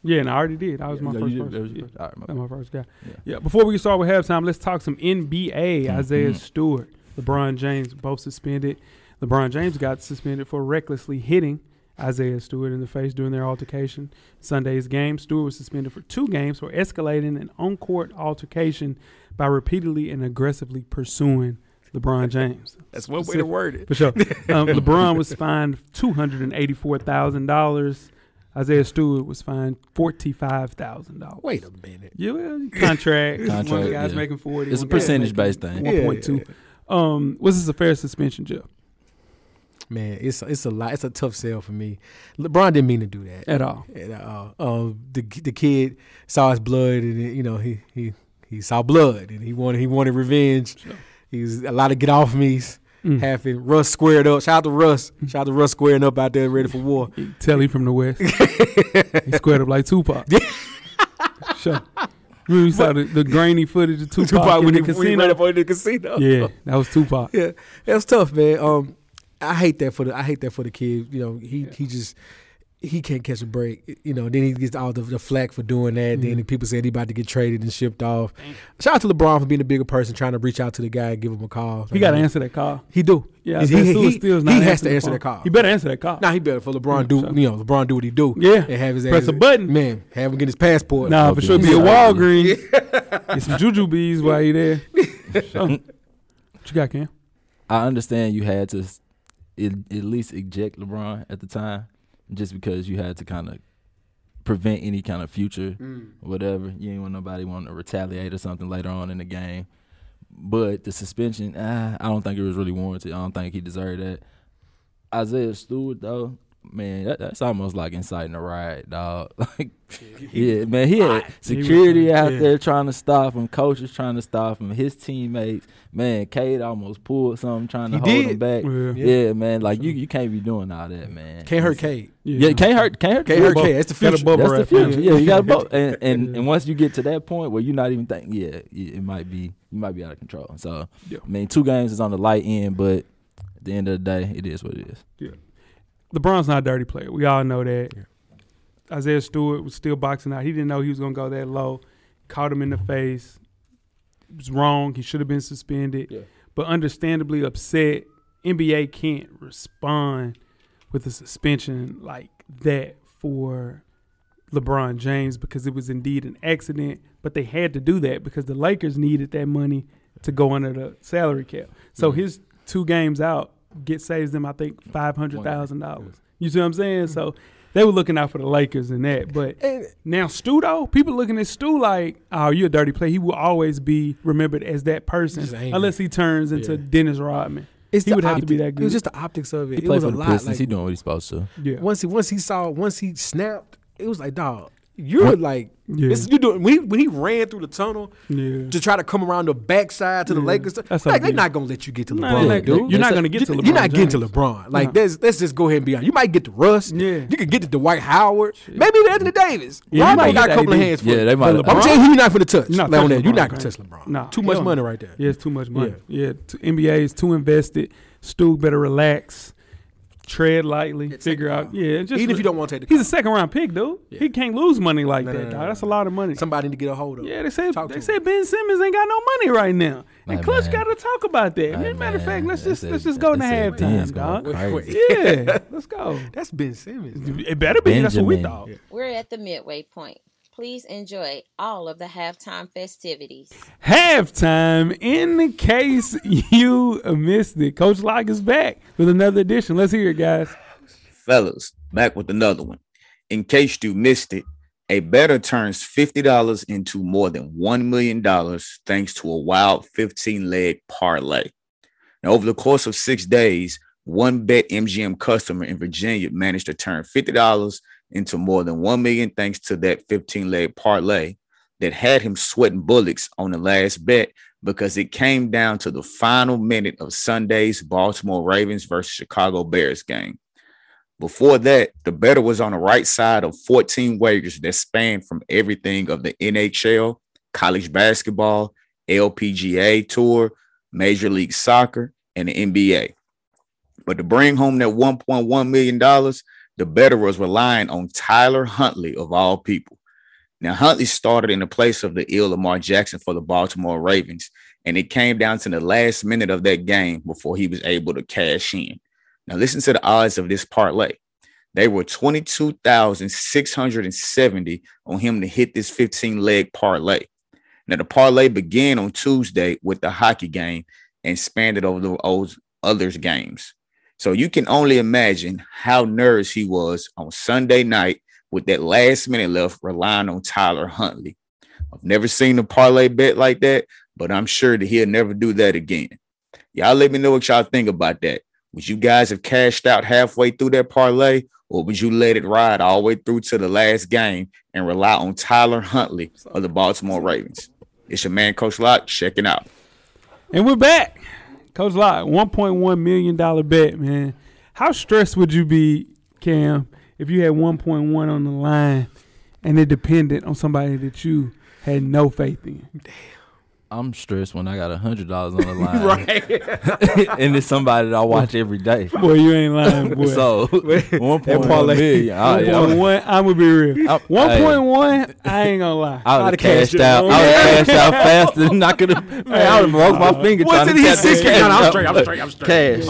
[SPEAKER 3] Yeah, and I already did. That was my
[SPEAKER 5] Yeah,
[SPEAKER 3] first
[SPEAKER 5] you did- that was
[SPEAKER 3] person.
[SPEAKER 5] your
[SPEAKER 3] Yeah,
[SPEAKER 5] first- all right, my
[SPEAKER 3] that
[SPEAKER 5] bad.
[SPEAKER 3] was my first guy.
[SPEAKER 5] Yeah.
[SPEAKER 3] Yeah, before we get started with halftime, let's talk some NBA. Isaiah
[SPEAKER 5] Mhm.
[SPEAKER 3] Stewart, LeBron James, both suspended. LeBron James got suspended for recklessly hitting Isaiah Stewart in the face during their altercation. Sunday's game, Stewart was suspended for two games for escalating an on court altercation by repeatedly and aggressively pursuing LeBron James.
[SPEAKER 4] That's one
[SPEAKER 3] way to
[SPEAKER 4] word it.
[SPEAKER 3] For sure. Um, LeBron was fined two hundred and eighty-four thousand dollars. Isaiah Stewart was fined forty-five thousand dollars.
[SPEAKER 4] Wait a minute.
[SPEAKER 3] Yeah, well, contract.
[SPEAKER 5] Contract,
[SPEAKER 3] One guy's
[SPEAKER 5] yeah.
[SPEAKER 3] making forty.
[SPEAKER 5] It's a
[SPEAKER 3] one guy's
[SPEAKER 5] percentage
[SPEAKER 3] making
[SPEAKER 5] based thing.
[SPEAKER 3] One point two. Um, was this a fair suspension, Jeff?
[SPEAKER 4] Man, it's it's a lot. It's a tough sell for me. LeBron didn't mean to do that.
[SPEAKER 3] At all?
[SPEAKER 4] And, uh, uh, the the kid saw his blood, and you know he he he saw blood, and he wanted he wanted revenge.
[SPEAKER 3] Sure.
[SPEAKER 4] He was a lot of get off me's.
[SPEAKER 3] Mm.
[SPEAKER 4] Having Russ squared up. Shout out to Russ. Shout out to Russ squaring up out there, ready for war.
[SPEAKER 3] Tell he from the west. he squared up like Tupac. sure. Remember We saw the, the grainy footage of Tupac,
[SPEAKER 4] Tupac
[SPEAKER 3] in
[SPEAKER 4] when
[SPEAKER 3] the
[SPEAKER 4] he, when he ran
[SPEAKER 3] casino.
[SPEAKER 4] up on the casino.
[SPEAKER 3] yeah, that was Tupac.
[SPEAKER 4] yeah, that's tough, man. Um, I hate that for the I hate that for the kid. You know, he he just he can't catch a break. You know, then he gets all the, the flack for doing that. Then
[SPEAKER 3] Mhm.
[SPEAKER 4] the people said he about to get traded and shipped off. Shout out to LeBron for being a bigger person, trying to reach out to the guy, and give him a call.
[SPEAKER 3] He got to answer that call.
[SPEAKER 4] He do.
[SPEAKER 3] Yeah,
[SPEAKER 4] He-
[SPEAKER 3] Isaiah
[SPEAKER 4] he-
[SPEAKER 3] Stewart
[SPEAKER 4] he-
[SPEAKER 3] still is
[SPEAKER 4] he
[SPEAKER 3] not
[SPEAKER 4] has to
[SPEAKER 3] answering the
[SPEAKER 4] answer that
[SPEAKER 3] phone.
[SPEAKER 4] call.
[SPEAKER 3] He better answer that call.
[SPEAKER 4] Now he better for LeBron do.
[SPEAKER 3] so-
[SPEAKER 4] You know, LeBron do what he do.
[SPEAKER 3] Yeah.
[SPEAKER 4] and have his
[SPEAKER 3] Press
[SPEAKER 4] ass-
[SPEAKER 3] a button.
[SPEAKER 4] Man, have him get his passport.
[SPEAKER 3] Nah,
[SPEAKER 5] Oh,
[SPEAKER 3] for sure.
[SPEAKER 5] yeah.
[SPEAKER 3] Be a
[SPEAKER 5] Yeah.
[SPEAKER 3] Walgreens. Get some Juju bees while you there. Sure. what you got, Cam?
[SPEAKER 5] I understand you had to s- at, at least eject LeBron at the time, just because you had to kind of prevent any kind of future whatever. You ain't want nobody wanting to retaliate or something later on in the game. But the suspension, ah, I don't think it was really warranted. I don't think he deserved that. Isaiah Stewart, though, man, that, that's almost like inciting a riot, dog. Like, yeah, man, Ah, he had security out
[SPEAKER 4] yeah.
[SPEAKER 5] there trying to stop him, coaches trying to stop him, his teammates. Man, Cade almost pulled something trying to
[SPEAKER 4] He
[SPEAKER 5] hold
[SPEAKER 4] did.
[SPEAKER 5] him back.
[SPEAKER 3] Yeah.
[SPEAKER 5] Yeah, man, like you, you can't be doing all that, man.
[SPEAKER 4] Can't hurt
[SPEAKER 5] It's-
[SPEAKER 4] Kate.
[SPEAKER 5] Yeah, can't hurt, can't hurt,
[SPEAKER 4] Can't hurt Kate. That's the
[SPEAKER 3] Got a
[SPEAKER 4] future.
[SPEAKER 3] bubble
[SPEAKER 5] that's
[SPEAKER 3] wrap.
[SPEAKER 5] the future.
[SPEAKER 3] Yeah.
[SPEAKER 5] Yeah, you got both, and and, and once you get to that point where you're not even thinking, yeah, it it might be you might be out of control. So,
[SPEAKER 3] Yeah.
[SPEAKER 5] I mean, two games is on the light end, but at the end of the day, it is what it is.
[SPEAKER 3] LeBron's not a dirty player. We all know that. Isaiah Stewart was still boxing out. He didn't know he was going to go that low. Caught him in the face. It was wrong. He should have been suspended.
[SPEAKER 5] Yeah.
[SPEAKER 3] But understandably upset. NBA can't respond with a suspension like that for LeBron James because it was indeed an accident. But they had to do that because the Lakers needed that money to go under the salary cap. So his two games out get saves them, I think, five hundred thousand dollars. You see what I'm saying? So they were looking out for the Lakers and that. But
[SPEAKER 4] And-
[SPEAKER 3] now Stu though, people looking at Stu like, oh, you're a dirty player. He will always be remembered as that person
[SPEAKER 4] Just angry.
[SPEAKER 3] unless he turns into
[SPEAKER 4] Yeah.
[SPEAKER 3] Dennis Rodman.
[SPEAKER 4] It's
[SPEAKER 3] He
[SPEAKER 4] the
[SPEAKER 3] would have to be that
[SPEAKER 4] It was
[SPEAKER 3] good.
[SPEAKER 4] just the optics of it.
[SPEAKER 5] He
[SPEAKER 4] it
[SPEAKER 5] played
[SPEAKER 4] was
[SPEAKER 5] for
[SPEAKER 4] a
[SPEAKER 5] the
[SPEAKER 4] lot.
[SPEAKER 5] Pistons.
[SPEAKER 4] like,
[SPEAKER 5] he doing what he's supposed to.
[SPEAKER 3] Yeah.
[SPEAKER 4] once he once he saw once he snapped, it was like, dog, you're like
[SPEAKER 3] Yeah.
[SPEAKER 4] this, you doing when he, when he ran through the tunnel
[SPEAKER 3] Yeah.
[SPEAKER 4] to try to come around the backside to the
[SPEAKER 3] Yeah.
[SPEAKER 4] Lakers.
[SPEAKER 3] That's
[SPEAKER 4] like
[SPEAKER 3] how
[SPEAKER 4] they're
[SPEAKER 3] it
[SPEAKER 4] not gonna let you get to
[SPEAKER 3] Nah,
[SPEAKER 4] LeBron,
[SPEAKER 3] like,
[SPEAKER 4] dude.
[SPEAKER 3] You're not
[SPEAKER 5] That's-
[SPEAKER 3] gonna get to
[SPEAKER 4] You-
[SPEAKER 3] LeBron.
[SPEAKER 4] You're not getting to
[SPEAKER 3] James.
[SPEAKER 4] LeBron. Like
[SPEAKER 3] No.
[SPEAKER 4] there's, let's just go ahead and be honest. You might get to Russ.
[SPEAKER 3] Yeah.
[SPEAKER 4] You could get to Dwight Howard. Maybe Anthony Davis.
[SPEAKER 3] Yeah,
[SPEAKER 4] Yeah,
[SPEAKER 3] you might
[SPEAKER 4] Rondo got
[SPEAKER 3] get
[SPEAKER 4] a couple of
[SPEAKER 3] AD.
[SPEAKER 4] hands for
[SPEAKER 5] Yeah,
[SPEAKER 4] you.
[SPEAKER 5] they might.
[SPEAKER 3] But
[SPEAKER 4] I'm
[SPEAKER 3] LeBron-
[SPEAKER 4] telling you, you're not going to touch.
[SPEAKER 3] You're not
[SPEAKER 4] Like, on
[SPEAKER 3] touching
[SPEAKER 4] that, You're not
[SPEAKER 3] LeBron,
[SPEAKER 4] going to
[SPEAKER 3] man.
[SPEAKER 4] touch LeBron.
[SPEAKER 3] Nah,
[SPEAKER 4] Too much
[SPEAKER 3] hell
[SPEAKER 4] money
[SPEAKER 3] no.
[SPEAKER 4] right there.
[SPEAKER 3] Yeah, it's too much money. Yeah, t- NBA is too invested. Stu better relax, tread lightly, figure out. Yeah, just
[SPEAKER 4] Even if you don't want to take the
[SPEAKER 3] He's a
[SPEAKER 4] contract.
[SPEAKER 3] second round pick, dude. He can't lose money like
[SPEAKER 4] No,
[SPEAKER 3] that.
[SPEAKER 4] no, no,
[SPEAKER 3] dog.
[SPEAKER 4] no,
[SPEAKER 3] That's a
[SPEAKER 4] no.
[SPEAKER 3] lot of money.
[SPEAKER 4] Somebody need to get a hold of.
[SPEAKER 3] yeah, they said
[SPEAKER 4] Talk to
[SPEAKER 3] they
[SPEAKER 4] him.
[SPEAKER 3] said Ben Simmons ain't got no money right now, and
[SPEAKER 5] Like,
[SPEAKER 3] Clutch
[SPEAKER 5] man.
[SPEAKER 3] got to talk about that.
[SPEAKER 5] Like,
[SPEAKER 3] Matter of fact,
[SPEAKER 5] man,
[SPEAKER 3] let's
[SPEAKER 5] that's
[SPEAKER 3] just
[SPEAKER 5] it.
[SPEAKER 3] let's just go into
[SPEAKER 5] That's it. Ben's
[SPEAKER 3] halftime,
[SPEAKER 5] going
[SPEAKER 3] dog.
[SPEAKER 5] crazy.
[SPEAKER 4] Wait,
[SPEAKER 3] Yeah, let's go.
[SPEAKER 4] That's Ben Simmons.
[SPEAKER 3] It better be. That's what we
[SPEAKER 5] Benjamin.
[SPEAKER 3] thought.
[SPEAKER 1] We're at the midway point. Please enjoy all of the halftime festivities.
[SPEAKER 3] Halftime. In case you missed it, Coach Locke is back with another edition. Let's hear it, guys.
[SPEAKER 6] fellas, back with another one. In case you missed it, a better turns $50 into more than $1 million thanks to a wild 15 leg parlay. Now, over the course of six days, one bet MGM customer in Virginia managed to turn $50 into more than $1 million thanks to that 15 leg parlay that had him sweating bullocks on the last bet because it came down to the final minute of Sunday's Baltimore Ravens versus Chicago Bears game. Before that, the better was on the right side of 14 wagers that spanned from everything of the NHL, college basketball, LPGA tour, Major League Soccer, and the NBA. But to bring home that $1.1 million, the better was relying on Tyler Huntley of all people. Now, Huntley started in the place of the ill Lamar Jackson for the Baltimore Ravens, and it came down to the last minute of that game before he was able to cash in. Now listen to the odds of this parlay. They were 22,670 on him to hit this 15 leg parlay. Now the parlay began on Tuesday with the hockey game and spanned it over the old others games. So you can only imagine how nervous he was on Sunday night with that last minute left relying on Tyler Huntley. I've never seen a parlay bet like that, but I'm sure that he'll never do that again. Y'all let me know what y'all think about that. Would you guys have cashed out halfway through that parlay, or would you let it ride all the way through to the last game and rely on Tyler Huntley of the Baltimore Ravens? It's your man, Coach Locke, checking out.
[SPEAKER 3] And we're back. Coach Lot, $1.1 million bet, man. How stressed would you be, Cam, if you had 1.1 on the line and it depended on somebody that you had no faith in?
[SPEAKER 5] I'm stressed when I got hundred dollars on the line, and it's somebody that I watch every day.
[SPEAKER 3] Boy, you ain't lying, boy.
[SPEAKER 5] So one point one
[SPEAKER 4] parlay.
[SPEAKER 5] million. I, I,
[SPEAKER 3] 1.1, I'm going to be real.
[SPEAKER 5] I'm-
[SPEAKER 3] 1.1, I ain't going to lie.
[SPEAKER 5] I would
[SPEAKER 4] I'da
[SPEAKER 5] have
[SPEAKER 4] cashed
[SPEAKER 5] cashed
[SPEAKER 4] it.
[SPEAKER 5] out. I would have cashed out faster than I could have. Man, I would have broke my finger
[SPEAKER 4] Once
[SPEAKER 5] trying
[SPEAKER 4] it
[SPEAKER 5] to
[SPEAKER 4] hit
[SPEAKER 5] tap that
[SPEAKER 4] six,
[SPEAKER 5] cash
[SPEAKER 4] no, no, I'm
[SPEAKER 5] out.
[SPEAKER 4] straight, I'm
[SPEAKER 5] Look,
[SPEAKER 4] straight, I'm straight.
[SPEAKER 5] Cash.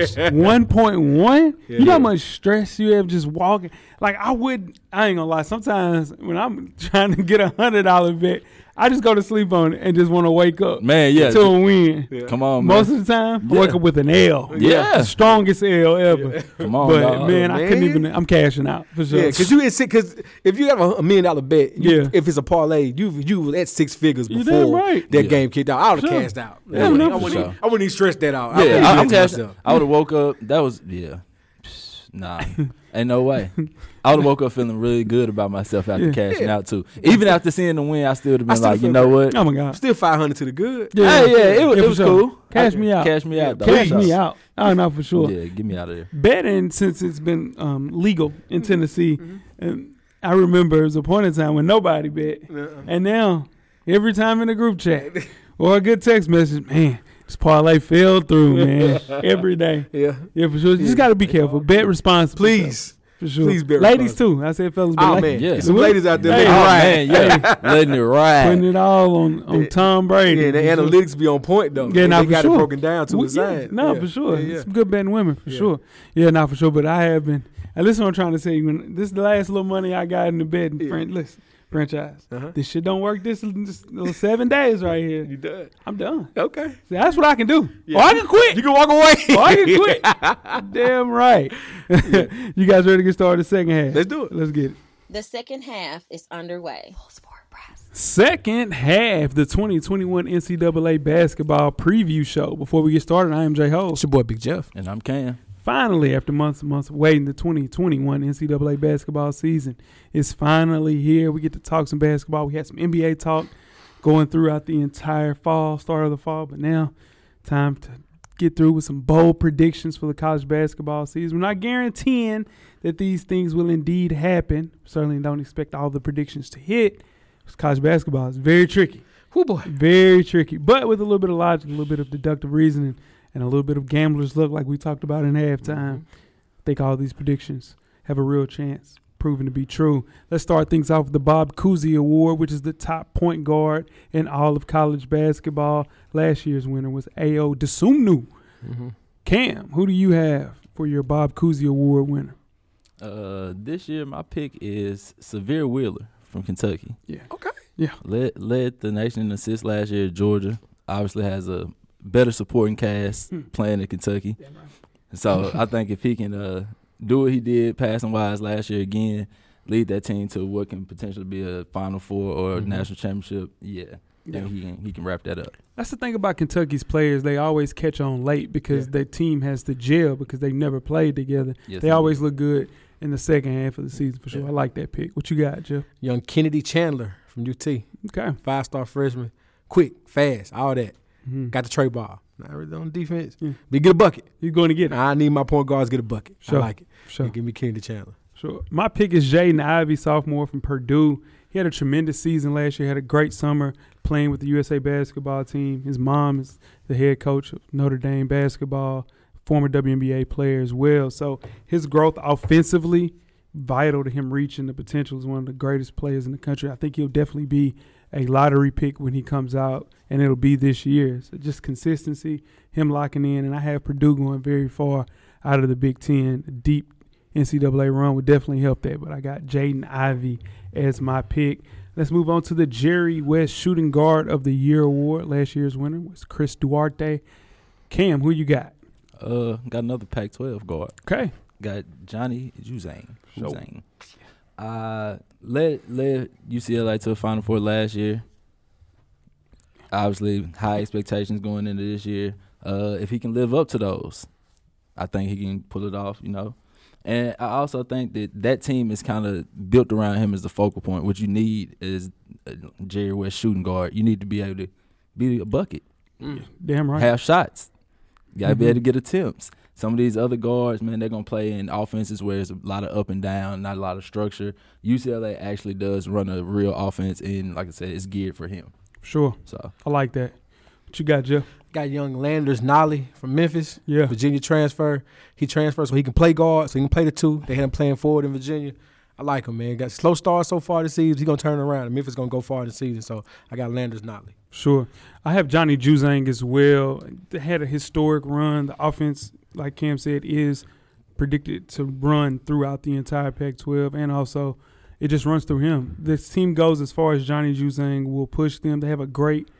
[SPEAKER 4] I'm straight.
[SPEAKER 5] Cash.
[SPEAKER 3] 1.1? You know how much stress you have just walking? Like, I would, I ain't going to lie. Sometimes when I'm trying to get a $100 bet, I just go to sleep on it and just want to wake up
[SPEAKER 5] Man, yeah.
[SPEAKER 3] to a win.
[SPEAKER 5] Come on, man.
[SPEAKER 3] Most of the time, I wake
[SPEAKER 5] Yeah.
[SPEAKER 3] up with an L.
[SPEAKER 5] Yeah.
[SPEAKER 3] The strongest L ever.
[SPEAKER 5] Come on,
[SPEAKER 3] but
[SPEAKER 5] dog.
[SPEAKER 3] man, I couldn't
[SPEAKER 4] Man.
[SPEAKER 3] even. I'm cashing out for sure.
[SPEAKER 4] Yeah, because you at six. Because if you have a a million dollar bet, you,
[SPEAKER 3] Yeah.
[SPEAKER 4] if it's a parlay, you you was at six figures
[SPEAKER 3] You damn
[SPEAKER 4] before
[SPEAKER 3] right.
[SPEAKER 4] that
[SPEAKER 5] Yeah.
[SPEAKER 4] game kicked out. I would have
[SPEAKER 3] Sure.
[SPEAKER 4] cashed out.
[SPEAKER 3] Yeah,
[SPEAKER 4] I,
[SPEAKER 3] no,
[SPEAKER 4] wouldn't,
[SPEAKER 3] for
[SPEAKER 4] even-
[SPEAKER 5] sure.
[SPEAKER 4] I wouldn't even stress that out. I
[SPEAKER 5] Yeah, I, I'm
[SPEAKER 4] wouldn't even
[SPEAKER 5] cashed.
[SPEAKER 4] stress that out.
[SPEAKER 5] I would have woke up. That was yeah. Nah, ain't no way. I would have woke up feeling really good about myself after
[SPEAKER 3] Yeah.
[SPEAKER 5] cashing out too. Even after seeing the win, I still would have
[SPEAKER 4] I
[SPEAKER 5] been
[SPEAKER 4] still
[SPEAKER 5] like, you
[SPEAKER 4] feel
[SPEAKER 5] know what?
[SPEAKER 3] oh my god.
[SPEAKER 4] Still five hundred to the good.
[SPEAKER 5] Hey, yeah, it, was-
[SPEAKER 3] Yeah,
[SPEAKER 5] it
[SPEAKER 3] for
[SPEAKER 5] was
[SPEAKER 3] sure.
[SPEAKER 5] cool.
[SPEAKER 3] Cash me out.
[SPEAKER 5] Cash me out. though.
[SPEAKER 3] Cash
[SPEAKER 5] So-
[SPEAKER 3] me out. Oh no, for sure.
[SPEAKER 5] Yeah, get me out of there.
[SPEAKER 3] Betting since it's been um, legal in
[SPEAKER 4] Mm-hmm.
[SPEAKER 3] Tennessee, and I remember it was a point in time when nobody bet,
[SPEAKER 4] Uh-uh.
[SPEAKER 3] and now every time in a group chat or a good text message, man, this parlay fell through, man, every day.
[SPEAKER 4] Yeah.
[SPEAKER 3] Yeah, for sure. You just got to be careful. Bet responsibly.
[SPEAKER 4] Please.
[SPEAKER 3] though. for sure.
[SPEAKER 4] Please bear
[SPEAKER 3] ladies too. I said fellas, but
[SPEAKER 4] Oh
[SPEAKER 3] la-
[SPEAKER 4] man,
[SPEAKER 5] Yeah.
[SPEAKER 4] yeah. some ladies out there.
[SPEAKER 3] Hey,
[SPEAKER 4] that
[SPEAKER 5] oh,
[SPEAKER 4] ride.
[SPEAKER 5] man, yeah, letting it
[SPEAKER 3] putting
[SPEAKER 5] ride.
[SPEAKER 3] it all on, on
[SPEAKER 4] Yeah.
[SPEAKER 3] Tom Brady.
[SPEAKER 4] Yeah, the
[SPEAKER 3] For sure.
[SPEAKER 4] analytics be on point though.
[SPEAKER 3] Yeah,
[SPEAKER 4] they
[SPEAKER 3] nah,
[SPEAKER 4] they
[SPEAKER 3] for
[SPEAKER 4] got
[SPEAKER 3] sure.
[SPEAKER 4] it broken down to
[SPEAKER 3] Well,
[SPEAKER 4] a
[SPEAKER 3] yeah,
[SPEAKER 4] science.
[SPEAKER 3] No,
[SPEAKER 4] Yeah,
[SPEAKER 3] for sure.
[SPEAKER 4] yeah, yeah.
[SPEAKER 3] Some good betting women, for
[SPEAKER 4] Yeah.
[SPEAKER 3] sure. Yeah, not for sure. But I have been. And listen, what I'm trying to say. When this is the last little money I got in the betting
[SPEAKER 4] Yeah.
[SPEAKER 3] fran- listen, franchise.
[SPEAKER 4] Uh-huh.
[SPEAKER 3] This shit don't work. This, this little seven days right
[SPEAKER 4] You
[SPEAKER 3] here.
[SPEAKER 4] done?
[SPEAKER 3] I'm done.
[SPEAKER 4] Okay.
[SPEAKER 3] See, that's what I can do.
[SPEAKER 4] Yeah.
[SPEAKER 3] Or I can quit.
[SPEAKER 4] You can walk away.
[SPEAKER 3] Or I can quit. Damn right. you guys ready to get started? Second half.
[SPEAKER 4] Let's do it.
[SPEAKER 3] Let's get it.
[SPEAKER 1] The second half is underway.
[SPEAKER 3] Second half, the 2021 NCAA basketball preview show. Before we get started, I am Jay Ho.
[SPEAKER 4] It's your boy Big Jeff.
[SPEAKER 5] And I'm Cam.
[SPEAKER 3] Finally, after months and months of waiting, the 2021 NCAA basketball season is finally here. We get to talk some basketball. We had some NBA talk going throughout the entire fall, start of the fall, but now time to get through with some bold predictions for the college basketball season. We're not guaranteeing that these things will indeed happen. Certainly don't expect all the predictions to hit. 'cause College basketball is very tricky.
[SPEAKER 4] Who boy?
[SPEAKER 3] Very tricky, but with a little bit of logic, a little bit of deductive reasoning, and a little bit of gambler's luck, like we talked about in halftime. I think all these predictions have a real chance proven to be true. Let's start things off with the Bob Cousy Award, which is the top point guard in all of college basketball. Last year's winner was A.O. Desumnu. Cam, who do you have for your Bob Cousy Award winner?
[SPEAKER 5] Uh, this year my pick is Severe Wheeler from Kentucky.
[SPEAKER 3] Yeah.
[SPEAKER 4] Okay.
[SPEAKER 5] Led led the nation in assists last year. Georgia obviously has a better supporting cast
[SPEAKER 3] Hmm.
[SPEAKER 5] playing in Kentucky. So I think if he can uh, do what he did passing wise last year again, lead that team to what can potentially be a Final Four or a
[SPEAKER 4] Mhm.
[SPEAKER 5] national championship, yeah, then
[SPEAKER 3] Mm-hmm. Yeah.
[SPEAKER 5] he can he can wrap that up.
[SPEAKER 3] That's the thing about Kentucky's players. They always catch on late because
[SPEAKER 4] Yeah.
[SPEAKER 3] their team has to gel because they've never played together.
[SPEAKER 5] Yes,
[SPEAKER 3] They
[SPEAKER 5] he
[SPEAKER 3] always
[SPEAKER 5] will.
[SPEAKER 3] look good in the second half of the season for sure. I like that pick. What you got, Jeff?
[SPEAKER 4] Young Kennedy Chandler from UT,
[SPEAKER 3] Okay.
[SPEAKER 4] five star freshman, quick, fast, all that.
[SPEAKER 3] Mhm.
[SPEAKER 4] Got the tray ball. Not really on defense.
[SPEAKER 3] Yeah.
[SPEAKER 4] But get a bucket.
[SPEAKER 3] You're going to get it.
[SPEAKER 4] I need my point guards to get a bucket.
[SPEAKER 3] Sure.
[SPEAKER 4] I like it.
[SPEAKER 3] Sure.
[SPEAKER 4] Give me Kennedy Chandler.
[SPEAKER 3] Sure. My pick is Jaden Ivey, sophomore from Purdue. He had a tremendous season last year. Had a great summer playing with the USA basketball team. His mom is the head coach of Notre Dame basketball, former WNBA player as well. So his growth offensively vital to him reaching the potential as one of the greatest players in the country. I think he'll definitely be a lottery pick when he comes out, and it'll be this year. So just consistency, him locking in, and I have Purdue going very far out of the Big Ten. A deep NCAA run would definitely help that. But I got Jaden Ivey as my pick. Let's move on to the Jerry West Shooting Guard of the Year award. Last year's winner was Chris Duarte. Cam, who you got?
[SPEAKER 5] Uh, got another Pac-12 guard.
[SPEAKER 3] Okay.
[SPEAKER 5] Got Johnny Juzang.
[SPEAKER 3] Sure.
[SPEAKER 5] Juzang. Uh, led led UCLA to a Final Four last year. Obviously, high expectations going into this year. Uh, if he can live up to those, I think he can pull it off. You know, and I also think that that team is kind of built around him as the focal point. What you need is uh, Jerry West shooting guard. You need to be able to be a bucket
[SPEAKER 3] Damn right.
[SPEAKER 5] have shots. You gotta be
[SPEAKER 3] Mhm.
[SPEAKER 5] able to get attempts. Some of these other guards, man, they're gonna play in offenses where it's a lot of up and down, not a lot of structure. UCLA actually does run a real offense, and like I said, it's geared for him.
[SPEAKER 3] Sure.
[SPEAKER 5] So
[SPEAKER 3] I like that. What you got, Jeff?
[SPEAKER 4] Got young Landers Nolly from Memphis.
[SPEAKER 3] Yeah.
[SPEAKER 4] Virginia transfer. He transferred so he can play guard, so he can play the two. They had him playing forward in Virginia. I like him, man. Got slow start so far this season. He's gonna turn around. And Memphis gonna go far this season. So I got Landers Notley.
[SPEAKER 3] Sure. I have Johnny Juzang as well. They had a historic run. The offense, like Cam said, is predicted to run throughout the entire Pac 12 and also it just runs through him. This team goes as far as Johnny Juzang will push them. They have a great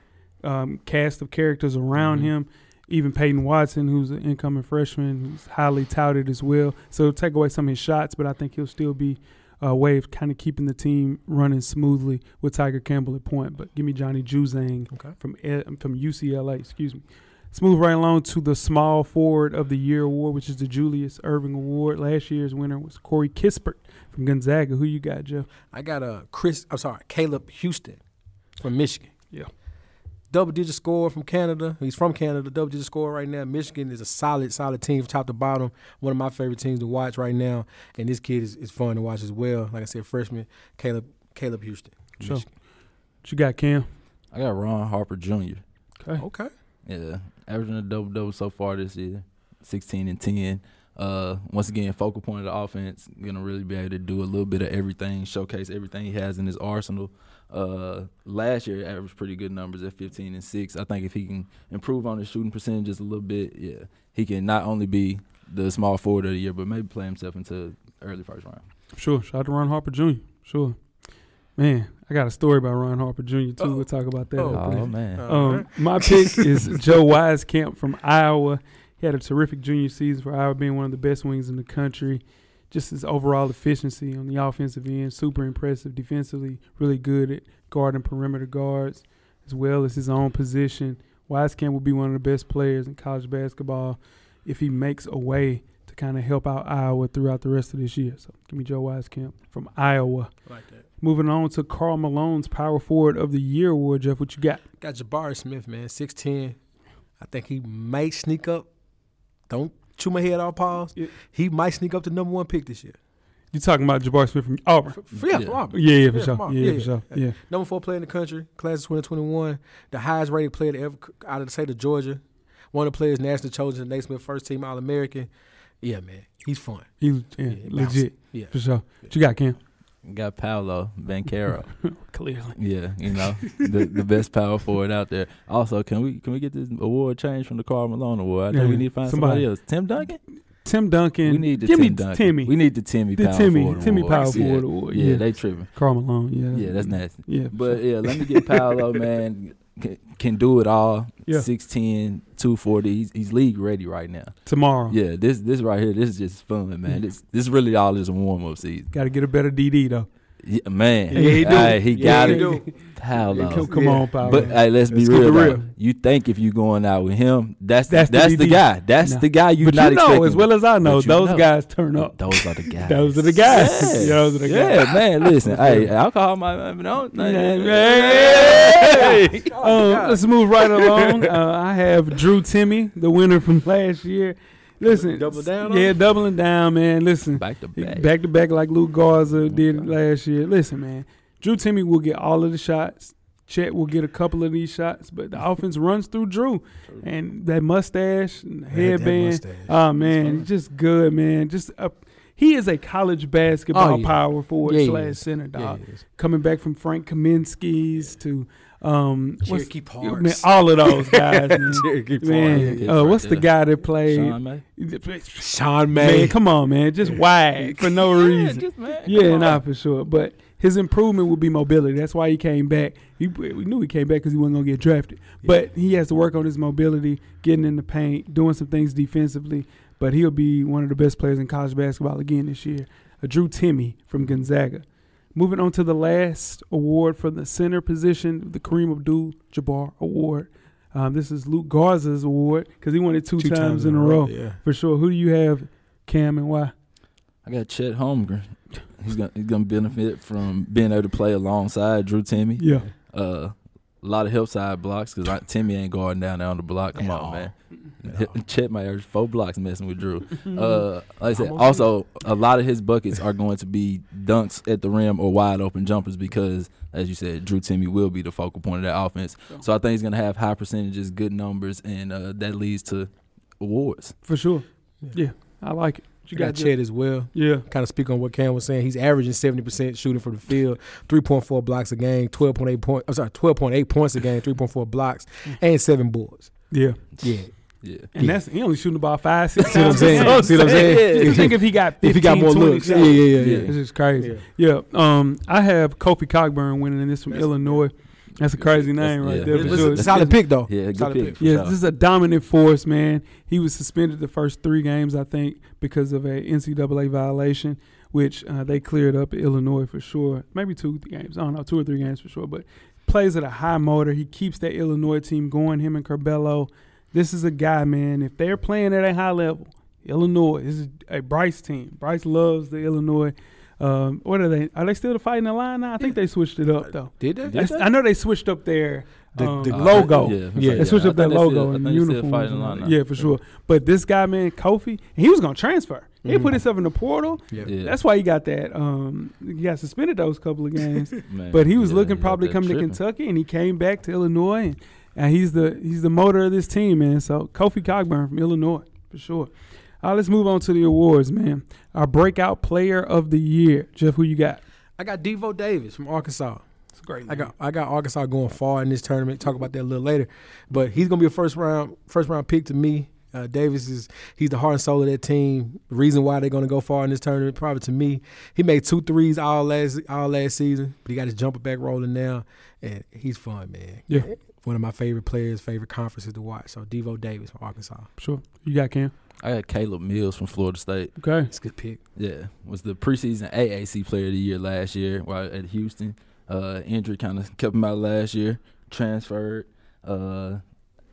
[SPEAKER 3] um, cast of characters around
[SPEAKER 5] Mhm.
[SPEAKER 3] him. Even Peyton Watson, who's an incoming freshman, who's highly touted as well. So it'll take away some of his shots, but I think he'll still be a way of kind of keeping the team running smoothly with Tiger Campbell at point. But give me Johnny Juzang
[SPEAKER 4] Okay.
[SPEAKER 3] from E- from UCLA. Excuse me. Let's move right along to the Small Forward of the Year award, which is the Julius Irving Award. Last year's winner was Corey Kispert from Gonzaga. Who you got, Jeff?
[SPEAKER 4] I got uh Chris. I'm sorry, Caleb Houston from Michigan.
[SPEAKER 3] Yeah.
[SPEAKER 4] Double digit score from Canada. He's from Canada. Double digit score right now. Michigan is a solid, solid team from top to bottom. One of my favorite teams to watch right now. And this kid is, is fun to watch as well. Like I said, freshman Caleb Caleb Houston.
[SPEAKER 3] Sure.
[SPEAKER 4] Michigan.
[SPEAKER 3] What you got, Cam?
[SPEAKER 5] I got Ron Harper Jr.
[SPEAKER 3] Okay.
[SPEAKER 4] Okay.
[SPEAKER 5] Yeah, averaging a double double so far this year, sixteen and ten. Uh, once again, focal point of the offense, gonna really be able to do a little bit of everything, showcase everything he has in his arsenal. Uh, last year averaged pretty good numbers at 15 and six. I think if he can improve on his shooting percentage just a little bit, yeah, he can not only be the small forward of the year, but maybe play himself into early first round.
[SPEAKER 3] Sure. Shout out to Ron Harper Jr. Sure. Man, I got a story about Ron Harper Jr. too.
[SPEAKER 4] Uh-oh.
[SPEAKER 3] We'll talk about that.
[SPEAKER 4] Oh,
[SPEAKER 3] hopefully.
[SPEAKER 5] Oh man,
[SPEAKER 3] Um, my pick is Joe Wisecamp from Iowa. He had a terrific junior season for Iowa, being one of the best wings in the country. Just his overall efficiency on the offensive end, super impressive. Defensively, really good at guarding perimeter guards as well as his own position. Wisecamp will be one of the best players in college basketball if he makes a way to kind of help out Iowa throughout the rest of this year. So give me Joe Wisecamp from Iowa.
[SPEAKER 4] like that.
[SPEAKER 3] Moving on to Carl Malone's Power Forward of the Year award. Jeff, what you got?
[SPEAKER 4] Got Jabari Smith, man, six ten. I think he might sneak up. Don't chew my head off, pause.
[SPEAKER 3] Yeah.
[SPEAKER 4] He might sneak up to number one pick this year.
[SPEAKER 3] You talking about Jabari Smith from Auburn?
[SPEAKER 4] For, yeah,
[SPEAKER 5] Yeah.
[SPEAKER 4] for Auburn.
[SPEAKER 3] Yeah, yeah, for
[SPEAKER 4] Yeah,
[SPEAKER 3] sure.
[SPEAKER 4] Mark.
[SPEAKER 3] Yeah,
[SPEAKER 4] Yeah,
[SPEAKER 3] for sure.
[SPEAKER 4] yeah.
[SPEAKER 3] Yeah.
[SPEAKER 4] Number four player in the country, class of 2021, the highest rated player to ever c- out of the state of Georgia. One of the players nationally chosen, Naismith first team All American. Yeah, man, he's fun.
[SPEAKER 3] He was yeah,
[SPEAKER 4] Yeah,
[SPEAKER 3] legit.
[SPEAKER 4] Yeah.
[SPEAKER 3] For sure. What you got, Cam?
[SPEAKER 5] got Paolo Bancaro.
[SPEAKER 3] Clearly.
[SPEAKER 5] Yeah, you know, the the best power forward out there. Also, can we can we get this award changed from the Carl Malone Award? I think
[SPEAKER 3] Yeah,
[SPEAKER 5] we need to find somebody,
[SPEAKER 3] somebody.
[SPEAKER 5] else. Tim Duncan.
[SPEAKER 3] Tim Duncan.
[SPEAKER 5] we need the
[SPEAKER 3] give
[SPEAKER 5] Tim
[SPEAKER 3] me
[SPEAKER 5] Duncan.
[SPEAKER 3] Timmy.
[SPEAKER 5] We need the Timmy.
[SPEAKER 3] The
[SPEAKER 5] power
[SPEAKER 3] Timmy-
[SPEAKER 5] forward
[SPEAKER 3] Timmy
[SPEAKER 5] awards.
[SPEAKER 3] power forward
[SPEAKER 5] yeah.
[SPEAKER 3] award,
[SPEAKER 5] Yeah,
[SPEAKER 3] yeah.
[SPEAKER 5] they tripping.
[SPEAKER 3] Carl Malone. Yeah.
[SPEAKER 5] Yeah, that's nasty.
[SPEAKER 3] Yeah. for
[SPEAKER 5] But
[SPEAKER 3] sure.
[SPEAKER 5] yeah, let me get Paolo, man. Can, can do it all.
[SPEAKER 3] Yeah.
[SPEAKER 5] 6'10", 240. He's, he's league ready right now.
[SPEAKER 3] tomorrow.
[SPEAKER 5] Yeah, this this right here, this is just fun, man. This this really all is a warm up season.
[SPEAKER 3] Got to get a better DD though.
[SPEAKER 5] Yeah, man,
[SPEAKER 4] Yeah, he do.
[SPEAKER 5] Hey, he
[SPEAKER 4] Yeah,
[SPEAKER 5] got
[SPEAKER 4] he
[SPEAKER 5] it.
[SPEAKER 4] do.
[SPEAKER 5] Paolo.
[SPEAKER 3] Come, come
[SPEAKER 4] Yeah.
[SPEAKER 3] on, Power.
[SPEAKER 5] But hey, let's be
[SPEAKER 3] Let's keep
[SPEAKER 5] real,
[SPEAKER 3] it
[SPEAKER 5] though.
[SPEAKER 3] real.
[SPEAKER 5] You think if you going out with him, that's
[SPEAKER 3] That's
[SPEAKER 5] that's,
[SPEAKER 3] the
[SPEAKER 5] the,
[SPEAKER 3] DD.
[SPEAKER 5] guy. That's
[SPEAKER 3] No.
[SPEAKER 5] the guy you
[SPEAKER 3] but
[SPEAKER 5] not
[SPEAKER 3] you know
[SPEAKER 5] expecting.
[SPEAKER 3] as well as I know,
[SPEAKER 5] But you
[SPEAKER 3] those
[SPEAKER 5] know.
[SPEAKER 3] guys turn up.
[SPEAKER 5] Those are the guys.
[SPEAKER 3] Those are the guys. Yeah, those are the
[SPEAKER 5] Yeah, man. Listen, hey, alcohol might I mean, don't.
[SPEAKER 3] Hey!
[SPEAKER 4] Oh,
[SPEAKER 3] Um, let's move right along. Uh, I have Drew Timmy, the winner from last year. Listen,
[SPEAKER 4] Double down on
[SPEAKER 3] Yeah,
[SPEAKER 4] it?
[SPEAKER 3] doubling down, man. Listen,
[SPEAKER 5] Back to
[SPEAKER 3] back,
[SPEAKER 5] back.
[SPEAKER 3] to back like Luke
[SPEAKER 4] Oh
[SPEAKER 3] Garza did last year. Listen, man, Drew Timmy will get all of the shots. Chet will get a couple of these shots, but the offense runs through Drew and that mustache, and headband.
[SPEAKER 4] mustache.
[SPEAKER 3] Oh man, he's just good, man. Just a, he is a college basketball
[SPEAKER 4] Oh, yeah.
[SPEAKER 3] power forward
[SPEAKER 4] Yeah, he
[SPEAKER 3] slash
[SPEAKER 4] is.
[SPEAKER 3] center
[SPEAKER 4] Yeah,
[SPEAKER 3] dog
[SPEAKER 4] he is.
[SPEAKER 3] coming back from Frank Kaminsky's to um what's-
[SPEAKER 4] Cherokee
[SPEAKER 3] man,
[SPEAKER 4] Parks.
[SPEAKER 3] all of those guys. Man,
[SPEAKER 4] Cherokee
[SPEAKER 3] Man,
[SPEAKER 5] Yeah,
[SPEAKER 3] uh,
[SPEAKER 5] right
[SPEAKER 3] what's the
[SPEAKER 5] there.
[SPEAKER 3] guy that played?
[SPEAKER 5] Sean May.
[SPEAKER 4] Sean
[SPEAKER 3] Man,
[SPEAKER 4] May.
[SPEAKER 3] come on, man, just wide for no reason. yeah, nah, for sure. But his improvement would be mobility. That's why he came back. He we knew he came back because he wasn't gonna get drafted. But he has to work on his mobility, getting in the paint, doing some things defensively. But he'll be one of the best players in college basketball again this year. Uh, Drew Timmy from Gonzaga. Moving on to the last award for the center position, the Kareem Abdul-Jabbar Award. Um, this is Luke Garza's award because he won it two, times, in a row,
[SPEAKER 4] Yeah.
[SPEAKER 3] for sure. Who do you have, Cam, and why?
[SPEAKER 5] I got Chet Holmgren. He's gonna he's gonna benefit from being able to play alongside Drew Timmy.
[SPEAKER 3] Yeah,
[SPEAKER 5] Uh, a lot of help side blocks because Timmy ain't guarding down there on the block. Come
[SPEAKER 4] At
[SPEAKER 5] on,
[SPEAKER 4] all.
[SPEAKER 5] man.
[SPEAKER 4] At all.
[SPEAKER 5] Chet might average four blocks messing with Drew. Uh, like I said,
[SPEAKER 4] Almost
[SPEAKER 5] also a lot of his buckets are going to be dunks at the rim or wide open jumpers because, as you said, Drew Timmy will be the focal point of that offense. So I think he's going to have high percentages, good numbers, and uh, that leads to awards.
[SPEAKER 3] for sure. Yeah,
[SPEAKER 4] Yeah.
[SPEAKER 3] I like it. What
[SPEAKER 4] You got Chet as well.
[SPEAKER 3] Yeah.
[SPEAKER 4] kind of speak on what Cam was saying. He's averaging seventy percent shooting from the field, three point four blocks a game, twelve point eight point. I'm sorry, twelve point eight points a game, three point four blocks, and seven boards.
[SPEAKER 3] Yeah.
[SPEAKER 4] Yeah,
[SPEAKER 5] Yeah,
[SPEAKER 3] And
[SPEAKER 4] Yeah.
[SPEAKER 3] that's he only shooting about five, six
[SPEAKER 4] See what I'm
[SPEAKER 3] times.
[SPEAKER 4] saying?
[SPEAKER 3] That's
[SPEAKER 4] See what I'm saying?
[SPEAKER 3] Just think if he got 15,
[SPEAKER 4] if he got more
[SPEAKER 3] 20
[SPEAKER 4] looks, yeah,
[SPEAKER 3] shots.
[SPEAKER 4] yeah, yeah, yeah.
[SPEAKER 5] Yeah.
[SPEAKER 3] This is crazy. Yeah. Um, I have Kofi Cockburn winning in this from Illinois. That's a crazy
[SPEAKER 5] That's-
[SPEAKER 3] name right
[SPEAKER 5] yeah.
[SPEAKER 3] there.
[SPEAKER 5] It's-
[SPEAKER 3] For
[SPEAKER 5] it's-
[SPEAKER 3] sure.
[SPEAKER 4] It's a solid pick though.
[SPEAKER 5] yeah, good
[SPEAKER 4] Solid pick.
[SPEAKER 5] pick. for
[SPEAKER 3] Yeah,
[SPEAKER 5] sure.
[SPEAKER 3] this is a dominant force, man. He was suspended the first three games, I think, because of a NCAA violation, which uh, they cleared up at Illinois for sure. Maybe two games, I don't know, two or three games for sure. But plays at a high motor. He keeps that Illinois team going. Him and Carbello. This is a guy, man. If they're playing at a high level, Illinois this is a Bryce team. Bryce loves the Illinois. Um, what are they? Are they still fighting the line now? I think they switched it up though.
[SPEAKER 4] Did they?
[SPEAKER 3] I, I know they switched up their
[SPEAKER 4] The-
[SPEAKER 3] um,
[SPEAKER 4] the-
[SPEAKER 3] logo.
[SPEAKER 5] Yeah,
[SPEAKER 4] Yeah,
[SPEAKER 3] They switched up
[SPEAKER 5] I
[SPEAKER 3] that
[SPEAKER 5] think they still-
[SPEAKER 3] logo
[SPEAKER 5] I
[SPEAKER 3] and
[SPEAKER 5] think they still
[SPEAKER 3] uniforms.
[SPEAKER 5] fighting
[SPEAKER 3] and
[SPEAKER 5] the
[SPEAKER 3] all that.
[SPEAKER 5] line
[SPEAKER 3] yeah, for sure. But this guy, man, Kofi, he was gonna transfer. He put
[SPEAKER 4] Mhm.
[SPEAKER 3] himself in the portal.
[SPEAKER 5] now.
[SPEAKER 4] Yeah.
[SPEAKER 5] Yeah,
[SPEAKER 3] That's why he got that. Um, he got suspended those couple of games.
[SPEAKER 5] man.
[SPEAKER 3] but he was
[SPEAKER 5] Yeah,
[SPEAKER 3] looking
[SPEAKER 5] he out
[SPEAKER 3] probably
[SPEAKER 5] there
[SPEAKER 3] coming to
[SPEAKER 5] tripping.
[SPEAKER 3] Kentucky, and he came back to Illinois, and, and he's the he's the motor of this team, man. So Kofi Cogburn from Illinois for sure. All right, let's move on to the awards, man. Our breakout player of the year, Jeff. Who you got?
[SPEAKER 4] I got Devo Davis from Arkansas.
[SPEAKER 3] It's great.
[SPEAKER 4] I got I got Arkansas going far in this tournament. Talk about that a little later, but he's gonna be a first round first round pick to me. Uh, Davis is he's the heart and soul of that team. Reason why they're gonna go far in this tournament, probably to me. He made two threes all last all last season, but he got his jumper back rolling now, and he's fun, man.
[SPEAKER 3] Yeah.
[SPEAKER 4] One of my favorite players, favorite conferences to watch. So Devo Davis from Arkansas.
[SPEAKER 3] sure. You got Cam.
[SPEAKER 5] I got Caleb Mills from Florida State.
[SPEAKER 3] Okay.
[SPEAKER 4] It's a good pick.
[SPEAKER 5] Yeah, was the preseason AAC Player of the Year last year while at Houston. Uh, injury kind of kept him out last year. Transferred. Uh,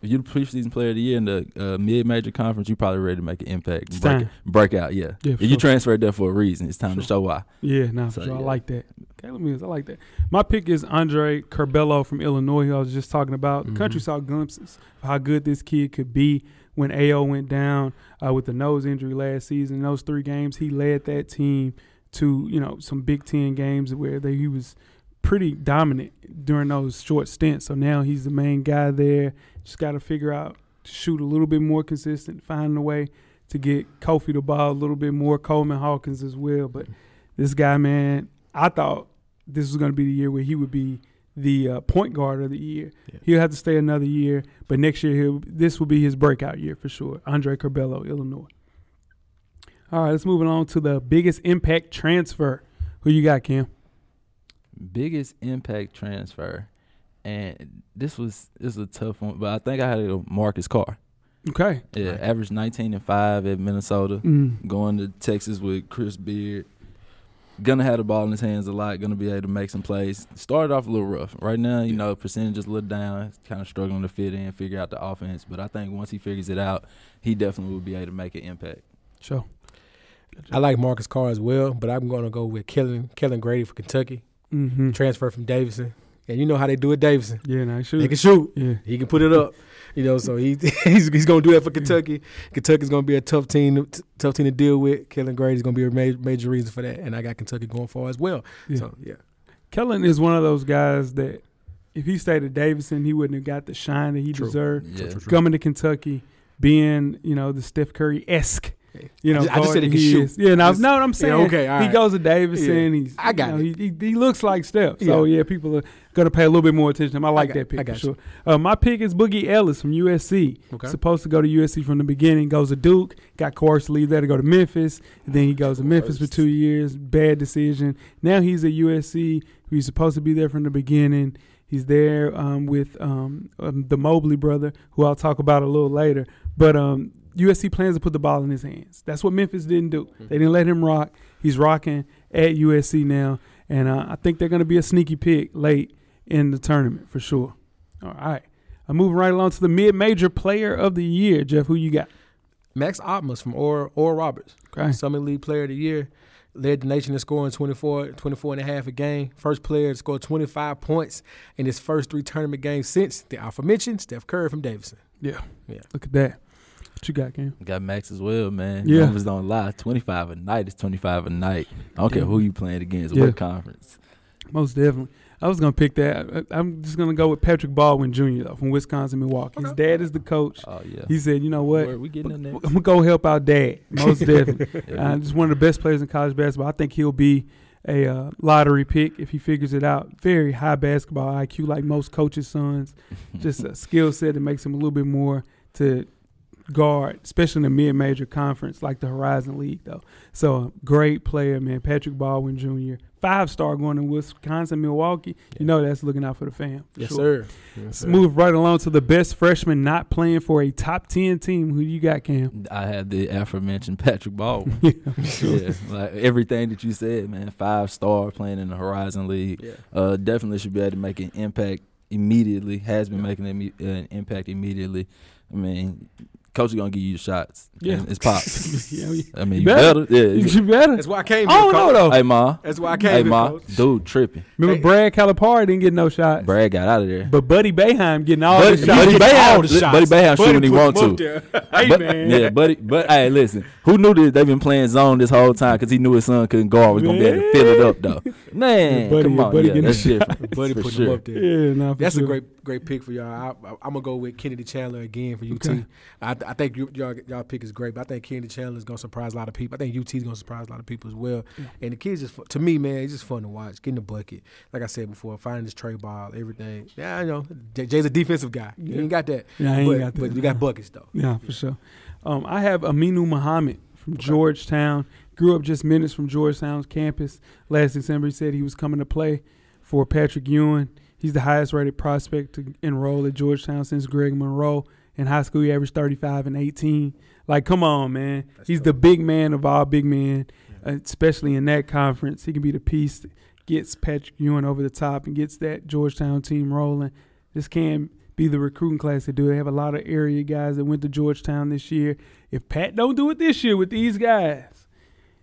[SPEAKER 5] if you're the preseason Player of the Year in the uh, mid-major conference, you probably ready to make an impact.
[SPEAKER 3] It's
[SPEAKER 5] break,
[SPEAKER 3] time.
[SPEAKER 5] break out, yeah.
[SPEAKER 3] Yeah,
[SPEAKER 5] if
[SPEAKER 3] for
[SPEAKER 5] you
[SPEAKER 3] sure.
[SPEAKER 5] transferred there for a reason, it's time
[SPEAKER 3] Sure.
[SPEAKER 5] to show why.
[SPEAKER 3] Yeah, nah, for
[SPEAKER 5] So,
[SPEAKER 3] sure. I
[SPEAKER 5] yeah.
[SPEAKER 3] like that. Caleb Mills, I like that. My pick is Andre Carbello from Illinois, who I was just talking about. The country
[SPEAKER 4] Mhm.
[SPEAKER 5] Mm-hmm.
[SPEAKER 3] saw glimpses of how good this kid could be when AO went down uh, with the nose injury last season. In those three games, he led that team to, you know, some Big Ten games where they, he was pretty dominant during those short stints. So now he's the main guy there. Just got to figure out to shoot a little bit more consistent, find a way to get Kofi the ball a little bit more, Coleman Hawkins as well. But this guy, man, I thought this was going to be the year where he would be the uh, point guard of the year.
[SPEAKER 4] Yeah.
[SPEAKER 3] He'll have to stay another year, but next year he'll this will be his breakout year for sure. Andre Corbello, Illinois. All right, let's moving on to the biggest impact transfer. Who you got, Cam?
[SPEAKER 5] biggest impact transfer, and this was this was a tough one, but I think I had a Marcus Carr.
[SPEAKER 3] Okay.
[SPEAKER 5] Yeah,
[SPEAKER 4] Right.
[SPEAKER 5] averaged 19 and five at Minnesota.
[SPEAKER 3] Mm.
[SPEAKER 5] Going to Texas with Chris Beard. Gonna have the ball in his hands a lot. Gonna be able to make some plays. Started off a little rough. Right now, you know, percentage is a little down. Kind of struggling to fit in, figure out the offense. But I think once he figures it out, he definitely will be able to make an impact.
[SPEAKER 3] Sure.
[SPEAKER 4] I like Marcus Carr as well, but I'm gonna go with Kellen Kellen Grady for Kentucky.
[SPEAKER 3] Mm-hmm.
[SPEAKER 4] Transfer from Davidson, and you know how they do at Davidson.
[SPEAKER 3] Yeah, nice
[SPEAKER 4] They
[SPEAKER 3] shoot.
[SPEAKER 4] can shoot.
[SPEAKER 3] Yeah.
[SPEAKER 4] He can put it up, you know. So he he's, he's going to do that for Kentucky. Kentucky's going to be a tough team, t- tough team to deal with. Kellen Grady's going to be a major, major reason for that, and I got Kentucky going far as well.
[SPEAKER 3] Yeah.
[SPEAKER 4] So yeah,
[SPEAKER 3] Kellen is one of those guys that if he stayed at Davidson, he wouldn't have got the shine that he
[SPEAKER 4] True.
[SPEAKER 3] deserved.
[SPEAKER 5] Yeah.
[SPEAKER 3] Coming to Kentucky, being you know the Steph Curry esque, you
[SPEAKER 4] I
[SPEAKER 3] know.
[SPEAKER 4] just- I just
[SPEAKER 3] guard
[SPEAKER 4] said he
[SPEAKER 3] that
[SPEAKER 4] can shoot.
[SPEAKER 3] is. Yeah, no,
[SPEAKER 4] Just-
[SPEAKER 3] no, I'm saying
[SPEAKER 4] okay, all
[SPEAKER 3] he
[SPEAKER 4] right.
[SPEAKER 3] goes to Davidson. He's
[SPEAKER 4] I
[SPEAKER 3] you
[SPEAKER 4] got
[SPEAKER 3] know, He, he he looks like Steph, so yeah, people are gonna pay a little bit more attention to him. I like
[SPEAKER 4] got-
[SPEAKER 3] that pick
[SPEAKER 4] I got
[SPEAKER 3] for
[SPEAKER 4] you.
[SPEAKER 3] sure. Uh, my pick is Boogie Ellis from USC.
[SPEAKER 4] Okay.
[SPEAKER 3] Supposed to go to USC from the beginning, goes to Duke, got coerced to leave there to go to Memphis. And then he goes to Memphis for two years. Bad decision. Now he's at USC. He's supposed to be there from the beginning. He's there um, with um, um, the Mobley brother, who I'll talk about a little later. But um, USC plans to put the ball in his hands. That's what Memphis didn't do. They didn't let him rock. He's rocking at USC now, and uh, I think they're going to be a sneaky pick late in the tournament for sure. All right. I'm moving right along to the mid-major player of the year, Jeff. Who you got?
[SPEAKER 4] Max Otmus from Or Or Roberts,
[SPEAKER 3] Okay.
[SPEAKER 4] Summit League Player of the Year, led the nation in scoring 24, 24 and a half a game. First player to score 25 points in his first three tournament games since the aforementioned Steph Curry from Davidson.
[SPEAKER 3] Yeah.
[SPEAKER 4] Yeah.
[SPEAKER 3] Look at that. What you got, Cam?
[SPEAKER 5] Got Max as well, man.
[SPEAKER 3] Yeah.
[SPEAKER 5] Numbers don't lie. 25 a night is 25 a night. I don't care who you playing against,
[SPEAKER 3] Yeah.
[SPEAKER 5] what conference.
[SPEAKER 3] Most definitely. I was gonna pick that. I, I'm just gonna go with Patrick Baldwin Jr. though, from Wisconsin, Milwaukee. His dad is the coach.
[SPEAKER 5] Oh yeah.
[SPEAKER 3] He said, "You know what?
[SPEAKER 5] Word, we getting in there.
[SPEAKER 3] I'm gonna go help out dad. Most definitely.
[SPEAKER 5] Yeah,
[SPEAKER 3] Uh, just one of the best players in college basketball. I think he'll be a uh, lottery pick if he figures it out. Very high basketball IQ, like most coaches' sons. Just a skill set that makes him a little bit more to guard, especially in the mid-major conference like the Horizon League, though. So, uh, great player, man. Patrick Baldwin Jr., five-star going to Wisconsin, Milwaukee. You know that's looking out for the fam. for
[SPEAKER 4] Yes,
[SPEAKER 3] sure.
[SPEAKER 4] sir.
[SPEAKER 3] Let's move right along to the best freshman not playing for a top ten team. Who you got, Cam?
[SPEAKER 5] I had the aforementioned Patrick Baldwin.
[SPEAKER 3] yeah,
[SPEAKER 5] yeah, like everything that you said, man. Five star playing in the Horizon League.
[SPEAKER 4] Yeah.
[SPEAKER 5] Uh, definitely should be able to make an impact immediately. Has been making an, imme- uh, an impact immediately. I mean, coach is gonna give you shots.
[SPEAKER 3] Yeah.
[SPEAKER 5] And it's pops.
[SPEAKER 3] yeah, yeah.
[SPEAKER 5] I
[SPEAKER 3] You
[SPEAKER 5] mean, you
[SPEAKER 3] better.
[SPEAKER 5] better. Yeah.
[SPEAKER 3] you better.
[SPEAKER 4] That's why I came
[SPEAKER 3] I
[SPEAKER 4] here.
[SPEAKER 3] don't know
[SPEAKER 4] coach.
[SPEAKER 3] though.
[SPEAKER 5] Hey ma.
[SPEAKER 4] That's why I came
[SPEAKER 5] Hey
[SPEAKER 4] here,
[SPEAKER 5] ma.
[SPEAKER 4] coach.
[SPEAKER 5] Dude tripping.
[SPEAKER 3] Remember
[SPEAKER 4] Hey.
[SPEAKER 3] Brad Calipari didn't get no shots,
[SPEAKER 5] Brad got out of there.
[SPEAKER 3] but Buddy Bayheim getting all
[SPEAKER 5] Buddy,
[SPEAKER 3] the shots.
[SPEAKER 5] Buddy
[SPEAKER 4] all the
[SPEAKER 5] Bayham,
[SPEAKER 4] shots.
[SPEAKER 5] Buddy Bayham shoot when he
[SPEAKER 4] put
[SPEAKER 5] want
[SPEAKER 4] him up
[SPEAKER 5] to.
[SPEAKER 4] there.
[SPEAKER 3] hey
[SPEAKER 5] But-
[SPEAKER 3] man,
[SPEAKER 5] Yeah, buddy. But hey, listen, who knew that they've been playing zone this whole time? Because he knew his son couldn't guard was gonna be able to fill it up though. Man,
[SPEAKER 3] Buddy-
[SPEAKER 5] come on,
[SPEAKER 3] buddy
[SPEAKER 5] yeah,
[SPEAKER 3] getting
[SPEAKER 5] that's
[SPEAKER 3] the shot.
[SPEAKER 5] different.
[SPEAKER 4] Buddy
[SPEAKER 5] for
[SPEAKER 4] put
[SPEAKER 5] sure.
[SPEAKER 4] him up there.
[SPEAKER 3] yeah, nah, for
[SPEAKER 4] That's
[SPEAKER 3] sure.
[SPEAKER 4] a great great pick for y'all. I, I, I'm gonna go with Kennedy Chandler again for UT.
[SPEAKER 3] Okay.
[SPEAKER 4] I I think you, y'all, y'all pick is great, but I think Kennedy Chandler is gonna surprise a lot of people. I think UT is gonna surprise a lot of people as well. And the kids just fu- to me, man, it's just fun to watch. Getting the bucket, like I said before, finding this tray ball, everything. Yeah, I know J- Jay's a defensive guy. You ain't got that.
[SPEAKER 3] Yeah, I ain't
[SPEAKER 4] but,
[SPEAKER 3] got that,
[SPEAKER 4] But you
[SPEAKER 3] no.
[SPEAKER 4] got buckets though.
[SPEAKER 3] Yeah, for sure. Um, I have Aminu Muhammad from Georgetown. Grew up just minutes from Georgetown's campus. Last December, he said he was coming to play for Patrick Ewing. He's the highest rated prospect to enroll at Georgetown since Greg Monroe. In high school, he averaged 35 and 18. Like, come on, man. He's the big man of all big men, uh, especially in that conference. He can be the piece that gets Patrick Ewing over the top and gets that Georgetown team rolling. This can be the recruiting class to do. They have a lot of area guys that went to Georgetown this year. If Pat don't do it this year with these guys,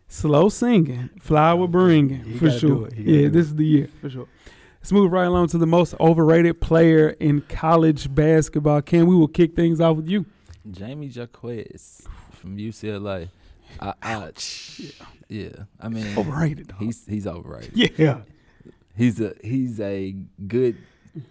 [SPEAKER 3] slow singing, flower bringing
[SPEAKER 4] You
[SPEAKER 3] for
[SPEAKER 4] gotta do
[SPEAKER 3] sure.
[SPEAKER 4] it. You gotta
[SPEAKER 3] Yeah,
[SPEAKER 4] do
[SPEAKER 3] this is the year for sure. Let's move right along to the most overrated player in college basketball. Ken, we will kick things off with you.
[SPEAKER 5] Jamie Jaquez from UCLA. I, I, yeah, I mean,
[SPEAKER 3] Overrated. dog.
[SPEAKER 5] he's he's overrated.
[SPEAKER 3] yeah,
[SPEAKER 5] He's a he's a good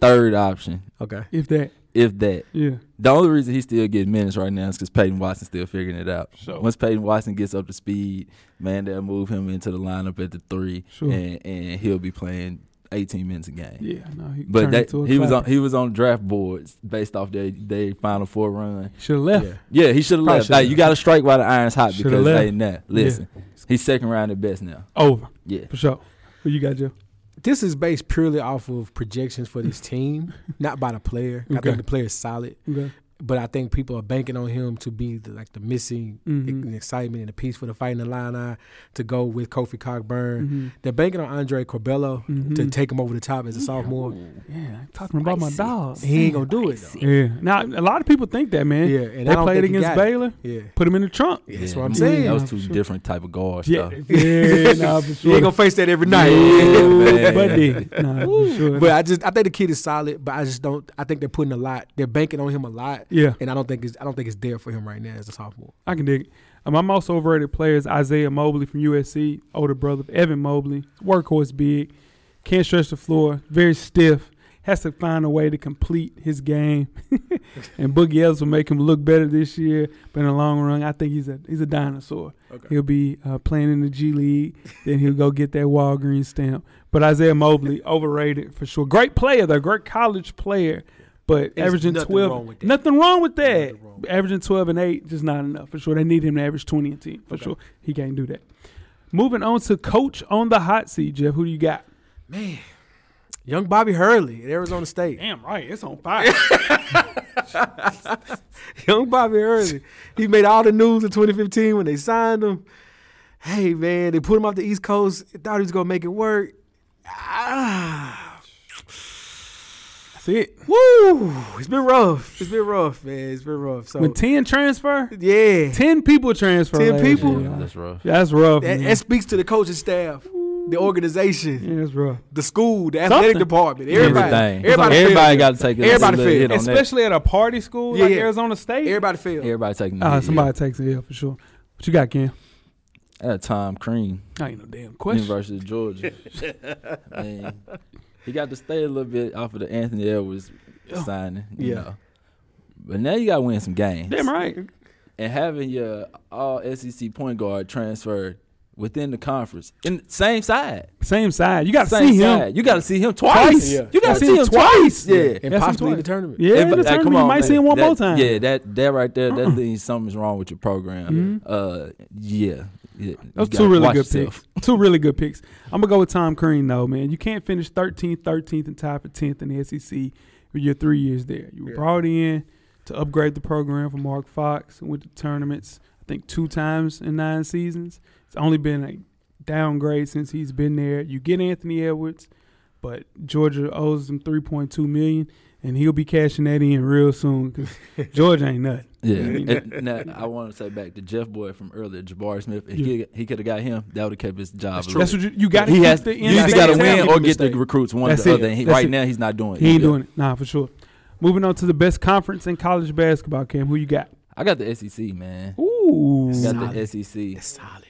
[SPEAKER 5] third option,
[SPEAKER 4] Okay.
[SPEAKER 3] if that.
[SPEAKER 5] if that.
[SPEAKER 3] Yeah,
[SPEAKER 5] The only reason he's still getting minutes right now is because Peyton Watson's still figuring it out. Once Peyton Watson gets up to speed, man, they'll move him into the lineup at the three,
[SPEAKER 3] Sure.
[SPEAKER 5] and, and he'll be playing 18 minutes a game.
[SPEAKER 3] yeah. No, he
[SPEAKER 5] But
[SPEAKER 3] turned
[SPEAKER 5] that,
[SPEAKER 3] into a
[SPEAKER 5] he was on
[SPEAKER 3] clapper.
[SPEAKER 5] he was on draft boards based off their their final four run.
[SPEAKER 3] Should have left.
[SPEAKER 4] Yeah.
[SPEAKER 5] Yeah, he should have left.
[SPEAKER 4] should've
[SPEAKER 5] Like, you
[SPEAKER 4] left.
[SPEAKER 5] got to strike while the iron's hot
[SPEAKER 3] Should've
[SPEAKER 5] because
[SPEAKER 3] left.
[SPEAKER 5] hey, nah, listen, he's second round at best now.
[SPEAKER 3] Over
[SPEAKER 5] Yeah,
[SPEAKER 3] for sure. What you got, Joe?
[SPEAKER 4] this is based purely off of projections for this team, not by the player. I
[SPEAKER 3] Okay.
[SPEAKER 4] think the player is solid,
[SPEAKER 3] Okay.
[SPEAKER 4] but I think people are banking on him to be the, like the missing
[SPEAKER 3] Mhm.
[SPEAKER 4] e- excitement and the piece for the fighting Illini to go with Kofi Cockburn.
[SPEAKER 3] Mhm.
[SPEAKER 4] They're banking on Andre Corbello to
[SPEAKER 3] Mhm.
[SPEAKER 4] take him over the top as a sophomore.
[SPEAKER 3] Yeah, talking about my dog.
[SPEAKER 4] He ain't gonna do it though.
[SPEAKER 3] Yeah. Now a lot of people think that, man.
[SPEAKER 4] Yeah, and I
[SPEAKER 3] they
[SPEAKER 4] don't
[SPEAKER 3] played
[SPEAKER 4] think he
[SPEAKER 3] against
[SPEAKER 4] got it.
[SPEAKER 3] Baylor.
[SPEAKER 4] Yeah.
[SPEAKER 3] Put him in the trunk.
[SPEAKER 4] Yeah, that's what
[SPEAKER 5] I
[SPEAKER 4] I'm
[SPEAKER 5] mean,
[SPEAKER 4] saying.
[SPEAKER 5] That was
[SPEAKER 3] I'm
[SPEAKER 5] two
[SPEAKER 3] sure.
[SPEAKER 5] different type of guards.
[SPEAKER 3] Yeah,
[SPEAKER 5] Yeah, though.
[SPEAKER 3] yeah, nah, for
[SPEAKER 4] He ain't
[SPEAKER 3] sure.
[SPEAKER 4] gonna face that every night.
[SPEAKER 5] man.
[SPEAKER 3] but then, nah, for sure.
[SPEAKER 4] But I just I think the kid is solid, but I just don't I think they're putting a lot they're banking on him a lot.
[SPEAKER 3] Yeah.
[SPEAKER 4] And I don't think it's I don't think it's there for him right now as a sophomore.
[SPEAKER 3] I can dig it. Um, my most overrated player is Isaiah Mobley from USC, older brother of Evan Mobley, workhorse big, can't stretch the floor, very stiff, has to find a way to complete his game. and Boogie Ellis will make him look better this year, but in the long run, I think he's a he's a dinosaur. He'll be uh, playing in the G League, then he'll go get that Walgreens stamp. But Isaiah Mobley, overrated for sure. Great player, though, great college player, but
[SPEAKER 4] There's
[SPEAKER 3] averaging
[SPEAKER 4] nothing
[SPEAKER 3] 12.
[SPEAKER 4] wrong with that.
[SPEAKER 3] Nothing wrong with that.
[SPEAKER 4] Nothing wrong with
[SPEAKER 3] Averaging 12 and 8, just not enough for sure. They need him to average 20 and 10 for sure. He can't do that. Moving on to coach on the hot seat, Jeff. Who do you got?
[SPEAKER 4] Man. Young Bobby Hurley at Arizona State.
[SPEAKER 3] Damn right, it's on fire.
[SPEAKER 4] Young Bobby Hurley. He made all the news in 2015 when they signed him. Hey man, they put him off the East Coast. Thought he was gonna make it work. Ah,
[SPEAKER 3] That's it. Oh,
[SPEAKER 4] woo! It's been rough. It's been rough, man. It's been rough. So
[SPEAKER 3] When 10 transfer,
[SPEAKER 4] yeah,
[SPEAKER 3] 10 people transfer.
[SPEAKER 4] 10
[SPEAKER 3] last
[SPEAKER 4] people?
[SPEAKER 3] year.
[SPEAKER 5] Yeah, that's rough.
[SPEAKER 3] That's rough.
[SPEAKER 4] that,
[SPEAKER 3] man.
[SPEAKER 4] that speaks to the coaching staff, the organization,
[SPEAKER 3] yeah, that's rough.
[SPEAKER 4] the school, the athletic
[SPEAKER 3] Something.
[SPEAKER 4] department, everybody.
[SPEAKER 5] Everything.
[SPEAKER 4] Everybody, failed.
[SPEAKER 5] got to take a
[SPEAKER 4] Everybody
[SPEAKER 5] everybody little
[SPEAKER 4] failed.
[SPEAKER 5] hit on that.
[SPEAKER 3] Especially at a party school
[SPEAKER 4] Yeah,
[SPEAKER 3] like
[SPEAKER 4] yeah.
[SPEAKER 3] Arizona State.
[SPEAKER 4] Everybody failed.
[SPEAKER 5] Everybody taking. a
[SPEAKER 3] Ah,
[SPEAKER 5] hit,
[SPEAKER 3] somebody takes it, yeah, for sure. What you got, Ken?
[SPEAKER 5] Yeah. That Tom Crean,
[SPEAKER 3] I ain't no damn question.
[SPEAKER 5] University of Georgia. Man, he got to stay a little bit off of the Anthony Edwards signing. You
[SPEAKER 4] Yeah.
[SPEAKER 5] Know. But now you got to win some games.
[SPEAKER 3] Damn right.
[SPEAKER 5] And having your all SEC point guard transferred within the conference in same side,
[SPEAKER 3] Same side. You got to
[SPEAKER 5] same
[SPEAKER 3] see him.
[SPEAKER 5] side, you got to see him twice.
[SPEAKER 4] Yeah.
[SPEAKER 5] You got to see him twice. Yeah.
[SPEAKER 4] And
[SPEAKER 3] That's
[SPEAKER 4] possibly in the
[SPEAKER 3] important.
[SPEAKER 4] tournament.
[SPEAKER 3] Yeah, in
[SPEAKER 5] Everybody-
[SPEAKER 3] the
[SPEAKER 5] like,
[SPEAKER 3] tournament, you might
[SPEAKER 5] man.
[SPEAKER 3] see him one
[SPEAKER 5] That-
[SPEAKER 3] more time. Uh-uh.
[SPEAKER 5] Yeah, that that right there, that means something's wrong with your program. Uh, yeah, yeah. you
[SPEAKER 3] Mm-hmm. Those
[SPEAKER 5] gotta
[SPEAKER 3] two really
[SPEAKER 5] watch
[SPEAKER 3] good
[SPEAKER 5] yourself.
[SPEAKER 3] picks. Two really good picks. I'm gonna go with Tom Crean though, man. You can't finish 13th, 13th, and tie for 10th in the SEC with your three years there. You were brought in to upgrade the program for Mark Fox and went to tournaments. I think two times in nine seasons. It's only been a downgrade since he's been there. You get Anthony Edwards, but Georgia owes him 3.2 million, and he'll be cashing that in real soon because Georgia ain't nothing.
[SPEAKER 5] Yeah,
[SPEAKER 3] mean-
[SPEAKER 5] and now, I want to say back to Jeff Boy from earlier, Jabari Smith. If he, he could have got him, that would have kept his job.
[SPEAKER 4] That's
[SPEAKER 5] alive.
[SPEAKER 4] true.
[SPEAKER 3] That's what you, you got.
[SPEAKER 5] he has.
[SPEAKER 3] the
[SPEAKER 5] you either
[SPEAKER 3] in-state
[SPEAKER 5] got to
[SPEAKER 3] talent.
[SPEAKER 5] win
[SPEAKER 4] Give
[SPEAKER 5] or
[SPEAKER 4] him
[SPEAKER 5] get the
[SPEAKER 4] mistake.
[SPEAKER 5] recruits one
[SPEAKER 3] That's
[SPEAKER 5] or the
[SPEAKER 3] it.
[SPEAKER 5] other. And he,
[SPEAKER 3] That's
[SPEAKER 5] right
[SPEAKER 3] it.
[SPEAKER 5] now, he's not doing.
[SPEAKER 3] He
[SPEAKER 5] it.
[SPEAKER 3] ain't
[SPEAKER 5] Yeah.
[SPEAKER 3] doing it. Nah, for sure. Moving on to the best conference in college basketball, Cam. Who you got?
[SPEAKER 5] I got the E SEC, E man.
[SPEAKER 3] Ooh.
[SPEAKER 5] I got the SEC.
[SPEAKER 4] Solid.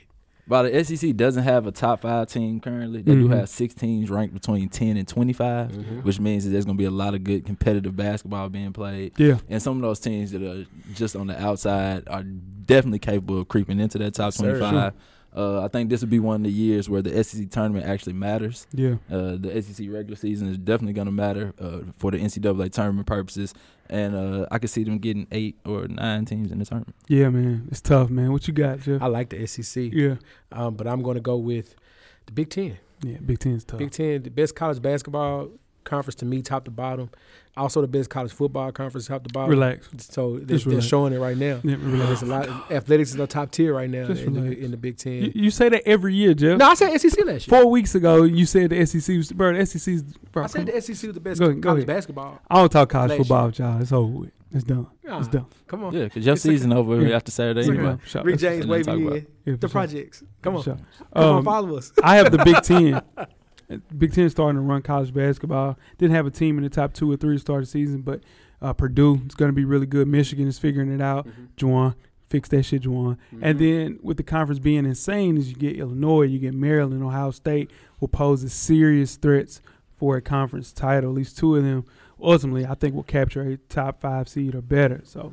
[SPEAKER 5] But the SEC doesn't have a top five team currently. They do
[SPEAKER 4] Mm-hmm.
[SPEAKER 3] Mhm.
[SPEAKER 5] have six teams ranked between ten and twenty which means that there's gonna be a lot of good competitive basketball being played.
[SPEAKER 3] Yeah.
[SPEAKER 5] And some of those teams that are just on the outside are definitely capable of creeping into that top
[SPEAKER 4] Yes, sir.
[SPEAKER 5] 25. Uh, I think this will be one of the years where the SEC tournament actually matters.
[SPEAKER 3] Yeah.
[SPEAKER 5] Uh, the SEC regular season is definitely going to matter uh, for the NCAA tournament purposes, and uh, I could see them getting eight or nine teams in the tournament.
[SPEAKER 3] Yeah, man. It's tough, man. What you got, Jeff?
[SPEAKER 4] I like the SEC,
[SPEAKER 3] yeah.
[SPEAKER 4] um, but I'm going to go with the Big Ten.
[SPEAKER 3] Yeah, Big Ten's tough.
[SPEAKER 4] Big Ten, the best college basketball conference to me, top to bottom. Also, the best college football conference, top to bottom.
[SPEAKER 3] Relax.
[SPEAKER 4] So they're,
[SPEAKER 3] Just
[SPEAKER 4] they're
[SPEAKER 3] relax.
[SPEAKER 4] showing it right now.
[SPEAKER 3] Yeah,
[SPEAKER 4] And
[SPEAKER 3] relax.
[SPEAKER 4] There's a lot. athletics is the top tier right now
[SPEAKER 3] Just
[SPEAKER 4] in
[SPEAKER 3] relax.
[SPEAKER 4] the, in the Big Ten.
[SPEAKER 3] You, you say that every year, Jeff.
[SPEAKER 4] no, I said SEC last year.
[SPEAKER 3] Four weeks ago, you said the SEC was bro. The SEC's bro.
[SPEAKER 4] I said
[SPEAKER 3] come on.
[SPEAKER 4] the SEC was the best
[SPEAKER 3] Go ahead, go
[SPEAKER 4] college
[SPEAKER 3] ahead.
[SPEAKER 4] basketball.
[SPEAKER 3] I don't talk college
[SPEAKER 4] last
[SPEAKER 3] football, with y'all. It's over. With. It's done.
[SPEAKER 4] Nah,
[SPEAKER 3] It's done.
[SPEAKER 4] Come on.
[SPEAKER 5] Yeah, because your
[SPEAKER 4] Oh. It's like-
[SPEAKER 5] season over
[SPEAKER 3] Yeah.
[SPEAKER 5] after Saturday
[SPEAKER 4] It's like
[SPEAKER 5] anyway.
[SPEAKER 3] for sure.
[SPEAKER 4] Rick
[SPEAKER 5] That's-
[SPEAKER 4] James
[SPEAKER 5] and then talk
[SPEAKER 4] waving
[SPEAKER 5] about-
[SPEAKER 4] in
[SPEAKER 3] Yeah, for
[SPEAKER 4] the
[SPEAKER 3] sure.
[SPEAKER 4] projects. Come
[SPEAKER 3] For
[SPEAKER 4] on,
[SPEAKER 3] sure.
[SPEAKER 4] come on,
[SPEAKER 3] Um,
[SPEAKER 4] follow us.
[SPEAKER 3] I have the Big Ten. Big Ten starting to run college basketball. Didn't have a team in the top two or three to start the season, but uh, Purdue is going to be really good. Michigan is figuring it out. Juwan, fix that shit, Juwan. And then with the conference being insane, is you get Illinois, you get Maryland, Ohio State will pose as serious threats for a conference title. At least two of them ultimately, I think, will capture a top five seed or better. So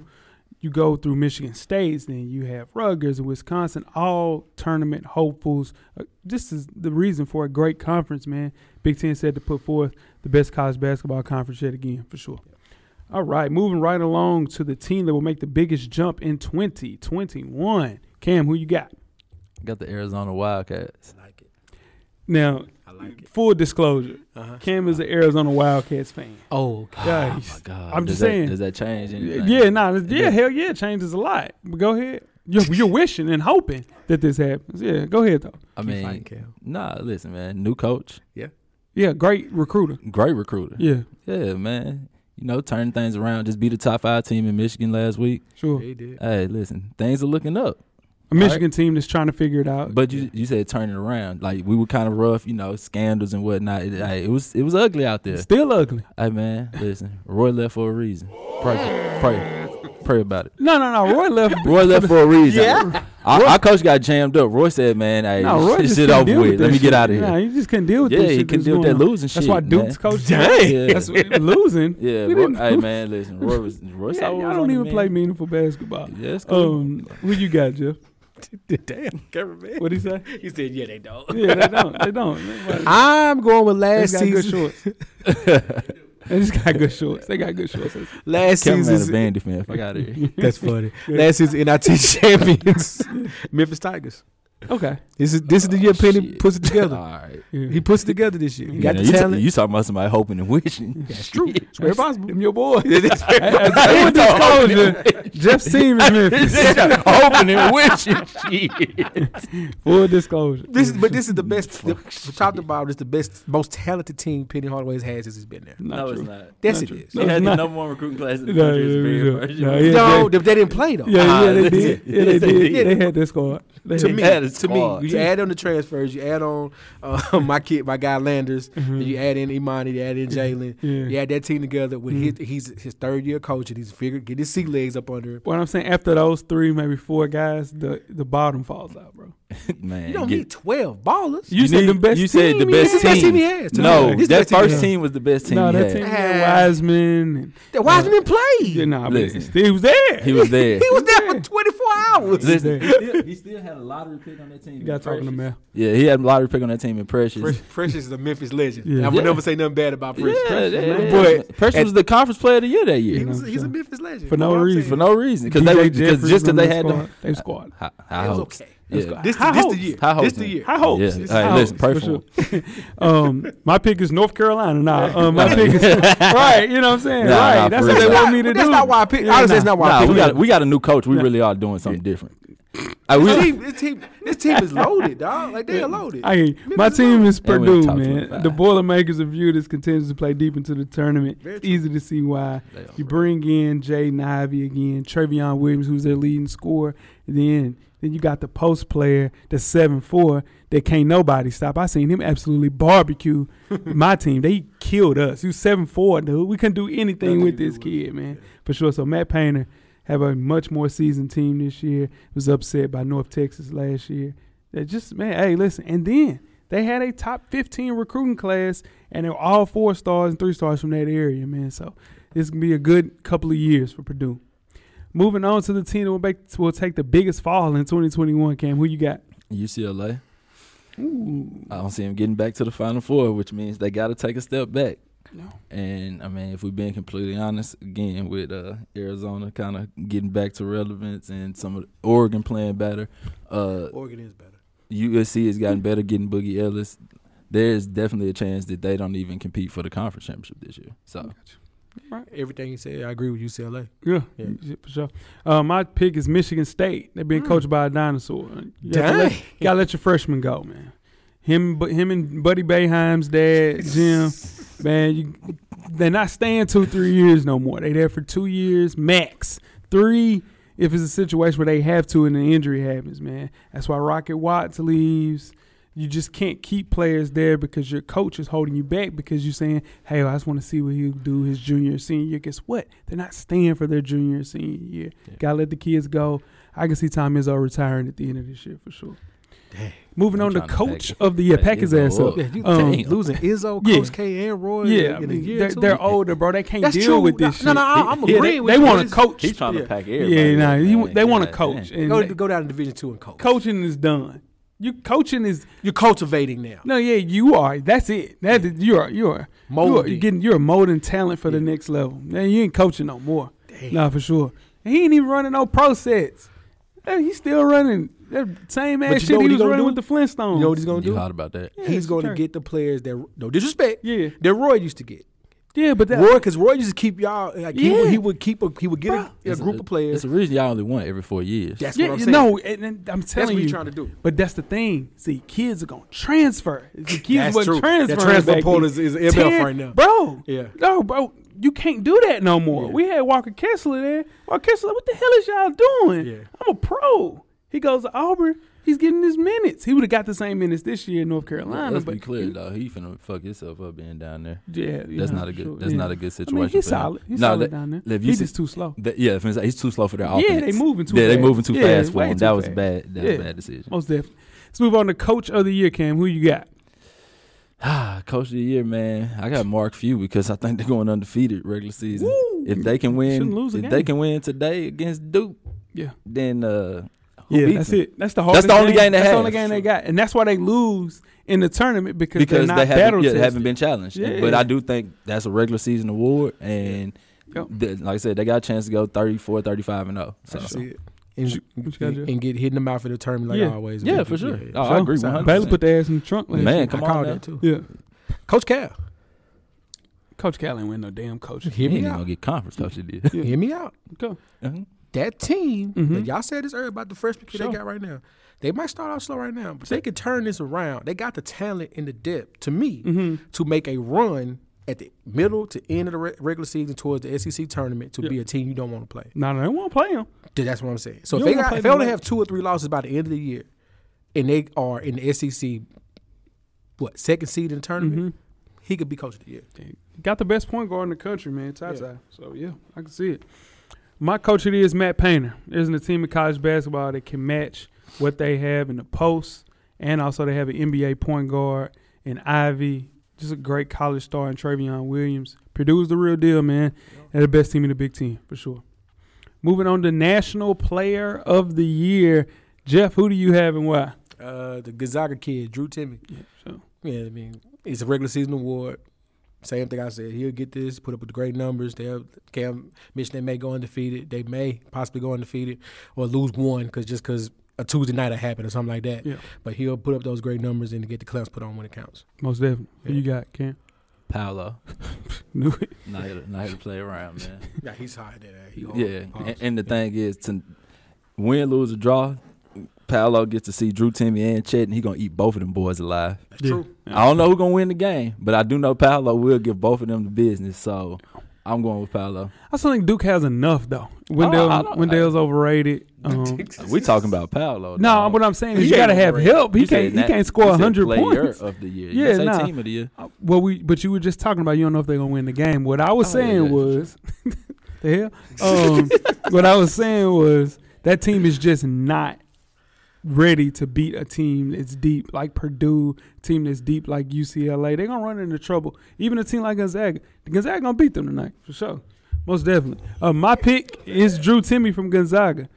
[SPEAKER 3] you go through Michigan State's, then you have Rutgers and Wisconsin, all tournament hopefuls. Uh, This is the reason for a great conference, man. Big Ten said to put forth the best college basketball conference yet again, for sure. All right, moving right along to the team that will make the biggest jump in 2021. Cam, who you got?
[SPEAKER 5] Got the Arizona Wildcats.
[SPEAKER 4] like it.
[SPEAKER 3] Now,
[SPEAKER 4] I like it.
[SPEAKER 3] full disclosure,
[SPEAKER 4] Uh-huh.
[SPEAKER 3] Cam is an Arizona Wildcats fan.
[SPEAKER 4] Oh,
[SPEAKER 5] Oh
[SPEAKER 3] Yikes.
[SPEAKER 5] my God!
[SPEAKER 3] I'm
[SPEAKER 5] Does
[SPEAKER 3] just
[SPEAKER 5] that-
[SPEAKER 3] saying.
[SPEAKER 5] Does that change anything?
[SPEAKER 3] Yeah, nah, yeah,
[SPEAKER 5] Yeah.
[SPEAKER 3] hell yeah, changes a lot. But go ahead. You're, you're wishing and hoping that this happens. Yeah, go ahead, though.
[SPEAKER 5] I
[SPEAKER 4] Keep
[SPEAKER 5] mean,
[SPEAKER 4] fighting, Cal.
[SPEAKER 5] nah. Listen, man. New coach,
[SPEAKER 3] Yeah, great recruiter.
[SPEAKER 5] great recruiter.
[SPEAKER 3] Yeah,
[SPEAKER 5] Yeah, man. You know, turn things around. Just be the top five team in Michigan last week.
[SPEAKER 3] sure.
[SPEAKER 4] he did.
[SPEAKER 5] Hey, listen, things are looking up.
[SPEAKER 3] A Michigan team that's trying to figure it out.
[SPEAKER 5] But you you said turn it around. Like we were kind of rough, you know, scandals and whatnot. It, hey, it was it was ugly out there.
[SPEAKER 3] Still ugly.
[SPEAKER 5] Hey man, listen, Roy left for a reason. Pray, pray, pray about it.
[SPEAKER 3] No, no, no. Roy left.
[SPEAKER 5] Roy left for a reason. Yeah. Our, our coach got jammed up. Roy said, "Man, hey,
[SPEAKER 3] no, Roy
[SPEAKER 5] this
[SPEAKER 3] just
[SPEAKER 5] shit
[SPEAKER 3] couldn't
[SPEAKER 5] over
[SPEAKER 3] deal
[SPEAKER 5] with.
[SPEAKER 3] with
[SPEAKER 5] Let
[SPEAKER 3] that
[SPEAKER 5] me get
[SPEAKER 3] shit.
[SPEAKER 5] out of here."
[SPEAKER 3] Nah, he just couldn't deal with
[SPEAKER 5] Yeah,
[SPEAKER 3] that
[SPEAKER 5] he
[SPEAKER 3] shit
[SPEAKER 5] couldn't
[SPEAKER 3] that's
[SPEAKER 5] deal with
[SPEAKER 3] going
[SPEAKER 5] that
[SPEAKER 3] on.
[SPEAKER 5] losing
[SPEAKER 3] That's
[SPEAKER 5] shit,
[SPEAKER 3] why Duke's
[SPEAKER 5] man.
[SPEAKER 3] coach.
[SPEAKER 5] Dang.
[SPEAKER 3] That's what, losing.
[SPEAKER 5] Yeah,
[SPEAKER 3] We
[SPEAKER 5] Roy,
[SPEAKER 3] didn't
[SPEAKER 5] hey
[SPEAKER 3] lose.
[SPEAKER 5] man, listen, Roy was Roy.
[SPEAKER 3] Yeah,
[SPEAKER 5] saw what
[SPEAKER 3] I
[SPEAKER 5] was
[SPEAKER 3] don't
[SPEAKER 5] on the
[SPEAKER 3] even
[SPEAKER 5] man.
[SPEAKER 3] play meaningful basketball.
[SPEAKER 5] Yeah, that's cool.
[SPEAKER 3] Um, who you got, Jeff?
[SPEAKER 4] Damn, cameraman.
[SPEAKER 3] What'd he say?
[SPEAKER 4] He said, "Yeah, they don't."
[SPEAKER 3] Yeah, they don't. They don't. Nobody-
[SPEAKER 4] I'm going with
[SPEAKER 3] They
[SPEAKER 4] last
[SPEAKER 3] just got good
[SPEAKER 4] season.
[SPEAKER 3] shorts. They just got good shorts. They got good shorts.
[SPEAKER 4] Last
[SPEAKER 5] Cameraman a
[SPEAKER 4] season's
[SPEAKER 5] bandy fan. Fuck out of here.
[SPEAKER 4] that's funny. Last season NIT champions, Memphis Tigers.
[SPEAKER 3] Okay.
[SPEAKER 4] This is this is the year Penny
[SPEAKER 5] Oh, shit.
[SPEAKER 4] puts it
[SPEAKER 5] All
[SPEAKER 4] together.
[SPEAKER 5] right.
[SPEAKER 3] Yeah.
[SPEAKER 4] He puts it together this year. He got
[SPEAKER 5] Yeah,
[SPEAKER 4] the
[SPEAKER 5] you, ta-
[SPEAKER 4] talent.
[SPEAKER 5] you talking about somebody hoping and wishing?
[SPEAKER 4] That's true. It's very
[SPEAKER 3] That's-
[SPEAKER 4] possible.
[SPEAKER 3] Them your boy. Full disclosure. Jeff's team in Memphis.
[SPEAKER 5] hoping and wishing.
[SPEAKER 3] Full disclosure.
[SPEAKER 4] This is, but this is the best. The, the top to bottom is the best, most talented team Penny Hardaway has had since he's been there.
[SPEAKER 5] No,
[SPEAKER 3] Not
[SPEAKER 5] it's
[SPEAKER 3] true.
[SPEAKER 5] not.
[SPEAKER 4] Yes,
[SPEAKER 3] Not
[SPEAKER 4] it
[SPEAKER 3] true.
[SPEAKER 4] is.
[SPEAKER 5] She
[SPEAKER 3] No,
[SPEAKER 5] had
[SPEAKER 3] it's
[SPEAKER 5] the
[SPEAKER 3] not.
[SPEAKER 5] number one recruiting class in the
[SPEAKER 3] No,
[SPEAKER 5] country.
[SPEAKER 3] yeah,
[SPEAKER 5] as
[SPEAKER 3] yeah.
[SPEAKER 5] being first year.
[SPEAKER 3] No, yeah.
[SPEAKER 4] No, they, they didn't play though.
[SPEAKER 3] Yeah, yeah, they
[SPEAKER 5] Ah, that's
[SPEAKER 3] did.
[SPEAKER 5] it.
[SPEAKER 3] Yeah, they
[SPEAKER 5] They
[SPEAKER 3] did.
[SPEAKER 4] did.
[SPEAKER 3] They had that squad. They
[SPEAKER 4] To
[SPEAKER 3] had-
[SPEAKER 4] me,
[SPEAKER 5] had a
[SPEAKER 4] to
[SPEAKER 5] squad.
[SPEAKER 4] me, you add on the transfers, you add on uh, my kid, my guy Landers, and you add in Imani, you add in Jalen,
[SPEAKER 3] Yeah.
[SPEAKER 4] you add that team together. With his, he's his third year coach, and he's figured get his sea legs up under him.
[SPEAKER 3] What I'm saying, after those three, maybe four guys, the the bottom falls out, bro.
[SPEAKER 5] Man,
[SPEAKER 4] You don't
[SPEAKER 5] get-
[SPEAKER 4] need twelve ballers.
[SPEAKER 3] You, said
[SPEAKER 5] need-
[SPEAKER 3] the best.
[SPEAKER 5] You said the
[SPEAKER 3] team,
[SPEAKER 5] best
[SPEAKER 3] yeah.
[SPEAKER 5] team.
[SPEAKER 4] This is the best team he has, to me.
[SPEAKER 5] No,
[SPEAKER 4] This is the
[SPEAKER 5] that
[SPEAKER 4] best team
[SPEAKER 5] first
[SPEAKER 4] he has.
[SPEAKER 5] team was the best team.
[SPEAKER 3] No,
[SPEAKER 5] he
[SPEAKER 3] that
[SPEAKER 5] had.
[SPEAKER 3] team had Wiseman. And,
[SPEAKER 4] Then why didn't play?
[SPEAKER 3] yeah, nah, but
[SPEAKER 5] Listen.
[SPEAKER 3] still, he was there.
[SPEAKER 5] He was there.
[SPEAKER 4] He was there for twenty four hours.
[SPEAKER 5] Listen, he still, he still had a lottery pick on that team.
[SPEAKER 3] You got talking to Mel.
[SPEAKER 5] Yeah, he had a lottery pick on that team in Precious.
[SPEAKER 4] Fresh, Fresh is a Memphis legend.
[SPEAKER 3] Yeah.
[SPEAKER 4] I would
[SPEAKER 5] Yeah.
[SPEAKER 4] never say nothing bad about
[SPEAKER 5] Yeah,
[SPEAKER 4] Fresh. Fresh,
[SPEAKER 5] yeah,
[SPEAKER 4] man.
[SPEAKER 5] yeah.
[SPEAKER 4] But
[SPEAKER 5] Precious was the conference player of the year that
[SPEAKER 4] he
[SPEAKER 5] year
[SPEAKER 4] was,
[SPEAKER 3] Yeah.
[SPEAKER 4] he's a Memphis legend.
[SPEAKER 3] For no
[SPEAKER 4] You know what I'm
[SPEAKER 3] reason.
[SPEAKER 4] saying?
[SPEAKER 5] for no reason because
[SPEAKER 3] DJ
[SPEAKER 5] they were because
[SPEAKER 3] Jeffries
[SPEAKER 5] just because
[SPEAKER 3] on
[SPEAKER 5] they
[SPEAKER 3] that
[SPEAKER 5] had
[SPEAKER 3] squad.
[SPEAKER 5] them.
[SPEAKER 3] They squad.
[SPEAKER 5] Hi-
[SPEAKER 4] It
[SPEAKER 5] High
[SPEAKER 4] was
[SPEAKER 5] hopes.
[SPEAKER 4] okay.
[SPEAKER 5] Yeah.
[SPEAKER 4] This,
[SPEAKER 3] High
[SPEAKER 4] this
[SPEAKER 3] hopes.
[SPEAKER 4] the year.
[SPEAKER 5] High
[SPEAKER 4] This
[SPEAKER 5] hopes,
[SPEAKER 4] the
[SPEAKER 5] man.
[SPEAKER 4] year.
[SPEAKER 3] High hopes.
[SPEAKER 5] Yeah,
[SPEAKER 3] It's
[SPEAKER 5] all right,
[SPEAKER 3] high
[SPEAKER 5] listen,
[SPEAKER 3] hopes,
[SPEAKER 5] pray
[SPEAKER 3] um, my pick is North Carolina. Nah, um, my pick is right. You know what I'm saying?
[SPEAKER 5] Nah,
[SPEAKER 3] right.
[SPEAKER 5] nah,
[SPEAKER 3] that's
[SPEAKER 5] for
[SPEAKER 3] what they
[SPEAKER 5] real.
[SPEAKER 3] want me to
[SPEAKER 4] But
[SPEAKER 3] do.
[SPEAKER 4] that's not why I picked-
[SPEAKER 3] Yeah,
[SPEAKER 4] honestly, that's not why I
[SPEAKER 5] Nah,
[SPEAKER 4] picked
[SPEAKER 5] we
[SPEAKER 4] him.
[SPEAKER 5] got we got a new coach. We really are doing something different. I
[SPEAKER 4] This
[SPEAKER 5] we,
[SPEAKER 4] team, this team, this team is loaded, dog. Like they are loaded.
[SPEAKER 3] I mean, my
[SPEAKER 4] Memphis
[SPEAKER 3] team is
[SPEAKER 5] And we in
[SPEAKER 3] Purdue,
[SPEAKER 5] the top
[SPEAKER 3] man.
[SPEAKER 5] 25.
[SPEAKER 3] The Boilermakers are viewed as contenders to play deep into the tournament.
[SPEAKER 4] Very
[SPEAKER 3] It's
[SPEAKER 4] true.
[SPEAKER 3] easy to see why.
[SPEAKER 5] They are,
[SPEAKER 3] You
[SPEAKER 5] bro.
[SPEAKER 3] bring in Jay Nivey again, Trevion Williams, who's their leading scorer. And then, then you got the post player, the seven four that can't nobody stop. I seen him absolutely barbecue my team. They killed us. He was seven four, dude. We couldn't do anything
[SPEAKER 4] Nothing
[SPEAKER 3] with
[SPEAKER 4] you
[SPEAKER 3] this
[SPEAKER 4] do with
[SPEAKER 3] kid, man, for sure. So Matt Painter have a much more seasoned team this year. Was upset by North Texas last year. They just man, hey, listen. And then they had a top fifteen recruiting class, and they were all four stars and three stars from that area, man. So this can be a good couple of years for Purdue. Moving on to the team that will, make, will take the biggest fall in 2021, Cam. Who you got?
[SPEAKER 5] UCLA. I don't see them getting back to the Final Four, which means they got to take a step back.
[SPEAKER 3] No.
[SPEAKER 5] And I mean, if we're being completely honest, again with uh, Arizona kind of getting back to relevance and some of Oregon playing better, uh,
[SPEAKER 4] Oregon is better.
[SPEAKER 5] USC has gotten better getting Boogie Ellis. There's definitely a chance that they don't even compete for the conference championship this year. So
[SPEAKER 4] Everything you said, I agree with UCLA.
[SPEAKER 3] Yeah,
[SPEAKER 4] Yeah.
[SPEAKER 3] yeah, for sure. Uh, my pick is Michigan State. They're being coached by a dinosaur. You gotta,
[SPEAKER 4] Mm. Dang.
[SPEAKER 3] let, gotta let your freshman go, man. Him, but him and Buddy Bayheim's dad, Jim, man, you, they're not staying two, three years no more. They there for two years max, three if it's a situation where they have to and an injury happens, man. That's why Rocket Watts leaves. You just can't keep players there because your coach is holding you back because you're saying, hey, I just want to see what he'll do his junior and senior year. Guess what? They're not staying for their junior and senior year.
[SPEAKER 5] Yeah.
[SPEAKER 3] Gotta let the kids go. I can see Tom Izzo retiring at the end of this year for sure.
[SPEAKER 4] Dang.
[SPEAKER 3] Moving
[SPEAKER 5] I'm
[SPEAKER 3] on to
[SPEAKER 5] trying to
[SPEAKER 3] coach
[SPEAKER 5] pack-
[SPEAKER 3] of the year.
[SPEAKER 5] pack
[SPEAKER 3] Pack his
[SPEAKER 5] Izzo
[SPEAKER 3] ass up.
[SPEAKER 5] up.
[SPEAKER 4] Yeah, you
[SPEAKER 3] Um,
[SPEAKER 4] damn, losing Izzo,
[SPEAKER 3] yeah.
[SPEAKER 4] Coach K, and Roy.
[SPEAKER 3] Yeah,
[SPEAKER 4] in
[SPEAKER 3] I
[SPEAKER 4] a
[SPEAKER 3] mean,
[SPEAKER 4] year or
[SPEAKER 3] they're,
[SPEAKER 4] two.
[SPEAKER 3] they're older, bro. They can't
[SPEAKER 4] That's
[SPEAKER 3] deal
[SPEAKER 4] true.
[SPEAKER 3] with
[SPEAKER 4] No,
[SPEAKER 3] this shit.
[SPEAKER 4] no, no, I- I'm
[SPEAKER 3] yeah, they,
[SPEAKER 4] agreeing with
[SPEAKER 3] they
[SPEAKER 4] you.
[SPEAKER 3] want
[SPEAKER 4] It's-
[SPEAKER 3] to coach.
[SPEAKER 5] he's trying
[SPEAKER 4] Yeah.
[SPEAKER 5] to pack everybody.
[SPEAKER 3] Yeah, nah,
[SPEAKER 5] in,
[SPEAKER 3] you,
[SPEAKER 5] man.
[SPEAKER 3] they want to
[SPEAKER 5] God
[SPEAKER 3] coach.
[SPEAKER 5] damn.
[SPEAKER 3] And
[SPEAKER 4] go,
[SPEAKER 3] they-
[SPEAKER 4] go down to Division Two and coach.
[SPEAKER 3] coaching is done. You coaching is
[SPEAKER 4] You're cultivating now.
[SPEAKER 3] no, yeah, you are. That's it. That is, you are. You are. You are
[SPEAKER 4] Molding.
[SPEAKER 3] you're getting. You're molding talent for the next level. Man, you ain't coaching no more. Nah, for sure. And he ain't even running no pro sets. Hey, he's still running that same
[SPEAKER 4] you
[SPEAKER 3] ass
[SPEAKER 4] know
[SPEAKER 3] shit he
[SPEAKER 4] what he
[SPEAKER 3] was
[SPEAKER 4] gonna
[SPEAKER 3] running
[SPEAKER 4] do?
[SPEAKER 3] with the Flintstones.
[SPEAKER 4] You know what he's gonna
[SPEAKER 5] You
[SPEAKER 4] do?
[SPEAKER 5] hot about that?
[SPEAKER 4] he's going
[SPEAKER 3] sure.
[SPEAKER 4] to get the players that no disrespect.
[SPEAKER 3] Yeah.
[SPEAKER 4] that Roy used to get.
[SPEAKER 3] yeah, but that
[SPEAKER 4] Roy, because Roy used to keep y'all. Like he,
[SPEAKER 3] Yeah.
[SPEAKER 4] would, he would keep. A, he would get a, a
[SPEAKER 5] It's
[SPEAKER 4] group of players.
[SPEAKER 5] It's a reason y'all only won every four years.
[SPEAKER 4] that's
[SPEAKER 3] yeah,
[SPEAKER 4] what I'm saying.
[SPEAKER 3] no, and, and I'm telling
[SPEAKER 4] what
[SPEAKER 3] you,
[SPEAKER 4] he trying to do.
[SPEAKER 3] But that's the thing. See, kids are gonna transfer. The kids
[SPEAKER 4] That's
[SPEAKER 3] were
[SPEAKER 4] true.
[SPEAKER 3] transferring.
[SPEAKER 4] That transfer
[SPEAKER 3] back
[SPEAKER 4] portal
[SPEAKER 3] then.
[SPEAKER 4] is- is MF
[SPEAKER 3] Tear-
[SPEAKER 4] right now.
[SPEAKER 3] bro.
[SPEAKER 4] Yeah.
[SPEAKER 3] no, bro, you can't do that no more. We had Walker Kessler there. Walker Kessler, what the hell is y'all doing?
[SPEAKER 4] Yeah.
[SPEAKER 3] I'm a pro. He goes to Auburn. He's getting his minutes. He would have got the same minutes this year in North Carolina.
[SPEAKER 5] Let's
[SPEAKER 3] but
[SPEAKER 5] be clear though, he finna fuck himself up being down there.
[SPEAKER 3] Yeah, yeah,
[SPEAKER 5] That's not a good.
[SPEAKER 3] sure,
[SPEAKER 5] That's
[SPEAKER 3] yeah.
[SPEAKER 5] not a good
[SPEAKER 3] I mean,
[SPEAKER 5] situation.
[SPEAKER 3] he's
[SPEAKER 5] for him.
[SPEAKER 3] solid. He's
[SPEAKER 5] No,
[SPEAKER 3] solid
[SPEAKER 5] that-
[SPEAKER 3] down there.
[SPEAKER 5] if you
[SPEAKER 3] He's
[SPEAKER 5] see-
[SPEAKER 3] just too slow.
[SPEAKER 5] that- yeah, if it's- he's too slow for their offense.
[SPEAKER 3] Yeah, they moving too
[SPEAKER 5] Yeah,
[SPEAKER 3] fast.
[SPEAKER 5] they moving too
[SPEAKER 3] Yeah,
[SPEAKER 5] fast for
[SPEAKER 3] way
[SPEAKER 5] him.
[SPEAKER 3] too
[SPEAKER 5] That was
[SPEAKER 3] fast.
[SPEAKER 5] bad. That
[SPEAKER 3] Yeah.
[SPEAKER 5] was a bad decision.
[SPEAKER 3] Most definitely. Let's move on to Coach of the Year, Cam. Who you got?
[SPEAKER 5] Ah, Coach of the year, man. I got Mark Few because I think they're going undefeated regular season.
[SPEAKER 3] Woo!
[SPEAKER 5] If they can win,
[SPEAKER 3] Shouldn't lose a
[SPEAKER 5] if
[SPEAKER 3] game.
[SPEAKER 5] they can win today against Duke,
[SPEAKER 3] Yeah.
[SPEAKER 5] then uh, who
[SPEAKER 3] Yeah,
[SPEAKER 5] beats
[SPEAKER 3] that's
[SPEAKER 5] them?
[SPEAKER 3] it. That's the
[SPEAKER 5] That's
[SPEAKER 3] hardest.
[SPEAKER 5] the only game they
[SPEAKER 3] that's the
[SPEAKER 5] have.
[SPEAKER 3] only game they got, and that's why they lose in the tournament because, they're
[SPEAKER 5] Because
[SPEAKER 3] not
[SPEAKER 5] they
[SPEAKER 3] battle
[SPEAKER 5] haven't, yeah, they
[SPEAKER 3] tested.
[SPEAKER 5] haven't been challenged.
[SPEAKER 3] Yeah.
[SPEAKER 5] But I do think that's a regular season award, and
[SPEAKER 3] Yep.
[SPEAKER 5] the- like I said, they got a chance to go 34, 35 and zero. So.
[SPEAKER 4] That's it. And,
[SPEAKER 3] what you gotta do?
[SPEAKER 4] and, and get hit in the mouth for the term like
[SPEAKER 3] Yeah.
[SPEAKER 4] always.
[SPEAKER 5] Yeah,
[SPEAKER 4] man.
[SPEAKER 5] for sure.
[SPEAKER 4] yeah.
[SPEAKER 5] Oh, I
[SPEAKER 3] Sure.
[SPEAKER 5] agree.
[SPEAKER 4] So,
[SPEAKER 5] 100%.
[SPEAKER 3] Baylor put their ass in the trunk last
[SPEAKER 5] Man,
[SPEAKER 3] year.
[SPEAKER 5] come
[SPEAKER 4] I
[SPEAKER 5] on
[SPEAKER 4] called
[SPEAKER 5] now.
[SPEAKER 4] that too.
[SPEAKER 3] Yeah,
[SPEAKER 4] Coach Cal,
[SPEAKER 3] Coach Cal ain't win no damn coach.
[SPEAKER 4] hear
[SPEAKER 5] He
[SPEAKER 4] me
[SPEAKER 5] ain't gonna
[SPEAKER 4] out.
[SPEAKER 5] get conference coach of the year.
[SPEAKER 4] Hear me out.
[SPEAKER 3] Go.
[SPEAKER 5] Mhm.
[SPEAKER 4] That team
[SPEAKER 3] Mhm.
[SPEAKER 4] that y'all said this earlier about the freshman kid
[SPEAKER 3] Sure.
[SPEAKER 4] they got right now. They might start off slow right now, but they could turn this around. They got the talent and the depth to me
[SPEAKER 3] Mm-hmm.
[SPEAKER 4] to make a run at the middle to end of the re- regular season towards the SEC tournament to be a team you don't want to play.
[SPEAKER 3] No, no, they won't play him.
[SPEAKER 4] Th- That's what I'm saying. So
[SPEAKER 3] You
[SPEAKER 4] if they,
[SPEAKER 3] don't wanna
[SPEAKER 4] got,
[SPEAKER 3] play
[SPEAKER 4] if they
[SPEAKER 3] them
[SPEAKER 4] only
[SPEAKER 3] late.
[SPEAKER 4] have two or three losses by the end of the year, and they are in the SEC, what second seed in the tournament,
[SPEAKER 3] Mm-hmm.
[SPEAKER 4] he could be coach of the year.
[SPEAKER 3] Got the best point guard in the country, man. Ty Ty. So yeah, I can see it. My coach of the year is Matt Painter. There isn't a team in college basketball that can match what they have in the post, and also they have an NBA point guard and Ivy, just a great college star in Travion Williams. Purdue's the real deal, man. They're the best team in the Big Ten for sure. Moving on to National Player of the Year, Jeff. Who do you have and why?
[SPEAKER 4] Uh, the Gonzaga kid, Drew Timmy.
[SPEAKER 3] Yeah, so
[SPEAKER 4] Yeah, I mean, it's a regular season award. Same thing I said. He'll get this. Put up with great numbers. They have Cam Mitchell. They may go undefeated. They may possibly go undefeated or lose one because just because a Tuesday night it happened or something like that.
[SPEAKER 3] Yeah.
[SPEAKER 4] But he'll put up those great numbers and get the clamps put on when it counts.
[SPEAKER 3] most definitely. Who
[SPEAKER 4] Yeah.
[SPEAKER 3] you got, Cam?
[SPEAKER 5] Paolo,
[SPEAKER 3] Knew it.
[SPEAKER 5] not here, to- not here to play around, man.
[SPEAKER 4] Yeah, he's high there.
[SPEAKER 5] Yeah, and, and the thing is, to win, lose, or draw, Paolo gets to see Drew, Timmy, and Chet, and he gonna eat both of them boys alive.
[SPEAKER 4] That's true.
[SPEAKER 5] I don't know who gonna win the game, but I do know Paolo will give both of them the business. So I'm going with Paolo.
[SPEAKER 3] I still think Duke has enough though. Wendell,
[SPEAKER 5] Oh, I don't-
[SPEAKER 3] Wendell's overrated. Um,
[SPEAKER 5] We talking about Paolo.
[SPEAKER 3] no,
[SPEAKER 5] dog.
[SPEAKER 3] what I'm saying is
[SPEAKER 4] He
[SPEAKER 3] you gotta
[SPEAKER 4] ain't
[SPEAKER 3] have
[SPEAKER 4] overrated.
[SPEAKER 3] help. He
[SPEAKER 5] You said
[SPEAKER 3] can't. He
[SPEAKER 5] na-
[SPEAKER 3] can't score
[SPEAKER 5] you said
[SPEAKER 3] 100
[SPEAKER 5] player
[SPEAKER 3] points.
[SPEAKER 5] of the year.
[SPEAKER 3] Yeah,
[SPEAKER 5] Yeah, you say
[SPEAKER 3] nah.
[SPEAKER 5] team of the year.
[SPEAKER 3] Uh, Well, we but you were just talking about you don't know if they're gonna win the game. What I was
[SPEAKER 5] Oh, yeah,
[SPEAKER 3] saying
[SPEAKER 5] yeah.
[SPEAKER 3] was, the hell. Um, what I was saying was that team is just not ready to beat a team that's deep like Purdue, team that's deep like UCLA. They're gonna run into trouble. Even a team like Gonzaga, Gonzaga gonna beat them tonight for sure, most definitely. Uh, my pick is Drew Timmy from Gonzaga.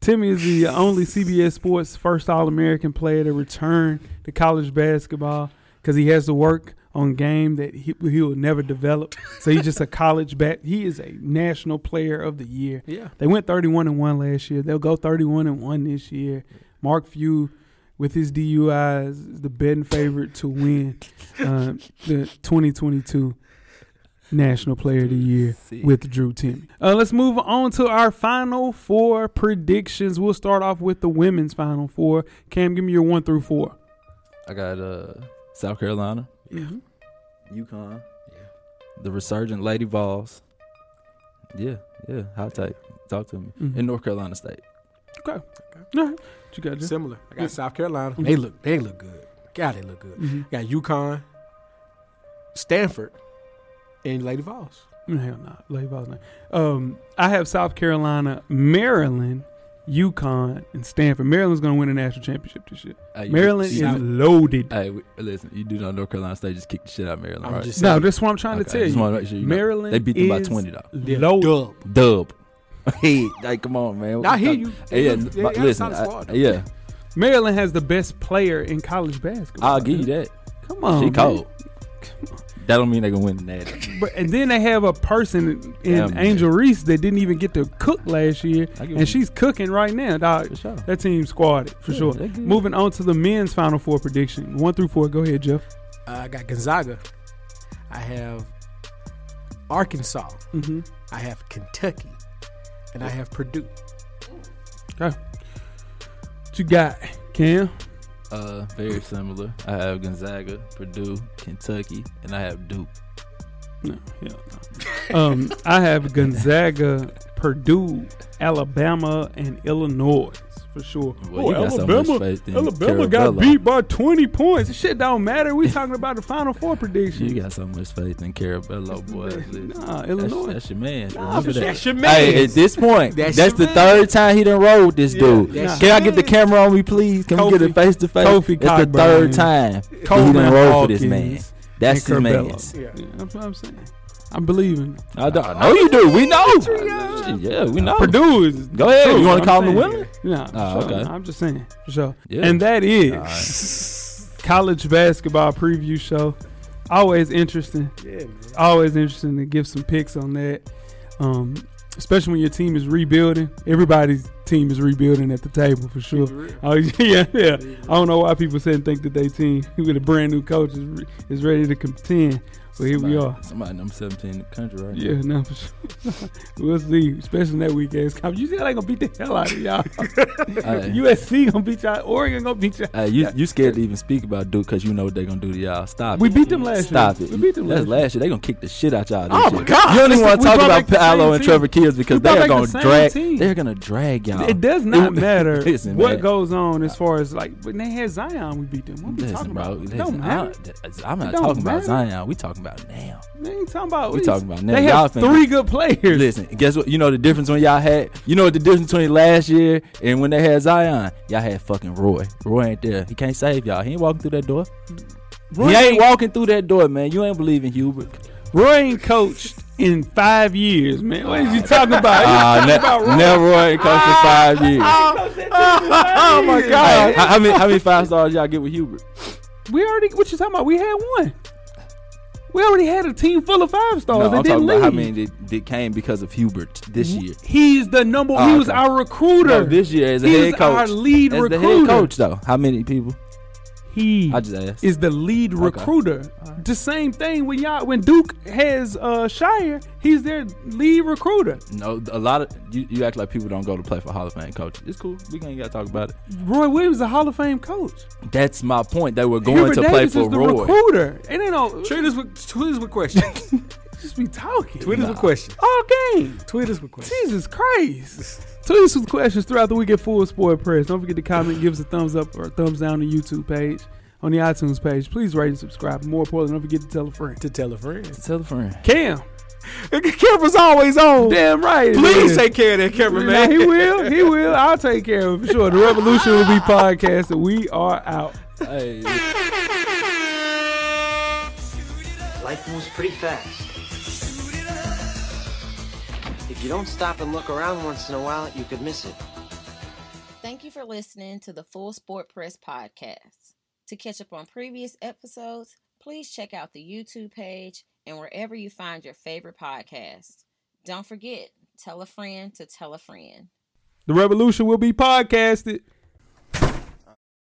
[SPEAKER 3] Timmy is the only CBS Sports first All American player to return to college basketball because he has to work on game that he, he will never develop. So he's just a college bat. He is a national player of the year.
[SPEAKER 4] Yeah.
[SPEAKER 3] They went 31 and 1 last year. They'll go 31 and 1 this year. Mark Few with his DUIs is the betting favorite to win uh, the 2022 National Player of the Year
[SPEAKER 5] Sick.
[SPEAKER 3] with Drew Timmy. Uh, let's move on to our final four predictions. We'll start off with the women's final four. Cam, give me your one through four.
[SPEAKER 5] I got uh, South Carolina,
[SPEAKER 3] Mm-hmm.
[SPEAKER 5] UConn, the resurgent Lady Vols. Yeah, yeah, hot take. Talk to me.
[SPEAKER 3] Mhm.
[SPEAKER 5] In North Carolina State.
[SPEAKER 3] All right. What you got, Jay?
[SPEAKER 4] Similar. I got
[SPEAKER 3] Yeah.
[SPEAKER 4] South Carolina.
[SPEAKER 3] Mhm.
[SPEAKER 4] They look they look good. God, they look good.
[SPEAKER 3] Mhm.
[SPEAKER 4] Got UConn, Stanford, and Lady Vols.
[SPEAKER 3] Hell no. Lady Vols. no. Um, I have South Carolina, Maryland, UConn, and Stanford. Maryland's going to win a national championship this year.
[SPEAKER 5] Hey, you-
[SPEAKER 3] Maryland
[SPEAKER 5] you-
[SPEAKER 3] is loaded.
[SPEAKER 5] Hey, we- listen, you do know North Carolina State just kicked the shit out of Maryland,
[SPEAKER 4] I'm
[SPEAKER 5] right?
[SPEAKER 4] just
[SPEAKER 3] No,
[SPEAKER 4] saying.
[SPEAKER 3] that's what I'm trying
[SPEAKER 5] Okay, I
[SPEAKER 3] to
[SPEAKER 5] just
[SPEAKER 3] tell
[SPEAKER 5] wanna
[SPEAKER 3] you.
[SPEAKER 5] make sure you know.
[SPEAKER 3] Maryland
[SPEAKER 5] They beat them by
[SPEAKER 3] is
[SPEAKER 5] 20 though.
[SPEAKER 4] They're
[SPEAKER 3] loaded.
[SPEAKER 4] dub.
[SPEAKER 5] Dub. hey, like, come on, man.
[SPEAKER 4] I hear you.
[SPEAKER 5] Hey, yeah,
[SPEAKER 4] They-
[SPEAKER 5] but
[SPEAKER 4] they
[SPEAKER 5] listen,
[SPEAKER 4] outside
[SPEAKER 5] I-
[SPEAKER 4] of Florida.
[SPEAKER 5] yeah,
[SPEAKER 3] Maryland has the best player in college basketball.
[SPEAKER 5] I'll give you that.
[SPEAKER 3] Come on.
[SPEAKER 5] she
[SPEAKER 3] man.
[SPEAKER 5] cold. That don't mean they gonna win that.
[SPEAKER 3] But and then they have a person in
[SPEAKER 5] Yeah, man.
[SPEAKER 3] Angel Reese that didn't even get to cook last year,
[SPEAKER 5] I get
[SPEAKER 3] and
[SPEAKER 5] what
[SPEAKER 3] she's cooking right now. Dog,
[SPEAKER 5] For sure.
[SPEAKER 3] that team squatted for
[SPEAKER 5] Yeah,
[SPEAKER 3] sure.
[SPEAKER 5] they good.
[SPEAKER 3] Moving on to the men's Final Four prediction, one through four. Go ahead, Jeff.
[SPEAKER 4] Uh, I got Gonzaga. I have Arkansas.
[SPEAKER 3] Mm-hmm.
[SPEAKER 4] I have Kentucky. And I have Purdue.
[SPEAKER 3] Okay, what you got, Cam?
[SPEAKER 5] Uh, very similar. I have Gonzaga, Purdue, Kentucky, and I have Duke.
[SPEAKER 3] No, hell no. um, I have Gonzaga, Purdue, Alabama, and Illinois for sure.
[SPEAKER 5] Well, you got so much faith in
[SPEAKER 3] Alabama got
[SPEAKER 5] Carabello.
[SPEAKER 3] beat by twenty points. This shit don't matter. We talking about the Final Four prediction.
[SPEAKER 5] You got so much faith in Carabello, boy. Listen,
[SPEAKER 3] Nah,
[SPEAKER 5] that's,
[SPEAKER 3] Illinois.
[SPEAKER 5] that's your man.
[SPEAKER 3] Nah, for
[SPEAKER 5] Remember that.
[SPEAKER 3] sure.
[SPEAKER 4] That's your man.
[SPEAKER 5] Hey, at this point,
[SPEAKER 4] That's
[SPEAKER 5] that's,
[SPEAKER 4] your
[SPEAKER 5] the
[SPEAKER 4] man.
[SPEAKER 5] third time he done rolled with this dude.
[SPEAKER 4] that's
[SPEAKER 5] Can
[SPEAKER 4] your
[SPEAKER 5] I get the
[SPEAKER 4] man.
[SPEAKER 5] camera on me, please? Can we get
[SPEAKER 3] Kofi-
[SPEAKER 5] a face to face?
[SPEAKER 3] Kofi
[SPEAKER 5] It's the
[SPEAKER 3] Cockburn.
[SPEAKER 5] third time that he
[SPEAKER 3] Coleman
[SPEAKER 5] done rolled for this man.
[SPEAKER 3] Hawkins
[SPEAKER 5] That's his
[SPEAKER 3] and Curbelo.
[SPEAKER 5] man.
[SPEAKER 4] Yeah.
[SPEAKER 3] Yeah, that's what I'm saying. I'm believing.
[SPEAKER 5] I don't I know you do. We know. Shit, Yeah, we know.
[SPEAKER 3] Purdue is.
[SPEAKER 5] Go ahead.
[SPEAKER 3] True,
[SPEAKER 5] you
[SPEAKER 3] I'm
[SPEAKER 5] want to call him the
[SPEAKER 3] saying.
[SPEAKER 5] winner?
[SPEAKER 3] Yeah, for
[SPEAKER 5] Ah,
[SPEAKER 3] sure.
[SPEAKER 5] okay.
[SPEAKER 3] I'm just saying for sure.
[SPEAKER 5] Yeah.
[SPEAKER 3] And that is
[SPEAKER 5] All
[SPEAKER 3] college basketball preview show. Always interesting.
[SPEAKER 4] Yeah, man.
[SPEAKER 3] Always interesting to give some picks on that. Um, especially when your team is rebuilding. Everybody's team is rebuilding at the table for sure. Oh yeah, yeah. I don't know why people said and think that they team with a brand new coach is, re- is ready to contend. But here we
[SPEAKER 5] Somebody-
[SPEAKER 3] are.
[SPEAKER 5] Somebody number 17 in the country right
[SPEAKER 3] Yeah,
[SPEAKER 5] now.
[SPEAKER 3] no, for sure. we'll see. Especially in that week ass comp. UCLA gonna beat the hell out of y'all.
[SPEAKER 5] Hey.
[SPEAKER 3] USC gonna beat y'all. Oregon gonna beat y'all.
[SPEAKER 5] Hey, you, you scared to even speak about Duke because you know what they're gonna do to y'all. Stop
[SPEAKER 3] We
[SPEAKER 5] it.
[SPEAKER 3] beat them last
[SPEAKER 5] Stop
[SPEAKER 3] year.
[SPEAKER 5] it.
[SPEAKER 3] We beat them
[SPEAKER 5] That's
[SPEAKER 3] last year.
[SPEAKER 5] last year. They're gonna kick the shit out y'all. This
[SPEAKER 4] Oh, my
[SPEAKER 5] year.
[SPEAKER 4] God.
[SPEAKER 5] You don't even
[SPEAKER 3] Listen,
[SPEAKER 5] want
[SPEAKER 3] we
[SPEAKER 5] to talk
[SPEAKER 3] brought
[SPEAKER 5] about
[SPEAKER 3] back the
[SPEAKER 5] Paolo
[SPEAKER 3] same
[SPEAKER 5] and
[SPEAKER 3] team.
[SPEAKER 5] Trevor Kills because
[SPEAKER 3] brought
[SPEAKER 5] they are
[SPEAKER 3] back the
[SPEAKER 5] gonna
[SPEAKER 3] same
[SPEAKER 5] drag.
[SPEAKER 3] team.
[SPEAKER 5] They're gonna drag y'all.
[SPEAKER 3] It does not matter
[SPEAKER 5] Listen,
[SPEAKER 3] what
[SPEAKER 5] man.
[SPEAKER 3] goes on as far as like when they had Zion, we beat them. What we
[SPEAKER 5] Listen,
[SPEAKER 3] talking
[SPEAKER 5] bro.
[SPEAKER 3] about? It
[SPEAKER 5] Listen,
[SPEAKER 3] don't
[SPEAKER 5] I
[SPEAKER 3] matter.
[SPEAKER 5] don't- I'm
[SPEAKER 3] It
[SPEAKER 5] not
[SPEAKER 3] don't
[SPEAKER 5] talking
[SPEAKER 3] matter.
[SPEAKER 5] about Zion. We talking about now.
[SPEAKER 3] They ain't talking about.
[SPEAKER 5] We
[SPEAKER 3] it.
[SPEAKER 5] talking about now.
[SPEAKER 3] They
[SPEAKER 5] Y'all
[SPEAKER 3] have
[SPEAKER 5] finna-
[SPEAKER 3] three good players.
[SPEAKER 5] Listen, guess what? You know the difference when y'all had. You know what the difference between last year and when they had Zion. Y'all had fucking Roy. Roy ain't there. He can't save y'all. He ain't walking through that door.
[SPEAKER 3] Roy,
[SPEAKER 5] He ain't walking through that door, man. You ain't believing Hubert.
[SPEAKER 3] Roy ain't coached in five years, man. What is you talking about? Ah,
[SPEAKER 5] Ah, ne- never Roy ain't coached in five years.
[SPEAKER 3] oh my
[SPEAKER 5] Hey,
[SPEAKER 3] god,
[SPEAKER 5] how, how many how many five stars y'all get with Hubert?
[SPEAKER 3] we already. What you talking about? We had one. We already had a team full of five stars.
[SPEAKER 5] no,
[SPEAKER 3] that
[SPEAKER 5] I'm
[SPEAKER 3] Oh, didn't
[SPEAKER 5] talking
[SPEAKER 3] leave.
[SPEAKER 5] about how many that, that came because of Hubert this year.
[SPEAKER 3] He's the number. he
[SPEAKER 5] Oh,
[SPEAKER 3] was
[SPEAKER 5] okay.
[SPEAKER 3] our recruiter.
[SPEAKER 5] No, this year as a
[SPEAKER 3] He
[SPEAKER 5] head
[SPEAKER 3] is
[SPEAKER 5] coach.
[SPEAKER 3] our lead
[SPEAKER 5] as the
[SPEAKER 3] recruiter.
[SPEAKER 5] head coach though. How many people?
[SPEAKER 3] he
[SPEAKER 5] I just asked.
[SPEAKER 3] is the lead recruiter. The same thing when y'all when Duke has uh, Shire, he's their lead recruiter.
[SPEAKER 5] no, a lot of you, you act like people don't go to play for Hall of Fame coaches. It's cool. We ain't gotta talk about it.
[SPEAKER 3] Roy Williams, is a Hall of Fame coach.
[SPEAKER 5] That's my point. They were going
[SPEAKER 3] Hubert
[SPEAKER 5] to
[SPEAKER 3] Davis
[SPEAKER 5] play
[SPEAKER 3] is
[SPEAKER 5] for
[SPEAKER 3] the
[SPEAKER 5] Roy.
[SPEAKER 3] recruiter. It ain't no
[SPEAKER 4] Tweet us with, tweet us with questions.
[SPEAKER 3] just be talking.
[SPEAKER 4] tweet us with questions.
[SPEAKER 3] all game.
[SPEAKER 4] Tweet us with questions.
[SPEAKER 3] Jesus Christ. Tweet us with questions throughout the week at Full Sport Press. Don't forget to comment, give us a thumbs up or a thumbs down on the YouTube page, on the iTunes page. Please rate and subscribe. More importantly, don't forget to tell a friend.
[SPEAKER 4] To tell a friend.
[SPEAKER 5] Tell a friend.
[SPEAKER 3] Cam,
[SPEAKER 4] The camera's always on.
[SPEAKER 5] Damn right.
[SPEAKER 4] Please take care of that camera,
[SPEAKER 3] Nah,
[SPEAKER 4] man.
[SPEAKER 3] he will. He will. I'll take care of it for sure. The revolution will be podcasted. We are out.
[SPEAKER 5] Hey.
[SPEAKER 7] Life moves pretty fast. If you don't stop and look around once in a while, you could miss it.
[SPEAKER 1] Thank you for listening to the Full Sport Press podcast. To catch up on previous episodes, please check out the YouTube page and wherever you find your favorite podcast. Don't forget, tell a friend to tell a friend.
[SPEAKER 3] The revolution will be podcasted.